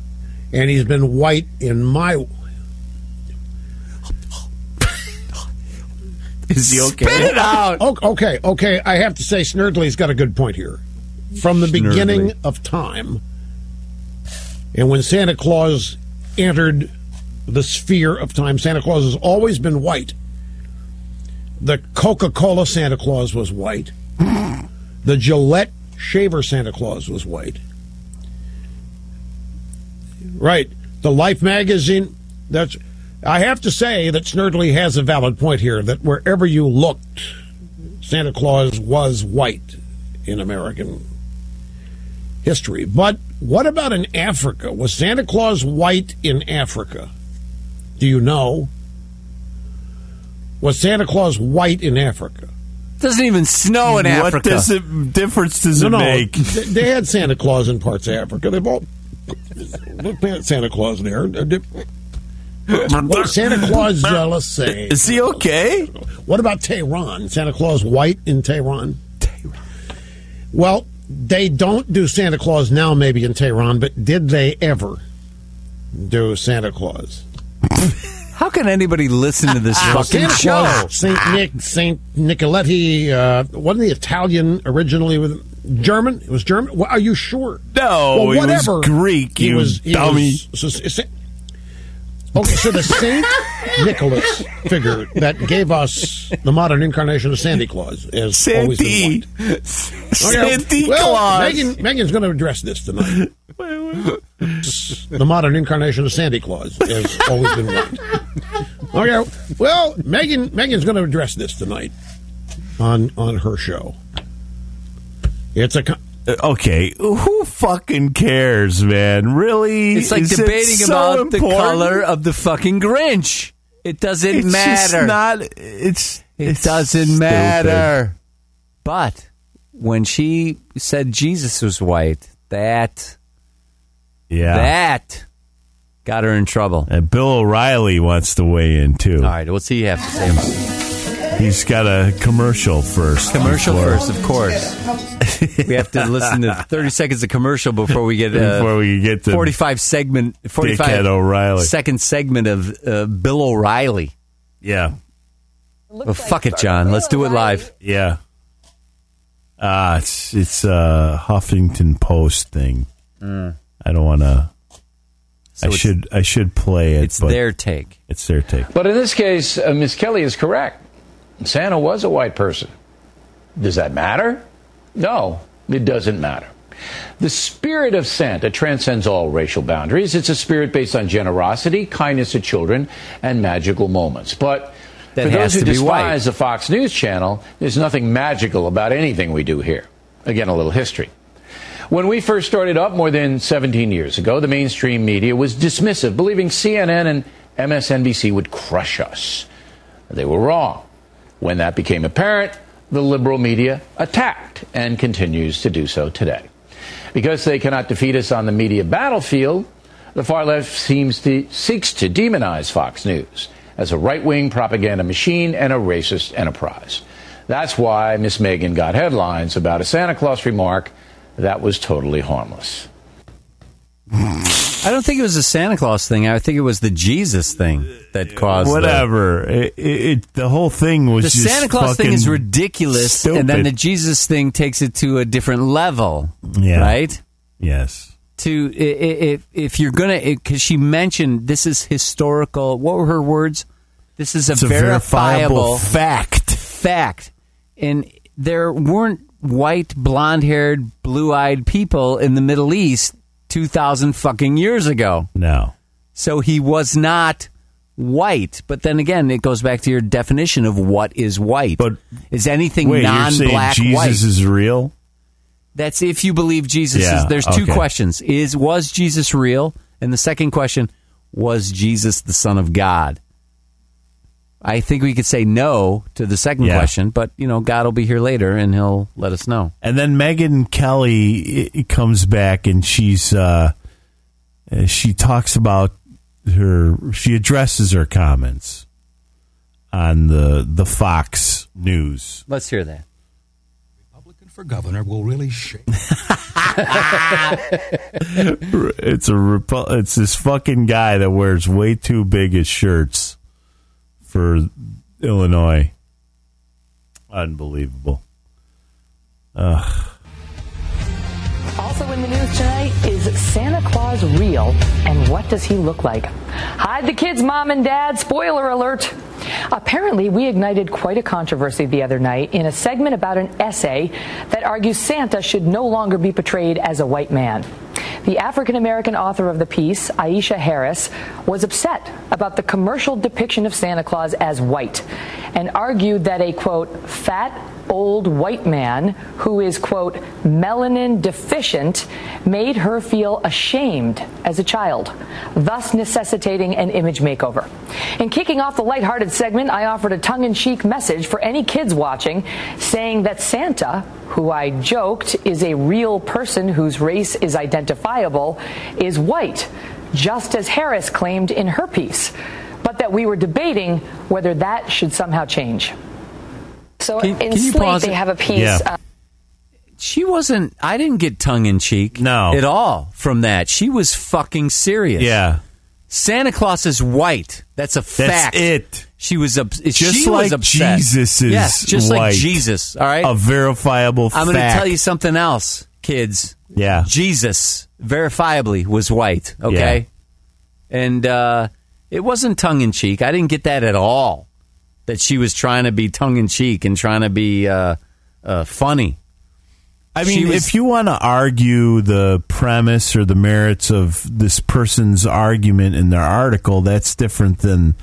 and he's been white in my.
Is he okay?
Spit it out. Okay, okay. I have to say, Snurdly's got a good point here. From the beginning of time, and when Santa Claus entered the sphere of time, Santa Claus has always been white. The Coca Cola Santa Claus was white. the Gillette Shaver Santa Claus was white. Right. The Life magazine. That's. I have to say that Snurdly has a valid point here. That wherever you looked, Santa Claus was white in American history. But what about in Africa? Was Santa Claus white in Africa? Do you know? Was Santa Claus white in Africa?
Doesn't even
Oh,
snow in Africa.
What does it, difference does
no,
it
no,
make?
They they had Santa Claus in parts of Africa. They've all they had Santa Claus there. What oh, Santa Claus jealous say?
Is he okay?
What about Tehran? Santa Claus white in Tehran? Well, they don't do Santa Claus now, maybe in Tehran, but did they ever? do Santa Claus.
How can anybody listen
<laughs>
to this fucking
Santa
show?
Claus, Saint Nick, Saint Nicoletti. Uh, wasn't the Italian originally with German? It was German. Well, are you sure?
No,
well,
he was
whatever.
Greek, you dummy.
so- so- so- okay, so the Saint Nicholas figure that gave us the modern incarnation of Santa Claus is always been white.
Santa
well,
Claus.
Megan, Megan's going to address this tonight. the modern incarnation of Santa Claus has always been white. Okay. Well, Megan Megan's going to address this tonight on on her show. It's a. Con-
uh, okay, who fucking cares, man? Really?
It's like
Is it
debating
so
about the
important?
color of the fucking Grinch. It doesn't
It's just
matter.
not. It's
it
it's
doesn't
stupid.
matter. But when she said Jesus was white, that
Yeah.
that got her in trouble.
And Bill O'Reilly wants to weigh in too. All
right, what's he have to say? About
He's got a commercial first.
Commercial
before-
first, of course. we
<laughs>
have to listen to 30 seconds of commercial before we get uh,
Before we get to
45 segment 45
Dickhead O'Reilly.
second segment of uh, Bill O'Reilly.
Yeah.
Well, fuck it, John. Let's do it live.
Yeah. <laughs> Ah, it's it's a Huffington Post thing.
Mm.
I don't want to.
So
I
it's-
should I should play it.
it's
but
their
take.
It's their take.
But in this case, uh, Miss Kelly is correct. Santa was a white person. Does that matter? No, it doesn't matter. The spirit of Santa transcends all racial boundaries. It's a spirit based on generosity, kindness to children, and magical moments. But
That
for
has
those who
to be white.
despise the Fox News channel, there's nothing magical about anything we do here. Again, a little history. When we first started up more than 17 years ago, the mainstream media was dismissive, believing CNN and MSNBC would crush us. They were wrong. When that became apparent, the liberal media attacked and continues to do so today. Because they cannot defeat us on the media battlefield, the far left seems to, seeks to demonize Fox News as a right wing propaganda machine and a racist enterprise. That's why Miss Megan got headlines about a Santa Claus remark that was totally harmless.
I don't think it was the Santa Claus thing. I think it was the Jesus thing that caused the-
Whatever. It, it, it- the whole thing was
the
just
Santa Claus thing
fucking
is ridiculous, and then
stupid.
the Jesus thing takes it to a different level,
Yeah.
right?
Yes.
To i- i- if if you're gonna because she mentioned this is historical. What were her words? This is a,
It's a verifiable fact.
Fact, and there weren't white, blonde-haired, blue-eyed people in the Middle East two thousand fucking years ago.
No.
So he was not white. But then again, it goes back to your definition of what is white. But is anything
Wait, you're saying
non-black
Jesus
white?
is real?
That's if you believe Jesus
Yeah,
is. There's two
okay.
questions: is was Jesus real? And the second question was Jesus the Son of God? I think we could say no to the second
Yeah.
question, but you know, God will be here later and He'll let us know.
And then Megan Kelly i- comes back and she's uh, uh, she talks about her she addresses her comments on the the Fox News.
Let's hear that.
for governor will really
<laughs>
shake.
It's a Repu- it's this fucking guy that wears way too big his shirts for Illinois. Unbelievable. Ugh.
Also in the news tonight is Santa Claus real and what does he look like? Hide the kids, mom and dad. Spoiler alert. Apparently, we ignited quite a controversy the other night in a segment about an essay that argues Santa should no longer be portrayed as a white man. The African American author of the piece, Aisha Harris, was upset about the commercial depiction of Santa Claus as white and argued that a quote, fat, old white man who is, quote, melanin deficient made her feel ashamed as a child, thus necessitating an image makeover. In kicking off the lighthearted segment, I offered a tongue in cheek message for any kids watching saying that Santa, who I joked is a real person whose race is identifiable, is white, just as Harris claimed in her piece, but that we were debating whether that should somehow change. So in Slate, they have a piece. uh,
She wasn't. I didn't get tongue in cheek. No, at all from that. She was fucking serious.
Yeah.
Santa Claus is white. That's a fact.
it.
She was obs-
Just
she
like
was upset.
Jesus is
yes, just like
white.
Jesus. All right,
A verifiable
I'm going to
fact.
tell you something else, kids.
Yeah.
Jesus verifiably was white, okay? And uh, it wasn't tongue in cheek. I didn't get that at all. That she was trying to be tongue in cheek and trying to be uh, uh, funny.
I mean,
She was-
if you want to argue the premise or the merits of this person's argument in their article, that's different than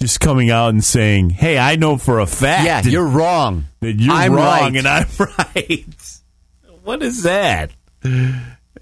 just coming out and saying, "Hey, I know for a fact."
Yeah,
that-
you're wrong.
That you're
I'm
wrong,
right."
and I'm <laughs> right. what is that?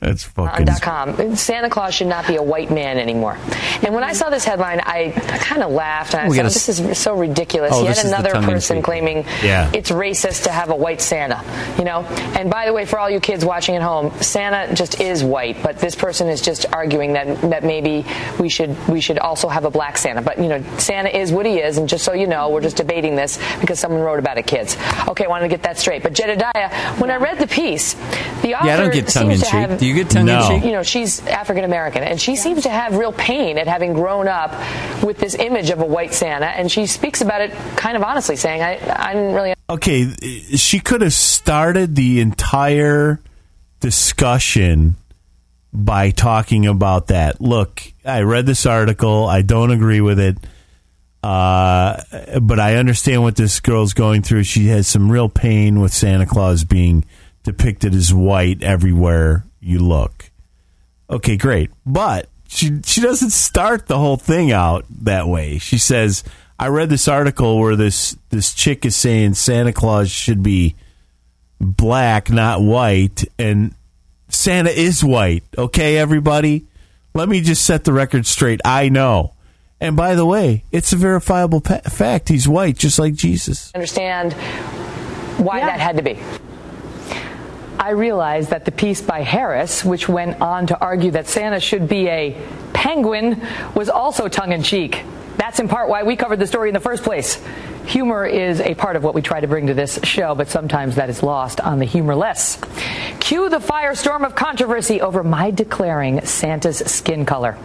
That's fucking.
Uh, Com. Santa Claus should not be a white man anymore. And when I saw this headline, I kind of laughed and I
We
said,
gotta
"This is so ridiculous."
Oh, this
Yet
is the
another
tongue in
person
cheek.
claiming
Yeah.
it's racist to have a white Santa. You know. And by the way, for all you kids watching at home, Santa just is white, but this person is just arguing that that maybe we should we should also have a black Santa. But you know, Santa is what he is, and just so you know, we're just debating this because someone wrote about it, kids. Okay, I wanted to get that straight. But Jedediah, when I read the piece, the author
Yeah, I don't
seems
get
to
tongue-in-cheek.
have-
Do you get tongue-in-cheek?
You know, she's African American, and she seems to have real pain at having grown up with this image of a white Santa, and she speaks about it kind of honestly, saying, "I, I didn't really
okay, she could have started the entire discussion by talking about that. Look, I read this article. I don't agree with it. Uh, but I understand what this girl's going through. She has some real pain with Santa Claus being depicted as white everywhere you look. Okay, great. But she she doesn't start the whole thing out that way. She says, "I read this article where this this chick is saying Santa Claus should be black, not white, and Santa is white." Okay, everybody, let me just set the record straight. I know. And by the way, it's a verifiable pa- fact. He's white, just like Jesus.
understand why that had to be. I realized that the piece by Harris, which went on to argue that Santa should be a penguin, was also tongue in cheek. That's in part why we covered the story in the first place. Humor is a part of what we try to bring to this show, but sometimes that is lost on the humorless. Cue the firestorm of controversy over my declaring Santa's skin color.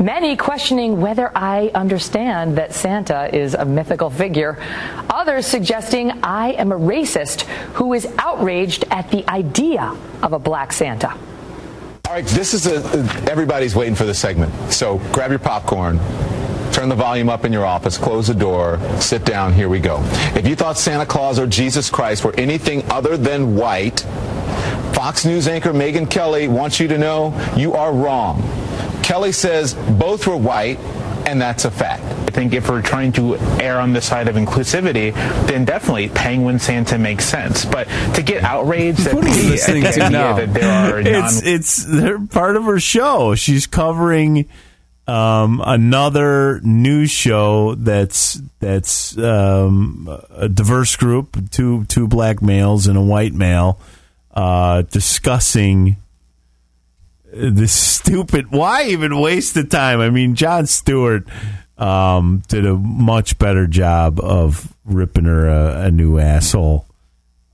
Many questioning whether I understand that Santa is a mythical figure. Others suggesting I am a racist who is outraged at the idea of a black Santa.
All right, this is a, everybody's waiting for this segment. So grab your popcorn, turn the volume up in your office, close the door, sit down. Here we go. If you thought Santa Claus or Jesus Christ were anything other than white, Fox News anchor Megan Kelly wants you to know you are wrong. Kelly says both were white, and that's a fact.
I think if we're trying to err on the side of inclusivity, then definitely Penguin Santa makes sense. But to get outraged at the, at the idea that there are non
<laughs> it's it's they're part of her show. She's covering um, another news show that's that's um, a diverse group two two black males and a white male uh, discussing this stupid. Why even waste the time? I mean, John Stewart um, did a much better job of ripping her a, a new asshole.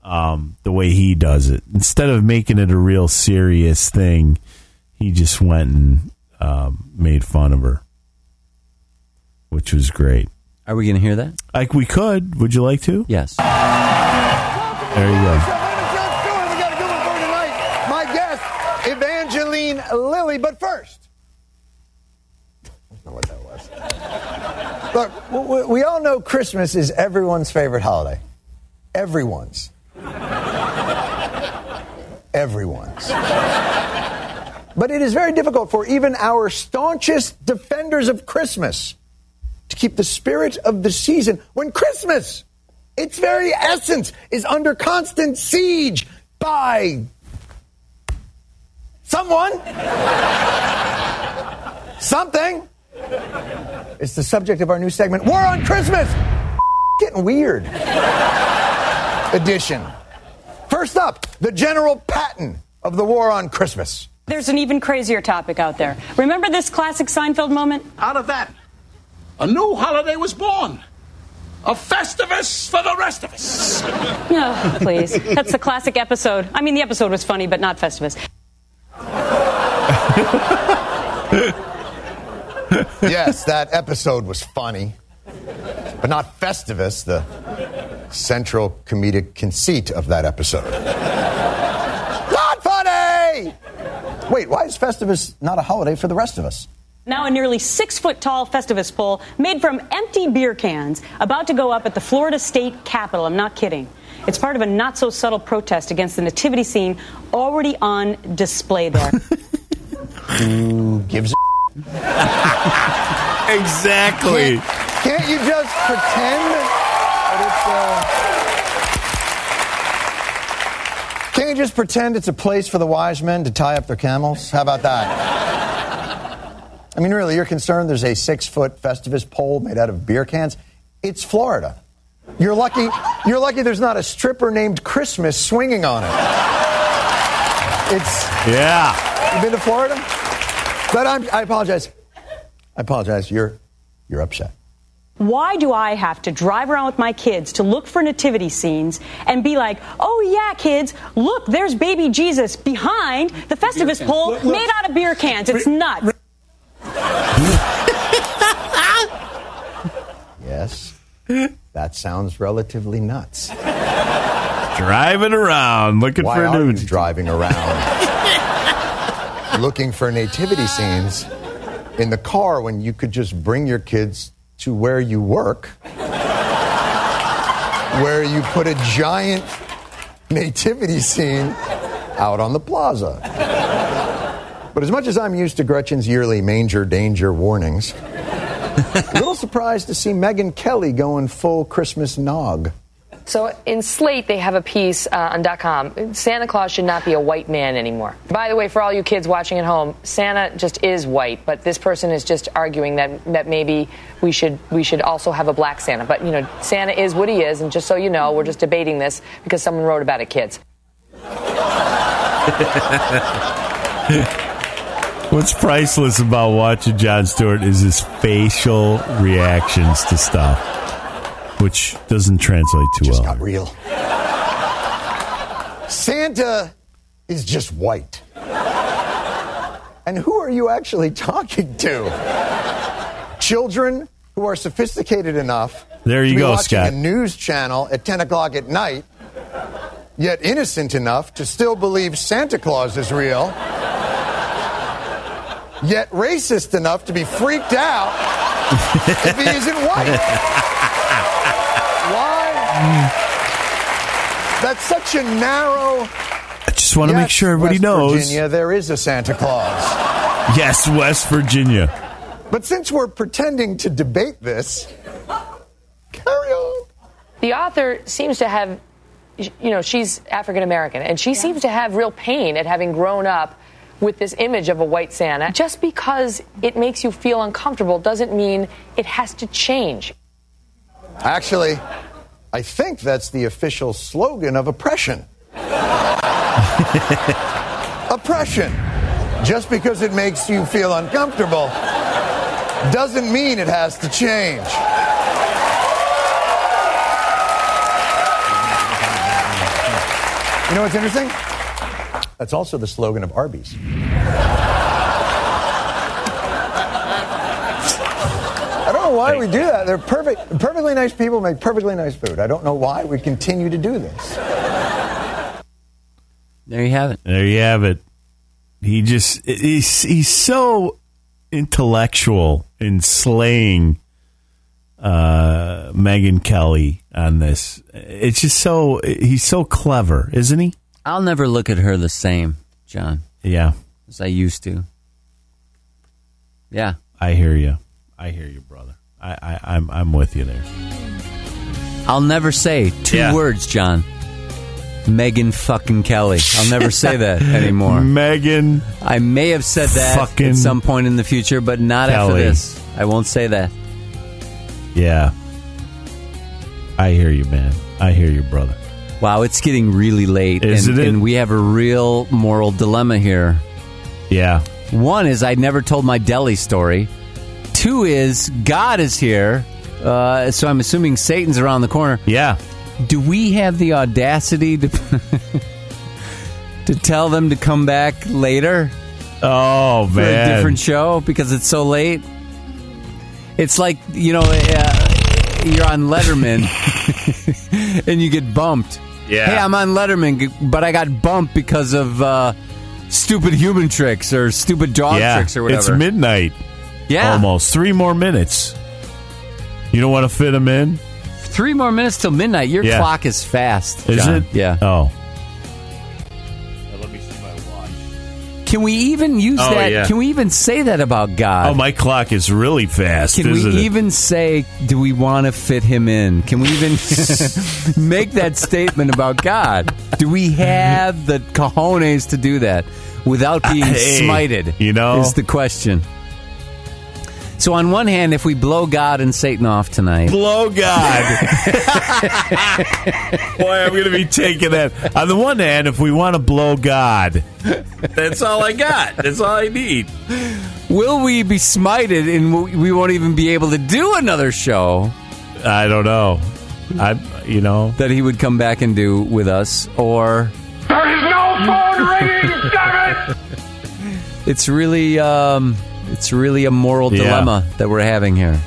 Um, the way he does it, instead of making it a real serious thing, he just went and um, made fun of her, which was great.
Are we going to hear that?
Like we could. Would you like to?
Yes.
There you go.
My guest, Evangeline Lilly. But first, I don't know what that was. Look, w- w- we all know Christmas is everyone's favorite holiday. Everyone's. Everyone's. But it is very difficult for even our staunchest defenders of Christmas to keep the spirit of the season when Christmas, its very essence, is under constant siege by someone, <laughs> something. It's the subject of our new segment, War on Christmas! Getting weird. Edition. First up, the General Patton of the War on Christmas.
<laughs> There's an even crazier topic out there. Remember this classic Seinfeld moment?
Out of that, a new holiday was born. A festivus for the rest of us.
No, please. That's the classic episode. I mean, the episode was funny, but not Festivus.
yes, that episode was funny, but not Festivus, the central comedic conceit of that episode. not funny! Wait, why is Festivus not a holiday for the rest of us?
Now, a nearly six foot tall Festivus pole made from empty beer cans about to go up at the Florida state capitol. I'm not kidding. It's part of a not so subtle protest against the nativity scene already on display there.
Who gives a
<laughs> Exactly.
Can't you just pretend that it's uh Can't you just pretend it's a place for the wise men to tie up their camels? How about that? I mean, really, you're concerned there's a six foot Festivus pole made out of beer cans? It's Florida. You're lucky, you're lucky there's not a stripper named Christmas swinging on it. It's.
Yeah.
You been to Florida? But I'm, I apologize. I apologize. You're, you're upset.
Why do I have to drive around with my kids to look for nativity scenes and be like, oh yeah, kids, look, there's baby Jesus behind the Festivus pole
Look, look.
made out of beer cans. It's nuts.
Yes. That sounds relatively nuts.
Driving around looking
Why
for
are
a
you
dude.
driving
<laughs>
around looking for nativity scenes in the car when you could just bring your kids to where you work, where you put a giant nativity scene out on the plaza. But as much as I'm used to Gretchen's yearly manger danger warnings, a little surprised to see Megan Kelly going full Christmas nog.
So in Slate, they have a piece uh, on .com. Santa Claus should not be a white man anymore. By the way, for all you kids watching at home, Santa just is white, but this person is just arguing that that maybe we should we should also have a black Santa. But you know, Santa is what he is, and just so you know, we're just debating this because someone wrote about it, kids.
<laughs> What's priceless about watching John Stewart is his facial reactions to stuff, which doesn't translate too well.
Not real. Santa is just white. And who are you actually <laughs> talking to? Children who are sophisticated enough.
There you
to be
go,
watching
Scott.
A news channel at 10 o'clock at night, yet innocent enough to still believe Santa Claus is real, yet racist enough to be freaked out if he isn't
<laughs>
white. Why? That's such a narrow.
I just want to make sure everybody
West
knows.
Virginia, there is a Santa Claus.
Yes, West Virginia.
But since we're pretending to debate this,
The author seems to have, you know, she's African American, and she seems to have real pain at having grown up with this image of a white Santa. Just because it makes you feel uncomfortable doesn't mean it has to change.
actually, I think that's the official slogan of oppression. <laughs> oppression. Just because it makes you feel uncomfortable doesn't mean it has to change. You know what's interesting? That's also the slogan of Arby's. I don't know why we do that. They're perfect, perfectly nice people make perfectly nice food. I don't know why we continue to do this.
There you have it. There you have it. He just he's he's so intellectual in slaying uh Megan Kelly on this. It's just so he's so clever, isn't he?
I'll never look at her the same, John.
Yeah.
As I used to. Yeah.
I hear you. I hear you, brother. I, I I'm I'm with you there.
I'll never say two words, John. Megan fucking Kelly. I'll never
<laughs>
say that anymore.
Megan.
I may have said that
fucking
at some point in the future, but not after
Kelly.
this. I won't say that.
Yeah. I hear you, man. I hear you, brother.
Wow, it's getting really late.
Isn't
and,
it?
and we have a real moral dilemma here.
Yeah.
One is I never told my deli story. Two is God is here. Uh, so I'm assuming Satan's around the corner.
Yeah.
Do we have the audacity to <laughs> to tell them to come back later?
Oh,
For a
man.
different show because it's so late?
It's like you know, uh, you're on
<laughs>
Letterman and you get bumped.
Yeah.
Hey, I'm on Letterman, but I got bumped because of uh, stupid human tricks or stupid dog
yeah,
tricks or whatever.
It's midnight.
Yeah.
Almost. Three more minutes. You don't want to fit them in?
Three more minutes till midnight. Your
Yeah.
clock is fast.
Is
John.
it?
Yeah.
Oh.
Let me see my watch.
Can we even use
Oh,
that?
yeah.
Can we even say that about God?
Oh, my clock is really fast,
Can
isn't
we
it?
even say, do we want to fit him in? Can we
<laughs>
even <laughs> make that statement about God? Do we have the cojones to do that without being
Hey,
smited?
you know?
Is the question. So, on one hand, if we blow God and Satan off tonight.
Blow God.
<laughs>
Boy, I'm going to be taking that. On the one hand, if we want to blow God,
That's all I got. That's all I need.
Will we be smited and w- we won't even be able to do another show?
I don't know. I, you know,
that he would come back and do with us, or
There is no phone ringing, damn it!
it's really, um, it's really a moral
Yeah.
dilemma that we're having here.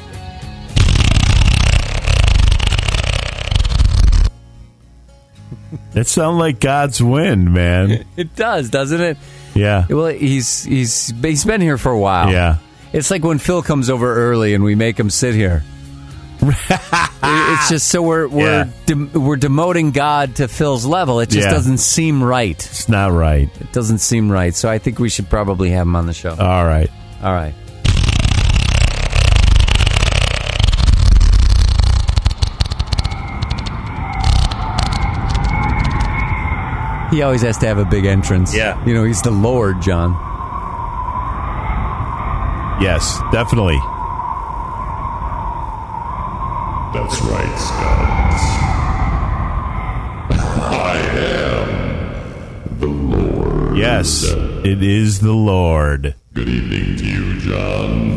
that sounds like God's wind, man.
It does, doesn't it?
Yeah.
Well, he's he's he's been here for a while.
Yeah.
It's like when Phil comes over early and we make him
<laughs>
sit here. It- it's just so we're we're
Yeah.
dem- we're demoting God to Phil's level. It just
Yeah.
doesn't seem right.
It's not right.
It doesn't seem right. So I think we should probably have him on the show.
All right.
All right. He always has to have a big entrance.
Yeah.
You know, he's the Lord, John.
Yes, definitely. <laughs>
That's right, Scouts. I am the Lord.
Yes, it is the Lord.
Good evening to you,
<laughs>
John.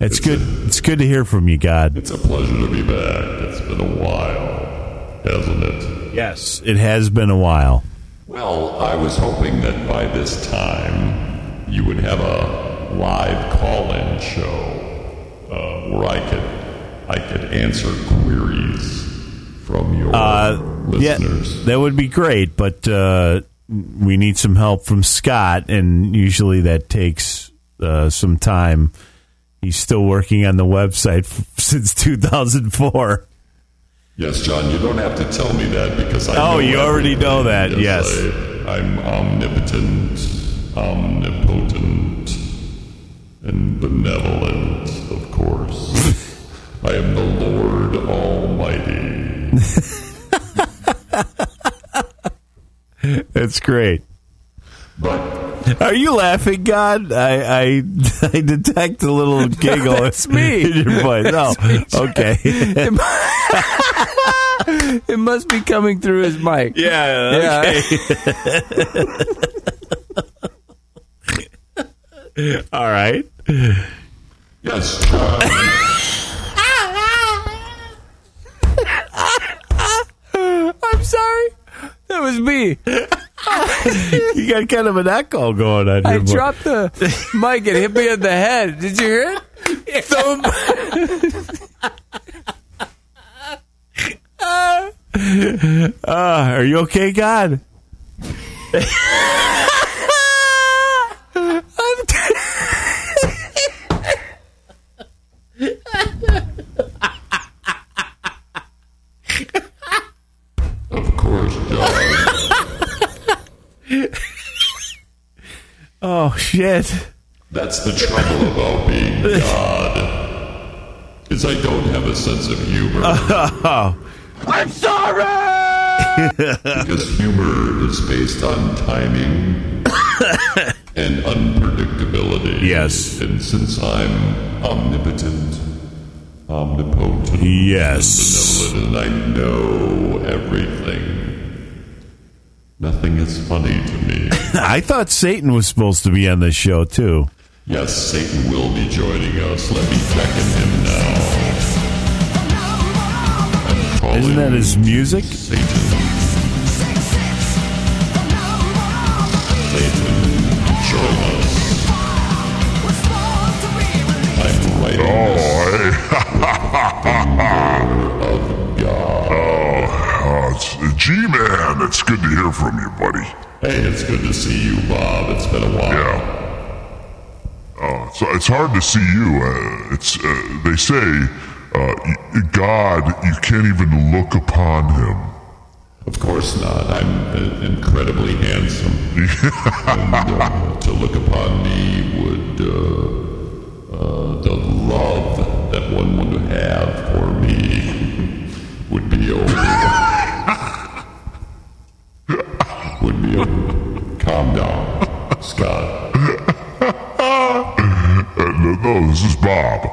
It's good. It's good to hear from you, God.
it's a pleasure to be back. It's been a while, hasn't it?
Yes, it has been a while.
Well, I was hoping that by this time you would have a live call-in show uh, where I could I could answer queries from your
Uh, yeah,
listeners.
that would be great, but uh, we need some help from Scott, and usually that takes uh, some time. He's still working on the website <laughs> f- since 2004.
Yes, John, you don't have to tell me that because I.
Oh,
know
you already
everything.
know that, yes.
I, am omnipotent, omnipotent, and benevolent, of course.
<laughs>
I am the Lord Almighty.
That's great.
But
Are you laughing, God? I I, I <laughs> detect a
<laughs>
little giggle.
That's me.
In your voice. Oh, okay.
It must be coming through his mic.
Yeah. <laughs>
<laughs>
All
<laughs>
right.
yes, John.
I'm sorry. That was me.
You got kind of an echo going on here.
I
boy.
dropped the mic and hit me in the head. Did you hear
<laughs>
it? Thump.
Uh, are you okay,
<laughs>
God?
of course, John.
<laughs> Oh shit.
That's the trouble about being God. Is I don't have a sense of
<laughs>
humor.
I'm sorry!
Because humor is based on
<coughs>
timing and unpredictability.
Yes.
And since I'm omnipotent, omnipotent,
Yes.
and I know everything, nothing is funny to me.
<laughs> I thought Satan was supposed to be on this show too.
yes, Satan will be joining us. Let me beckon him now. I'm calling
Isn't that his music?
Satan. Satan, join us. I'm right
of God. Oh, it's the G-Man. It's good to hear from you, buddy.
Hey, it's good to see you, Bob. It's been a while.
Yeah. Uh, so it's hard to see you. Uh, it's uh, they say uh, y- God. You can't even look upon Him.
Of course not. I'm uh, incredibly handsome. and uh, to look upon me would, uh, uh, the love that one would have for me <laughs> would be over. would be over. Calm down, Scott.
Uh, no, <laughs> no, this is Bob.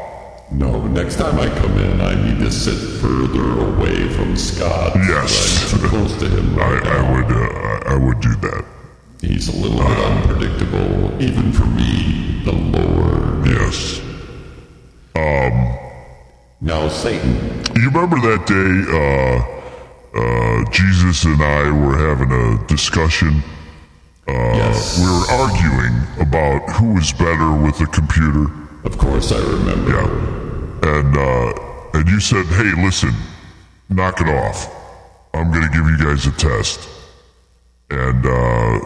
No, next time I come in, I need to sit further away from Scott.
Yes.
I'm close to him. Right I,
would, uh, I would do that.
He's a little bit unpredictable, even for me, the Lord.
Yes. Um.
Now, Satan.
You remember that day uh, uh, Jesus and I were having a discussion? Uh, We were arguing about who was better with a computer.
Of course, I remember.
Yeah. And, uh, and you said, hey, listen, knock it off. I'm going to give you guys a test. And, uh,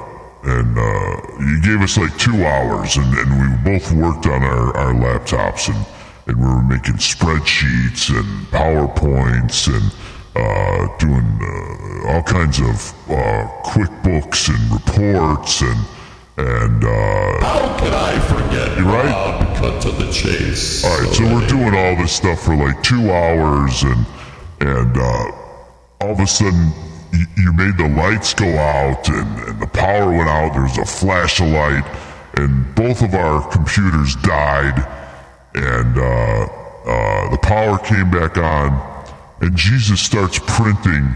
and uh, you gave us like two hours, and, and we both worked on our, our laptops, and, and we were making spreadsheets and PowerPoints and uh, doing uh, all kinds of uh, QuickBooks and reports and and uh,
How could I forget? You're right. cut to the chase.
all right, so we're doing all this stuff for like two hours, and and uh, all of a sudden you, you made the lights go out, and, and the power went out. There was a flash of light, and both of our computers died, and uh, uh, the power came back on, and Jesus starts printing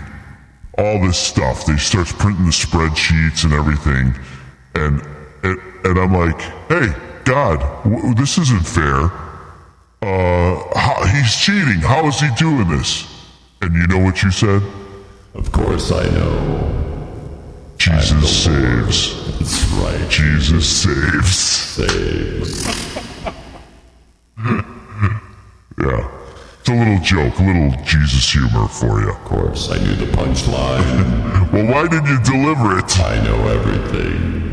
all this stuff. They starts printing the spreadsheets and everything, and and, and I'm like, hey, God, w- this isn't fair. Uh, how, he's cheating. How is he doing this? And you know what you said?
Of course, I know.
Jesus saves.
That's right.
Jesus saves. Saves. <laughs> yeah. It's a little joke, a little Jesus humor for you. Of
course, I knew the punchline.
<laughs> well, why didn't you deliver it?
I know everything.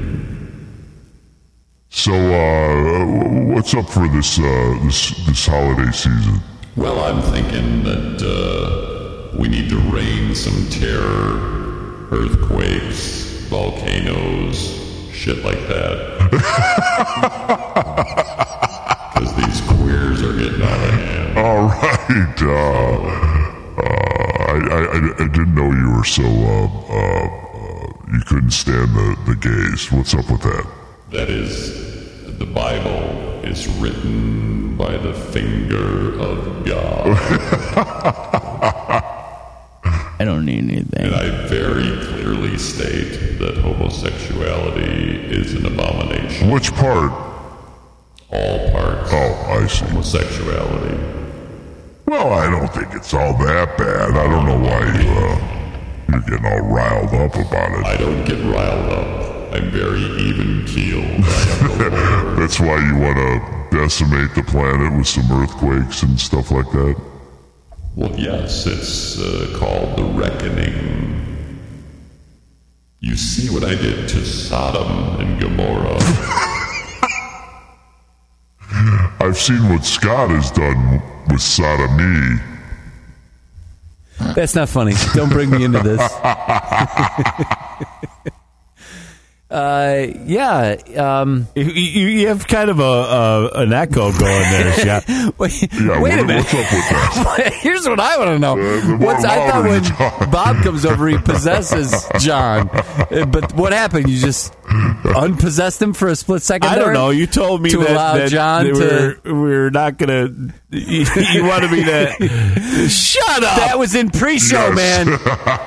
So, uh, what's up for this uh, this this holiday season?
Well, I'm thinking that uh, we need to rain some terror, earthquakes, volcanoes, shit like that. <laughs> Because these queers are getting out of hand.
All right. Uh, uh, I, I, I- I didn't know you were so uh, uh, uh, you couldn't stand the, the gays. What's up with that?
That is, the Bible is written by the finger of God.
<laughs> I don't need anything.
and I very clearly state that homosexuality is an abomination.
Which part?
All parts.
Oh, I see.
Homosexuality.
Well, I don't think it's all that bad. I don't know why you uh, you're getting all riled up about it.
I don't get riled up. I'm very even keeled.
<laughs> That's why you want to decimate the planet with some earthquakes and stuff like that.
Well, yes, it's uh, called the reckoning. You see what I did to Sodom and Gomorrah. <laughs>
I've seen what Scott has done with sodomy.
That's not funny. Don't bring me
<laughs>
into this.
<laughs> Uh, yeah. Um,
you, you you have kind of a, a an echo going
<laughs>
there, Scott.
wait,
what-
wait a minute.
what's up with that?
<laughs>
Uh,
Here's what I want to know.
what-
What's I
what
thought
were you
<laughs>
when Bob comes over, he possesses John. Uh, But what happened? You just unpossessed him for a split second.
I don't
there
know. You told me
to
that,
allow
that
John
they
to.
were, we're not gonna. You, you wanted me
<laughs>
to shut up.
That was in pre-show,
Yes. <laughs>
man.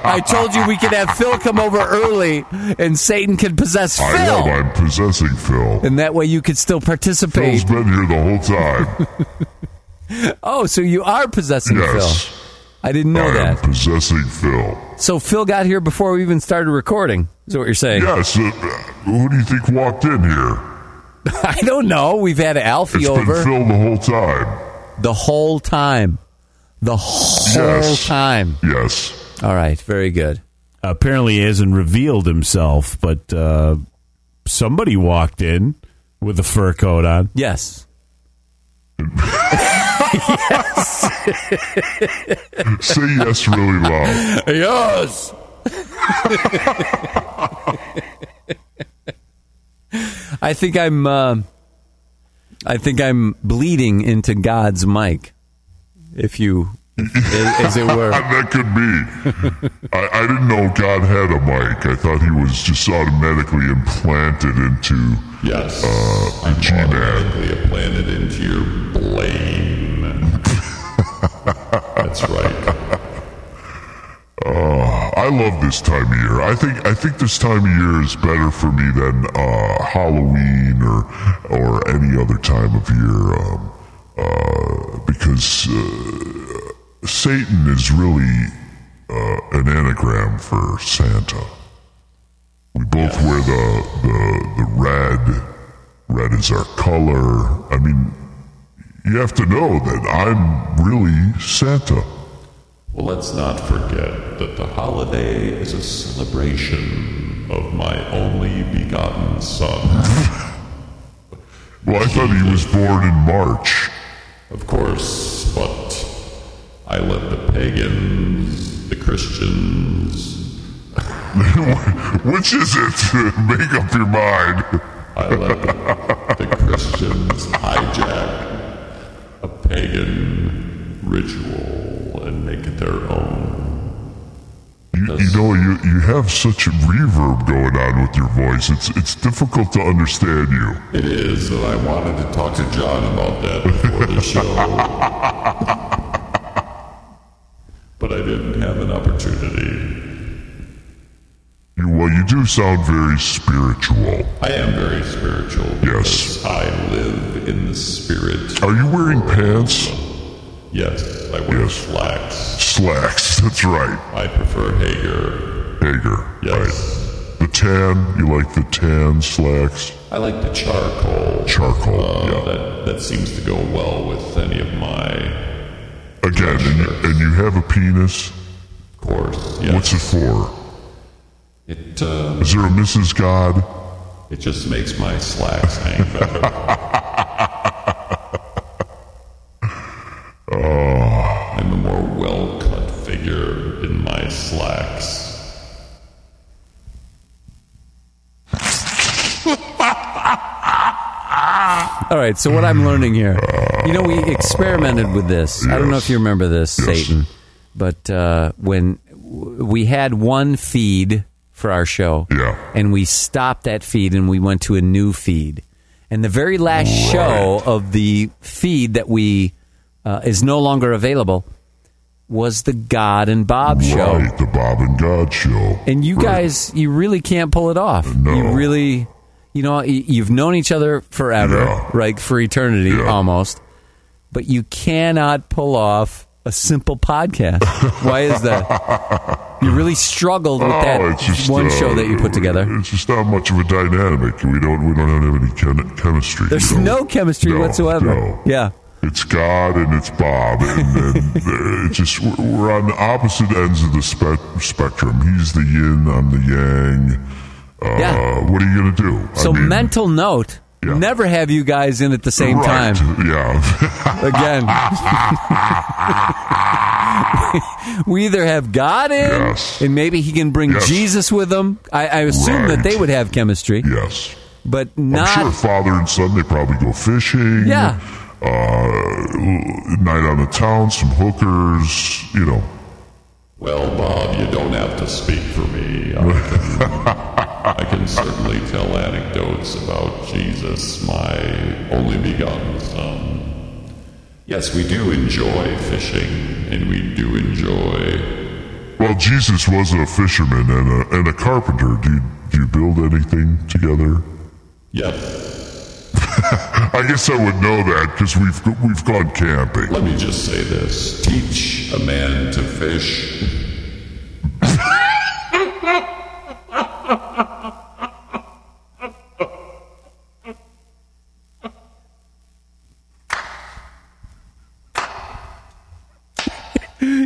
I told you we could have Phil come over early, and Satan can possess
I
Phil,
love I'm possessing Phil.
and that way you could still
Phil's
participate.
been here the whole time.
Oh, so you are possessing
Yes.
Phil? I didn't <laughs> know
I am
that.
possessing Phil.
So Phil got here before we even started recording. Is what you're saying?
Yes. Uh, who do you think walked in here?
<laughs> I don't know. We've had Alfie
It's
over.
been Phil the whole time.
The whole time. The whole
<laughs>
Yes.
time. <laughs>
Yes.
All right. Very good.
Apparently, he hasn't revealed himself, but uh, somebody walked in with a fur coat on.
Yes.
Say
<laughs>
yes really loud.
Yes. <laughs> I think I'm. Uh, I think I'm bleeding into God's mic,
<laughs>
if you, as it were.
that could be. I, I didn't know God had a mic. I thought he was just automatically implanted into yes, uh, the G-Man.
Planted into your brain. That's right.
Uh, I love this time of year. I think I think this time of year is better for me than uh, Halloween or or any other time of year um, uh, because uh, Satan is really uh, an anagram for Santa. We both wear the, the the red. Red is our color. I mean, you have to know that I'm really Santa.
Well, let's not forget that the holiday is a celebration of my only begotten son.
Well, I thought he was born in March.
Of course, but I let the pagans, the Christians.
<laughs> Which is it? Make up your mind.
I let the, the Christians hijack a pagan ritual and make it their own.
You, you know, you, you have such a reverb going on with your voice. It's it's difficult to understand you.
It is that I wanted to talk to <laughs> John about that before the show. but I didn't have an opportunity.
<laughs> you. Well, you do sound very spiritual.
I am very spiritual. Yes. I live in the spirit.
Are you wearing pants?
Yes, I wear slacks.
Slacks, that's right.
I prefer Hager.
Hager.
Yes.
Right. The tan, you like the tan slacks?
I like the charcoal.
Charcoal,
Uh, That, that seems to go well with any of my.
Again, and you, and you have a penis? Of
course,
What's it for?
It, uh,
Is there a Mrs. God?
it just makes my slacks hang
<laughs>
better. I'm a more well cut figure in my slacks.
All right. So what I'm learning here, you know, we experimented with this. I don't know if you remember this, Satan, but uh, when w- we had one feed for our show, yeah, and we stopped that feed and we went to a new feed, and the very last show of the feed that we uh, is no longer available was the God and Bob show.
Right, the Bob and God show.
And you guys, you really can't pull it off. You really, you know, y- you've known each other forever, right? For eternity almost. But you cannot pull off a simple podcast. Why is
<laughs>
that? You really struggled with
Oh,
that
it's just,
one
uh,
show that you put together.
It's just not much of a dynamic. We don't we don't have any chem- chemistry.
There's
you know?
no chemistry
No,
whatsoever.
no.
Yeah.
It's God and it's Bob, and,
<laughs>
and uh, it's just we're, we're on the opposite ends of the spe- spectrum. He's the yin, I'm the yang. Uh,
Yeah.
What are you gonna do? I
So
mean,
mental note. Never have you guys in at the same
Right,
time.
<laughs> Yeah.
Again. <laughs> we either have God in and maybe he can bring
Yes.
Jesus with him. I, I assume that they would have chemistry.
Yes.
But <laughs> not
I'm sure father and son they probably go fishing.
Yeah.
Uh, night on the town, some hookers. You know.
Well, Bob, you don't have to speak for me. I can, I can certainly tell anecdotes about Jesus, my only begotten Son. Yes, we do enjoy fishing, and we do enjoy.
Well, Jesus was a fisherman and a, and a carpenter. Do you, do you build anything together?
Yes.
<laughs> I guess I would know that because we've we've gone camping.
Let me just say this teach a man to fish.
<laughs>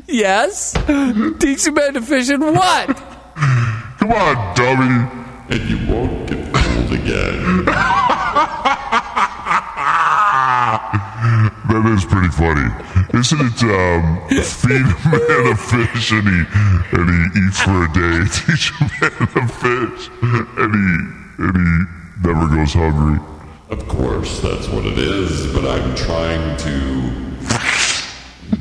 Yes? Teach men to fish in what?
Come on, dummy.
And you won't get fooled again.
<laughs> That is pretty funny. Isn't it um, feed a man a fish and he and he eats for a day, <laughs> teach a man a fish and he and he never goes hungry.
Of course, that's what it is, but I'm trying to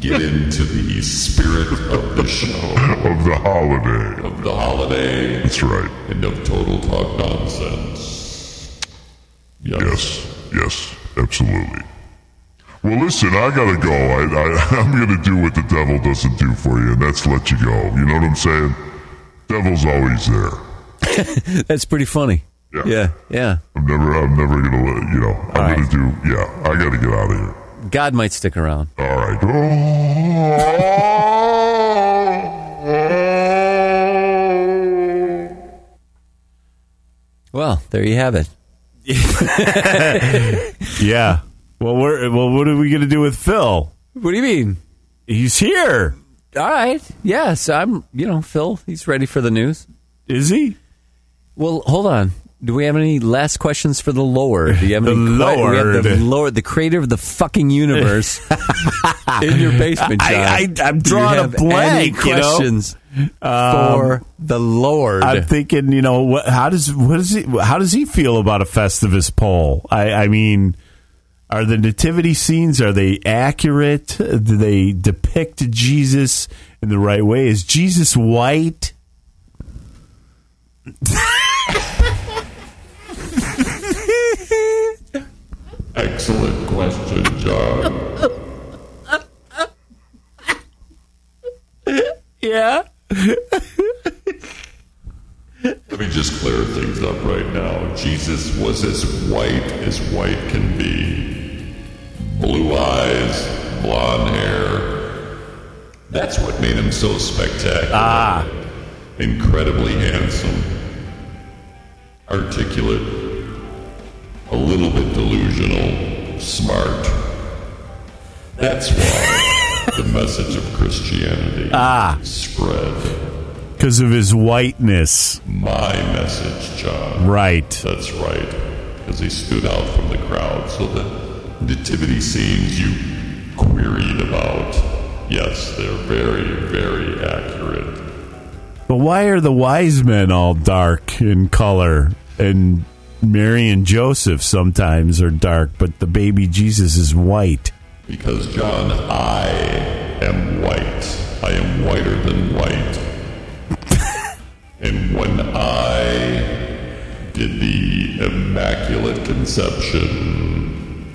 get into the spirit of the show.
<laughs> Of the holiday.
Of the holiday.
That's right.
And of total talk nonsense. Yes.
Yes, yes, absolutely. Well, listen, I gotta go. I, <laughs> I, I'm gonna do what the devil doesn't do for you, and that's let you go. You know what I'm saying? Devil's always there.
That's pretty funny.
Yeah.
yeah. yeah.
I'm never, I'm never gonna let you know. I'm gonna do. Yeah, I gotta get out of here.
God might stick around.
All right. Oh.
Well, there you have it.
<laughs> yeah. Well, we're, well, what are we going to do with Phil?
What do you mean?
He's here.
All right. Yes, I'm, you know, Phil, he's ready for the news.
Is he?
Well, hold on. Do we have any last questions for the lower? Do you
<laughs>
have
The
any que- We have the
Lord.
lower, the creator of the
<laughs>
fucking universe in your basement, John.
I, I, I'm
Do you
drawing a
have <laughs> Any
blank.
questions
you know? Um,
for the Lord?
I'm thinking, you know, what, how does what is he? How does he feel about a Festivus poll? I, I mean, are the nativity scenes are they accurate? Do they depict Jesus in the right way? Is Jesus white?
Excellent question, John.
yeah.
Let me just clear things up right now. Jesus was as white as white can be. Blue eyes, blonde hair. That's what made him so spectacular. Ah. Incredibly handsome, articulate, a little bit delusional, smart. That's why the message of Christianity
Ah.
spread.
Because of his whiteness,
My message, John.
right?
That's right. As he stood out from the crowd, so the nativity scenes you queried about, yes, they're very, very accurate.
But why are the wise men all dark in color and Mary and Joseph sometimes are dark, but the baby Jesus is white?
Because, John, I am white. I am whiter than white. and when I did the Immaculate Conception,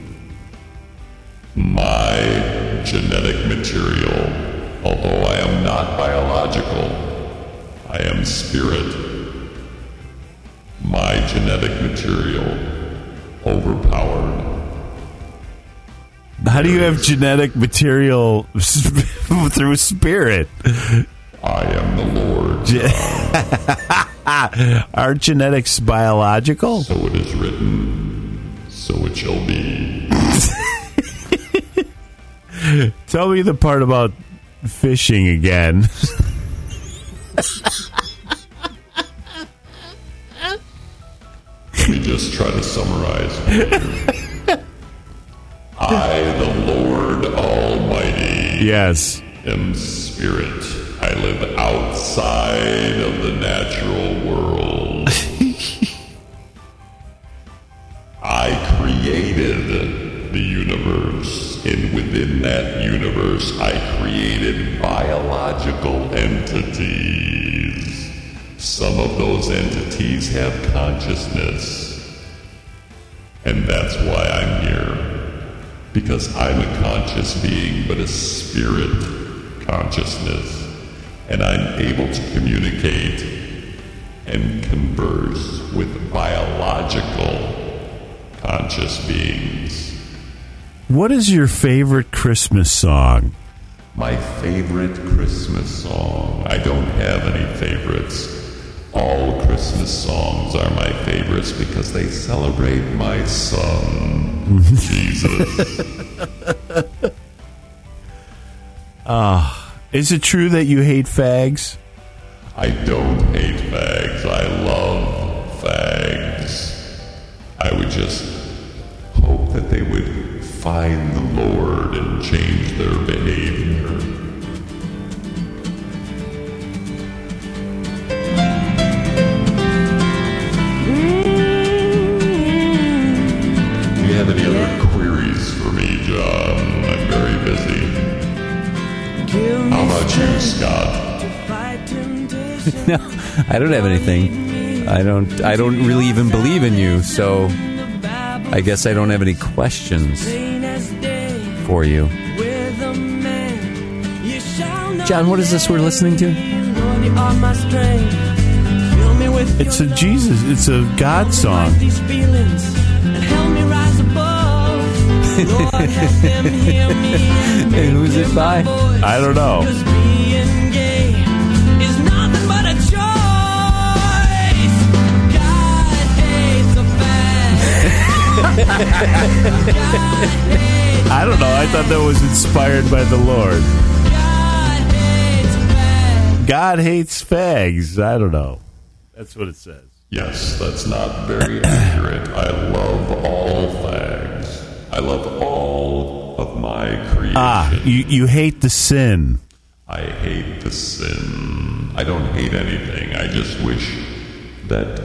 my genetic material, although I am not biological, I am spirit. My genetic material overpowered
How do you have genetic material <laughs> through spirit?
I am the Lord.
<laughs> Are genetics biological?
So it is written, so it shall be.
<laughs> Tell me the part about fishing again. <laughs>
Let me just try to summarize. I, the Lord Almighty,
yes.
am spirit. I live outside of the natural world. I created the universe, and within that universe, I created biological entities. Some of those entities have consciousness, and that's why I'm here. Because I'm a conscious being, but a spirit consciousness, and I'm able to communicate and converse with biological conscious beings.
What is your favorite Christmas song?
My favorite Christmas song. I don't have any favorites. All Christmas songs are my favorites because they celebrate my son, Jesus.
Ah, Is it true that you hate fags?
I don't hate fags. I love fags. I would just hope that they would find the Lord and change their behavior. Do you have any other queries for me, John? I'm very busy. How about you, Scott?
no, I don't have anything. I don't. I don't really even believe in you. So, I guess I don't have any questions for you.
John, what is this we're listening to?
It's a Jesus. It's a God song.
<laughs>
and who's it by?
I don't know. I don't know. I thought that was inspired by the Lord. God hates fags. I don't know. That's what it says.
Yes, that's not very accurate. I love all fags. I love all of my creation.
Ah, you, you hate the sin. <laughs>
I hate the sin. I don't hate anything. I just wish that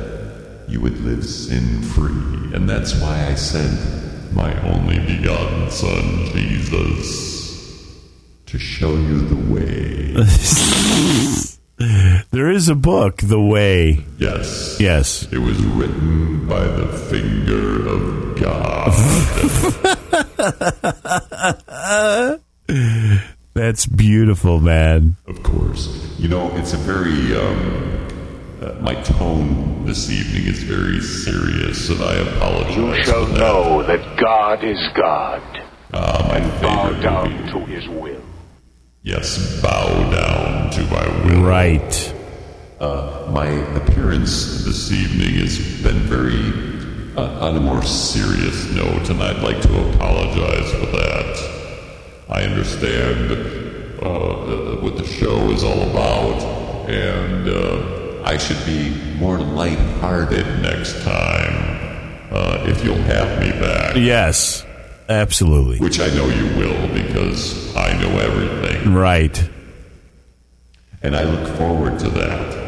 you would live sin free. And that's why I sent my only begotten Son, Jesus, to show you the way.
<laughs> There is a book, The Way.
Yes.
Yes.
It was written by the finger of God.
<laughs> That's beautiful, man.
of course. You know, it's a very. Um, uh, my tone this evening is very serious, and I apologize.
You shall
for that.
know that God is God
Ah, my
and bow
favorite
down
movie.
to his will.
Yes, bow down to my will.
Right.
Uh, my appearance this evening has been very uh, on a more serious note, and I'd like to apologize for that. I understand uh, uh, what the show is all about, and uh, I should be more lighthearted next time uh, if you'll have me back.
Yes. Absolutely.
Which I know you will because I know everything.
Right.
And I look forward to that.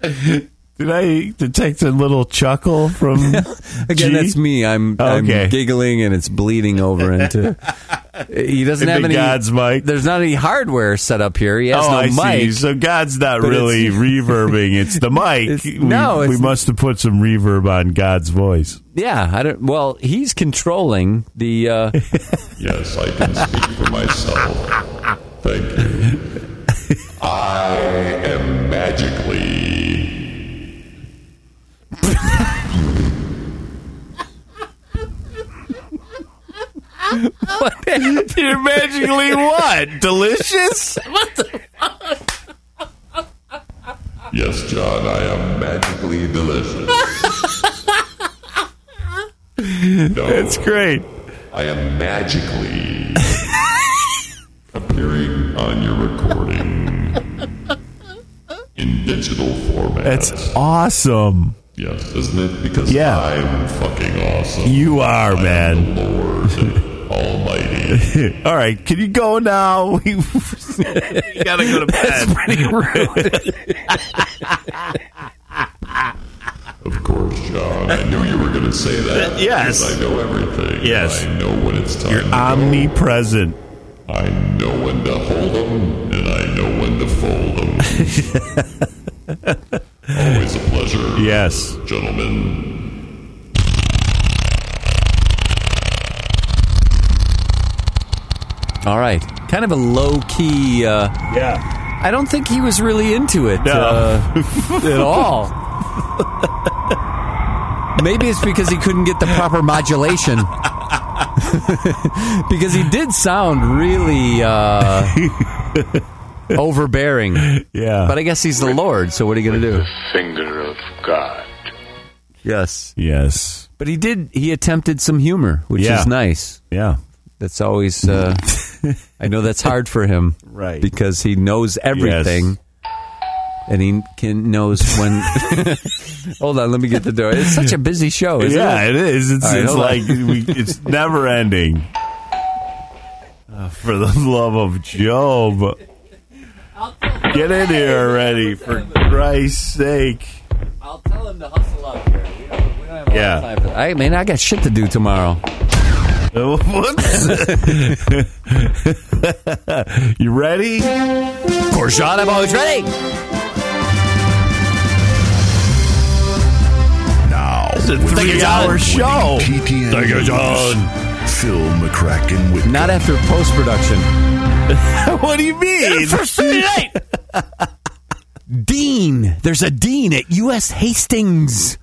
Did I detect a little chuckle from
<laughs> Again,
G?
that's me. I'm,
Okay.
I'm giggling and it's bleeding
<laughs>
over into. He doesn't
Into
have any.
God's mic.
There's not any hardware set up here. He has
oh,
no
I
mic.
see. So God's not
but
really
<laughs> it's-
reverbing. It's the mic. we,
no, it's-
we must have put some reverb on God's voice.
Yeah, I don't. Well, he's controlling the. Uh,
<laughs> Yes, I can speak for myself. Thank
<laughs>
you. I am magically.
<laughs> You're magically what? Delicious? What the? <laughs>
Yes, John, I am magically delicious. No,
That's great.
I am magically appearing on your recording in digital format.
That's awesome.
Yes, isn't it? Because
Yeah.
I'm fucking awesome.
You are,
I
man.
am the
<laughs>
Lord Almighty.
All right, can you go now? <laughs> We we gotta go to <laughs> bed.
<laughs>
Of course, John. I knew you were going to say that.
Uh, Yes.
Because I know everything.
Yes.
I know when it's time.
You're
to go.
omnipresent.
I know when to hold 'em, and I know when to fold 'em.
<laughs>
Always a pleasure.
Yes.
Gentlemen.
all right, kind of a low key. Uh,
Yeah.
I don't think he was really into it
No.
uh, at all. Maybe it's because he couldn't get the proper modulation. <laughs> because he did sound really
<laughs>
uh, overbearing.
Yeah.
But I guess he's the Lord, so what are you going to do?
Finger of God.
Yes.
Yes.
But he did. He attempted some humor, which
Yeah.
is nice.
Yeah,
that's always. Uh, I know that's hard for him,
<laughs> Right.
Because he knows everything, and he can knows when. <laughs> hold on, let me get the door. It's such a busy show. Isn't
yeah,
Oh, it?
it is. It's,
All right,
it's
hold on.
like we,
<laughs>
it's never ending. Uh, for the <laughs> love of Job, get in here already! For Christ's sake!
I'll tell him to hustle up here. We don't, we don't have
Yeah.
a lot of time for that.
I man, I got shit to do
<laughs>
tomorrow.
<laughs> what? <laughs>
<laughs>
you ready?
Of course, Sean. I'm always ready.
Now, it's
a three-hour show.
TTN
Thank you,
News,
John.
Phil McCracken with
not after post production.
<laughs> what do you mean?
<laughs> Dean. There's a dean at U.S. Hastings.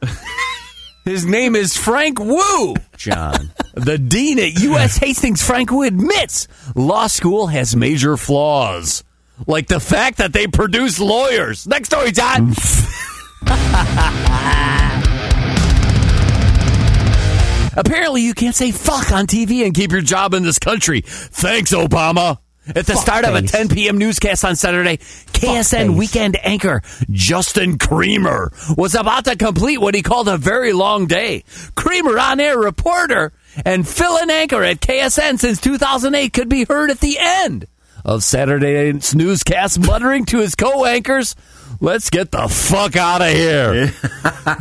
His name is Frank Wu. John. the dean at U.S. Hastings, Frank Wu, admits law school has major flaws, like the fact that they produce lawyers. Next story, John. Apparently, you can't say fuck on TV and keep your job in this country. Thanks, Obama. At the
Fuck
start of a
face.
10 p.m. newscast on Saturday, KSN weekend anchor Justin Creamer was about to complete what he called a very long day. Creamer, on air reporter and fill in anchor at KSN since 2008, could be heard at the end of Saturday's newscast, muttering to his co anchors, Let's get the fuck out of here. <laughs>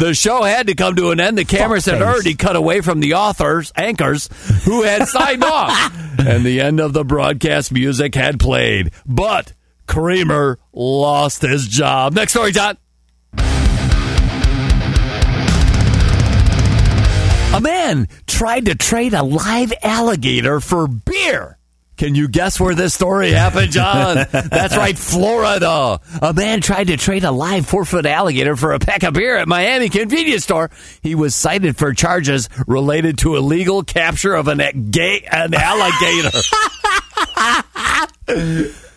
the show had to come to an end. The cameras had
Fuckface.
already cut away from the authors, anchors, who had signed off. And the end of the broadcast music had played. But Creamer lost his job. Next story, John. A man tried to trade a live alligator for beer. Can you guess where this story happened, John? That's right, Florida. A man tried to trade a live four foot alligator for a pack of beer at Miami convenience store. He was cited for charges related to illegal capture of an, a- gay, an alligator.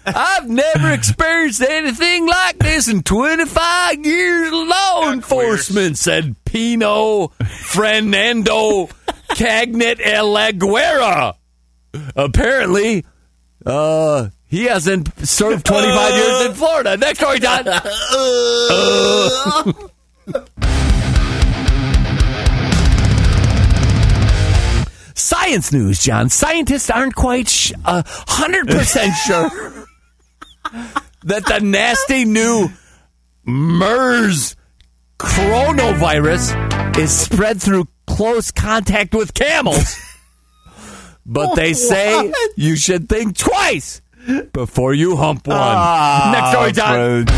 I've never experienced anything like this in 25 years. Law enforcement said Pino Fernando Cagnet Alaguera. Apparently, uh, he hasn't served 25 years in Florida. Next story, Don. Uh. Science news, John. Scientists aren't quite sh- uh, 100% sure that the nasty new MERS coronavirus is spread through close contact with camels. But they say you should think twice before you hump one.
Ah,
Next story, John.
for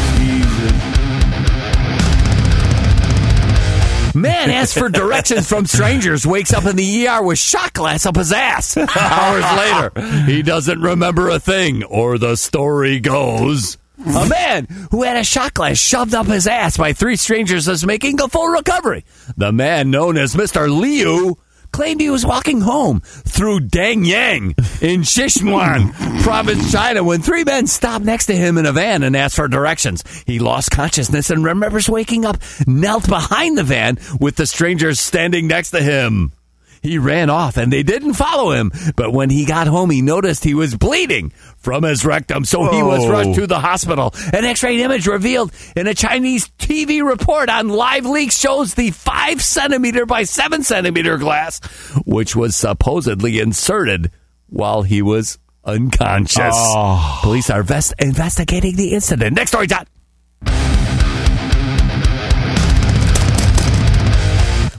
Man asks for directions from strangers, wakes up in the ER with shot glass up his ass. Hours later, he doesn't remember a thing, or the story goes. A man who had a shot glass shoved up his ass by three strangers is making a full recovery. The man known as Mr. Liu claimed he was walking home through Dangyang in Sichuan province, China, when three men stopped next to him in a van and asked for directions. He lost consciousness and remembers waking up knelt behind the van with the strangers standing next to him. He ran off and they didn't follow him, but when he got home, he noticed he was bleeding from his rectum, so he was
Whoa.
rushed to the hospital. An x ray image revealed in a Chinese TV report on Live Leak shows the 5 centimeter by 7 centimeter glass, which was supposedly inserted while he was unconscious.
Oh.
Police are vest- investigating the incident. Next story, John.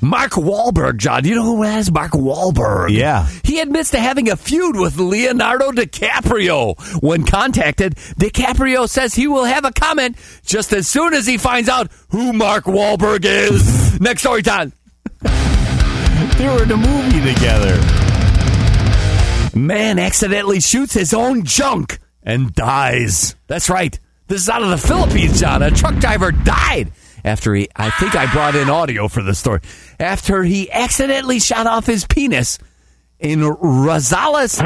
Mark Wahlberg, John. You know who that is? Mark Wahlberg.
Yeah.
He admits to having a feud with Leonardo DiCaprio. When contacted, DiCaprio says he will have a comment just as soon as he finds out who Mark
<laughs>
Wahlberg is. Next story, John.
They were in a movie together.
Man accidentally shoots his own junk and dies. That's right. This is out of the Philippines, John. A truck driver died after he, I think I brought in audio for the story, after he accidentally shot off his penis in Rosales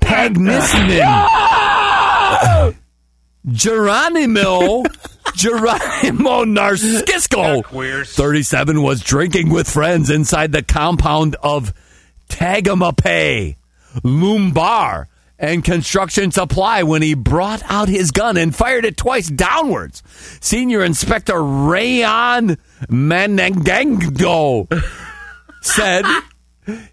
Pagnisnin. <laughs> Geronimo Geronimo Narcisco, 37, was drinking with friends inside the compound of Tagamape Lumbar and Construction Supply when he brought out his gun and fired it twice downwards. Senior Inspector Rayon Manangango said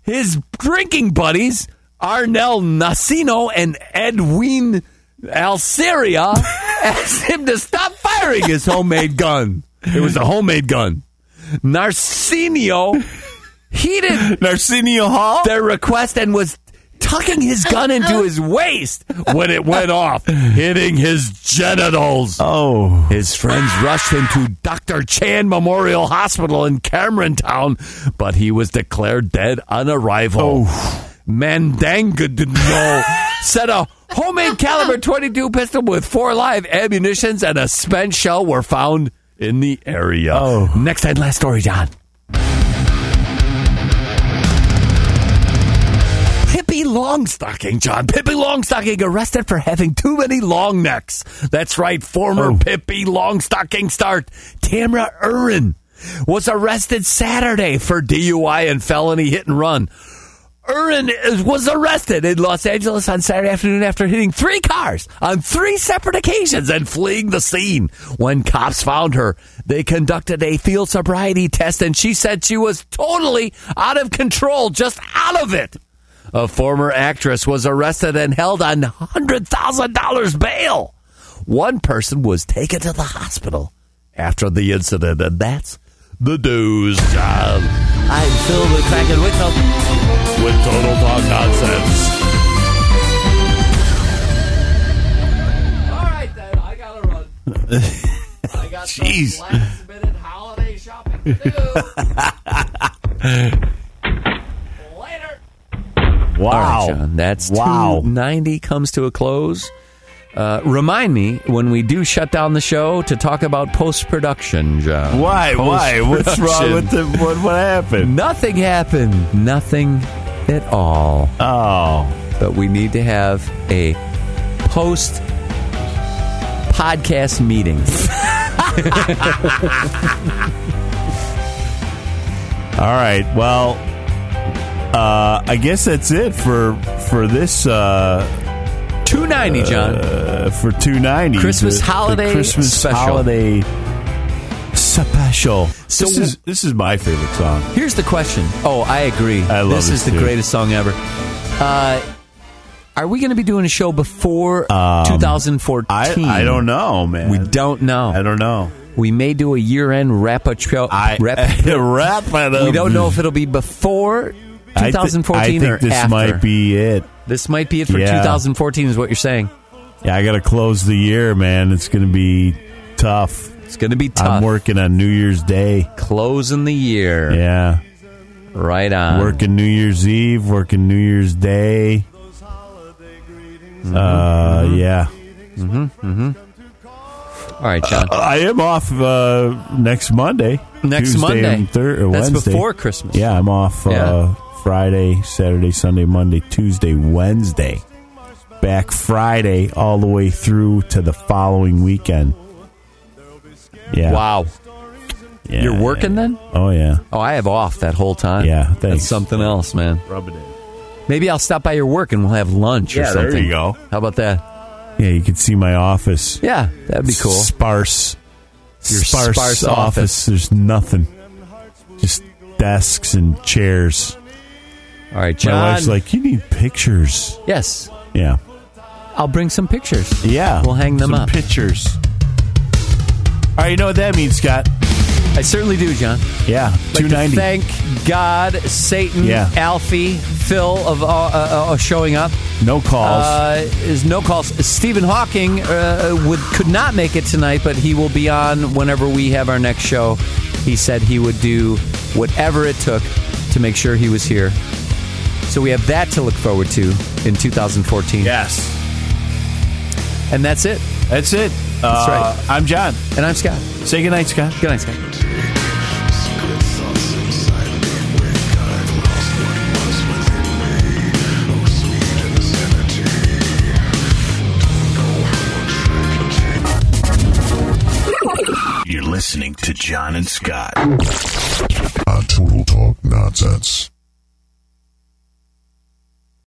his drinking buddies, Arnell Nasino and Edwin Alceria, asked him to stop firing his homemade gun. It was a homemade gun. Narcinio <laughs> heated Narcinio Hall their request and was tucking his gun into his waist when it went off, hitting his genitals. Oh. His friends rushed him to Dr. Chan Memorial Hospital in Cameron Town, but he was declared dead on arrival. Oh. <laughs> Mandango said a homemade caliber 22 pistol with four live ammunitions and a spent shell were found in the area. Oh. Next and last story, John. Pippi Longstocking, John. Pippi Longstocking arrested for having too many long necks. That's right, former Pippi Longstocking star Tamra Erin was arrested Saturday for DUI and felony hit and run. Erin is- was arrested in Los Angeles on Saturday afternoon after hitting three cars on three separate occasions and fleeing the scene. When cops found her, they conducted a field sobriety test and she said she was totally out of control, just out of it. A former actress was arrested and held on $100,000 bail. One person was taken to the hospital after the incident, and that's the news, John. I'm Phil the Kraken Wickham with Total Talk Nonsense.
All right, then. I got to
<laughs>
run. I got
Jeez.
some last minute holiday shopping to
<laughs>
do. Later.
Wow.
All right, John, that's
Wow.
290 comes to a close. Uh, remind me when we do shut down the show to talk about post production, John.
Why? Why? What's wrong with the what? What happened?
Nothing happened. Nothing at all.
Oh,
but we need to have a post
<laughs>
podcast meeting.
All right. Well, uh, I guess that's it for for this. Uh,
290, John.
Uh, for 290.
Christmas holiday
Christmas
special.
holiday special.
So
this
we-
is this is my favorite song.
Here's the question. Oh, I agree.
I love
this
it
is the
too.
greatest song ever. Uh, are we going to be doing a show before
Uh,
2014?
Um, I don't know, man.
We don't know. I
don't know.
We may do a year-end wrap up show. I,
<laughs> wrap it up.
We don't know if it'll be before
I thi-
2014
I think
or
this
after.
might be it.
This might be it for 2014, is what you're saying.
Yeah, I got to close the year, man. It's going to be tough.
It's going to be
I'm
tough.
working on New Year's Day.
Closing the year.
Yeah.
Right on.
Working New Year's Eve, working New Year's Day. Uh, yeah.
Mm-hmm. Mm-hmm. All right, John.
I am off uh, next Monday.
Next
Tuesday
Monday.
and thir- or
That's
Wednesday.
before Christmas.
Yeah, I'm off
Yeah.
Uh, Friday, Saturday, Sunday, Monday, Tuesday, Wednesday. Back Friday all the way through to the following weekend. Yeah.
Wow.
Yeah,
You're working
yeah.
then?
Oh yeah.
Oh, I have off that whole time.
Yeah,
That's
thanks.
something else, man.
Rub it in.
Maybe I'll stop by your work and we'll have lunch or
Yeah, there
something.
you go.
How about that?
Yeah, you can see my office.
Yeah, that'd be cool.
Sparse.
Your sparse office.
There's nothing. Just desks and chairs.
All right,
My
John.
wife's like, you need pictures.
yes,
Yeah.
I'll bring some pictures.
Yeah.
We'll hang them
Some
up.
Pictures. All right, you know what that means, Scott.
I certainly do, John.
Yeah,
Like to
290.
thank God, Satan,
Yeah.
Alfie, Phil of uh, uh, uh, showing up.
no calls.
Uh, is no calls. Stephen Hawking uh, would could not make it tonight, but he will be on whenever we have our next show. He said he would do whatever it took to make sure he was here. So we have that to look forward to in 2014.
yes.
And that's it.
That's it.
That's right.
Uh, I'm John.
And I'm Scott.
Say goodnight, Scott.
Good night, Scott.
Thank you.
You're listening to John and Scott.
on Total Talk Nonsense.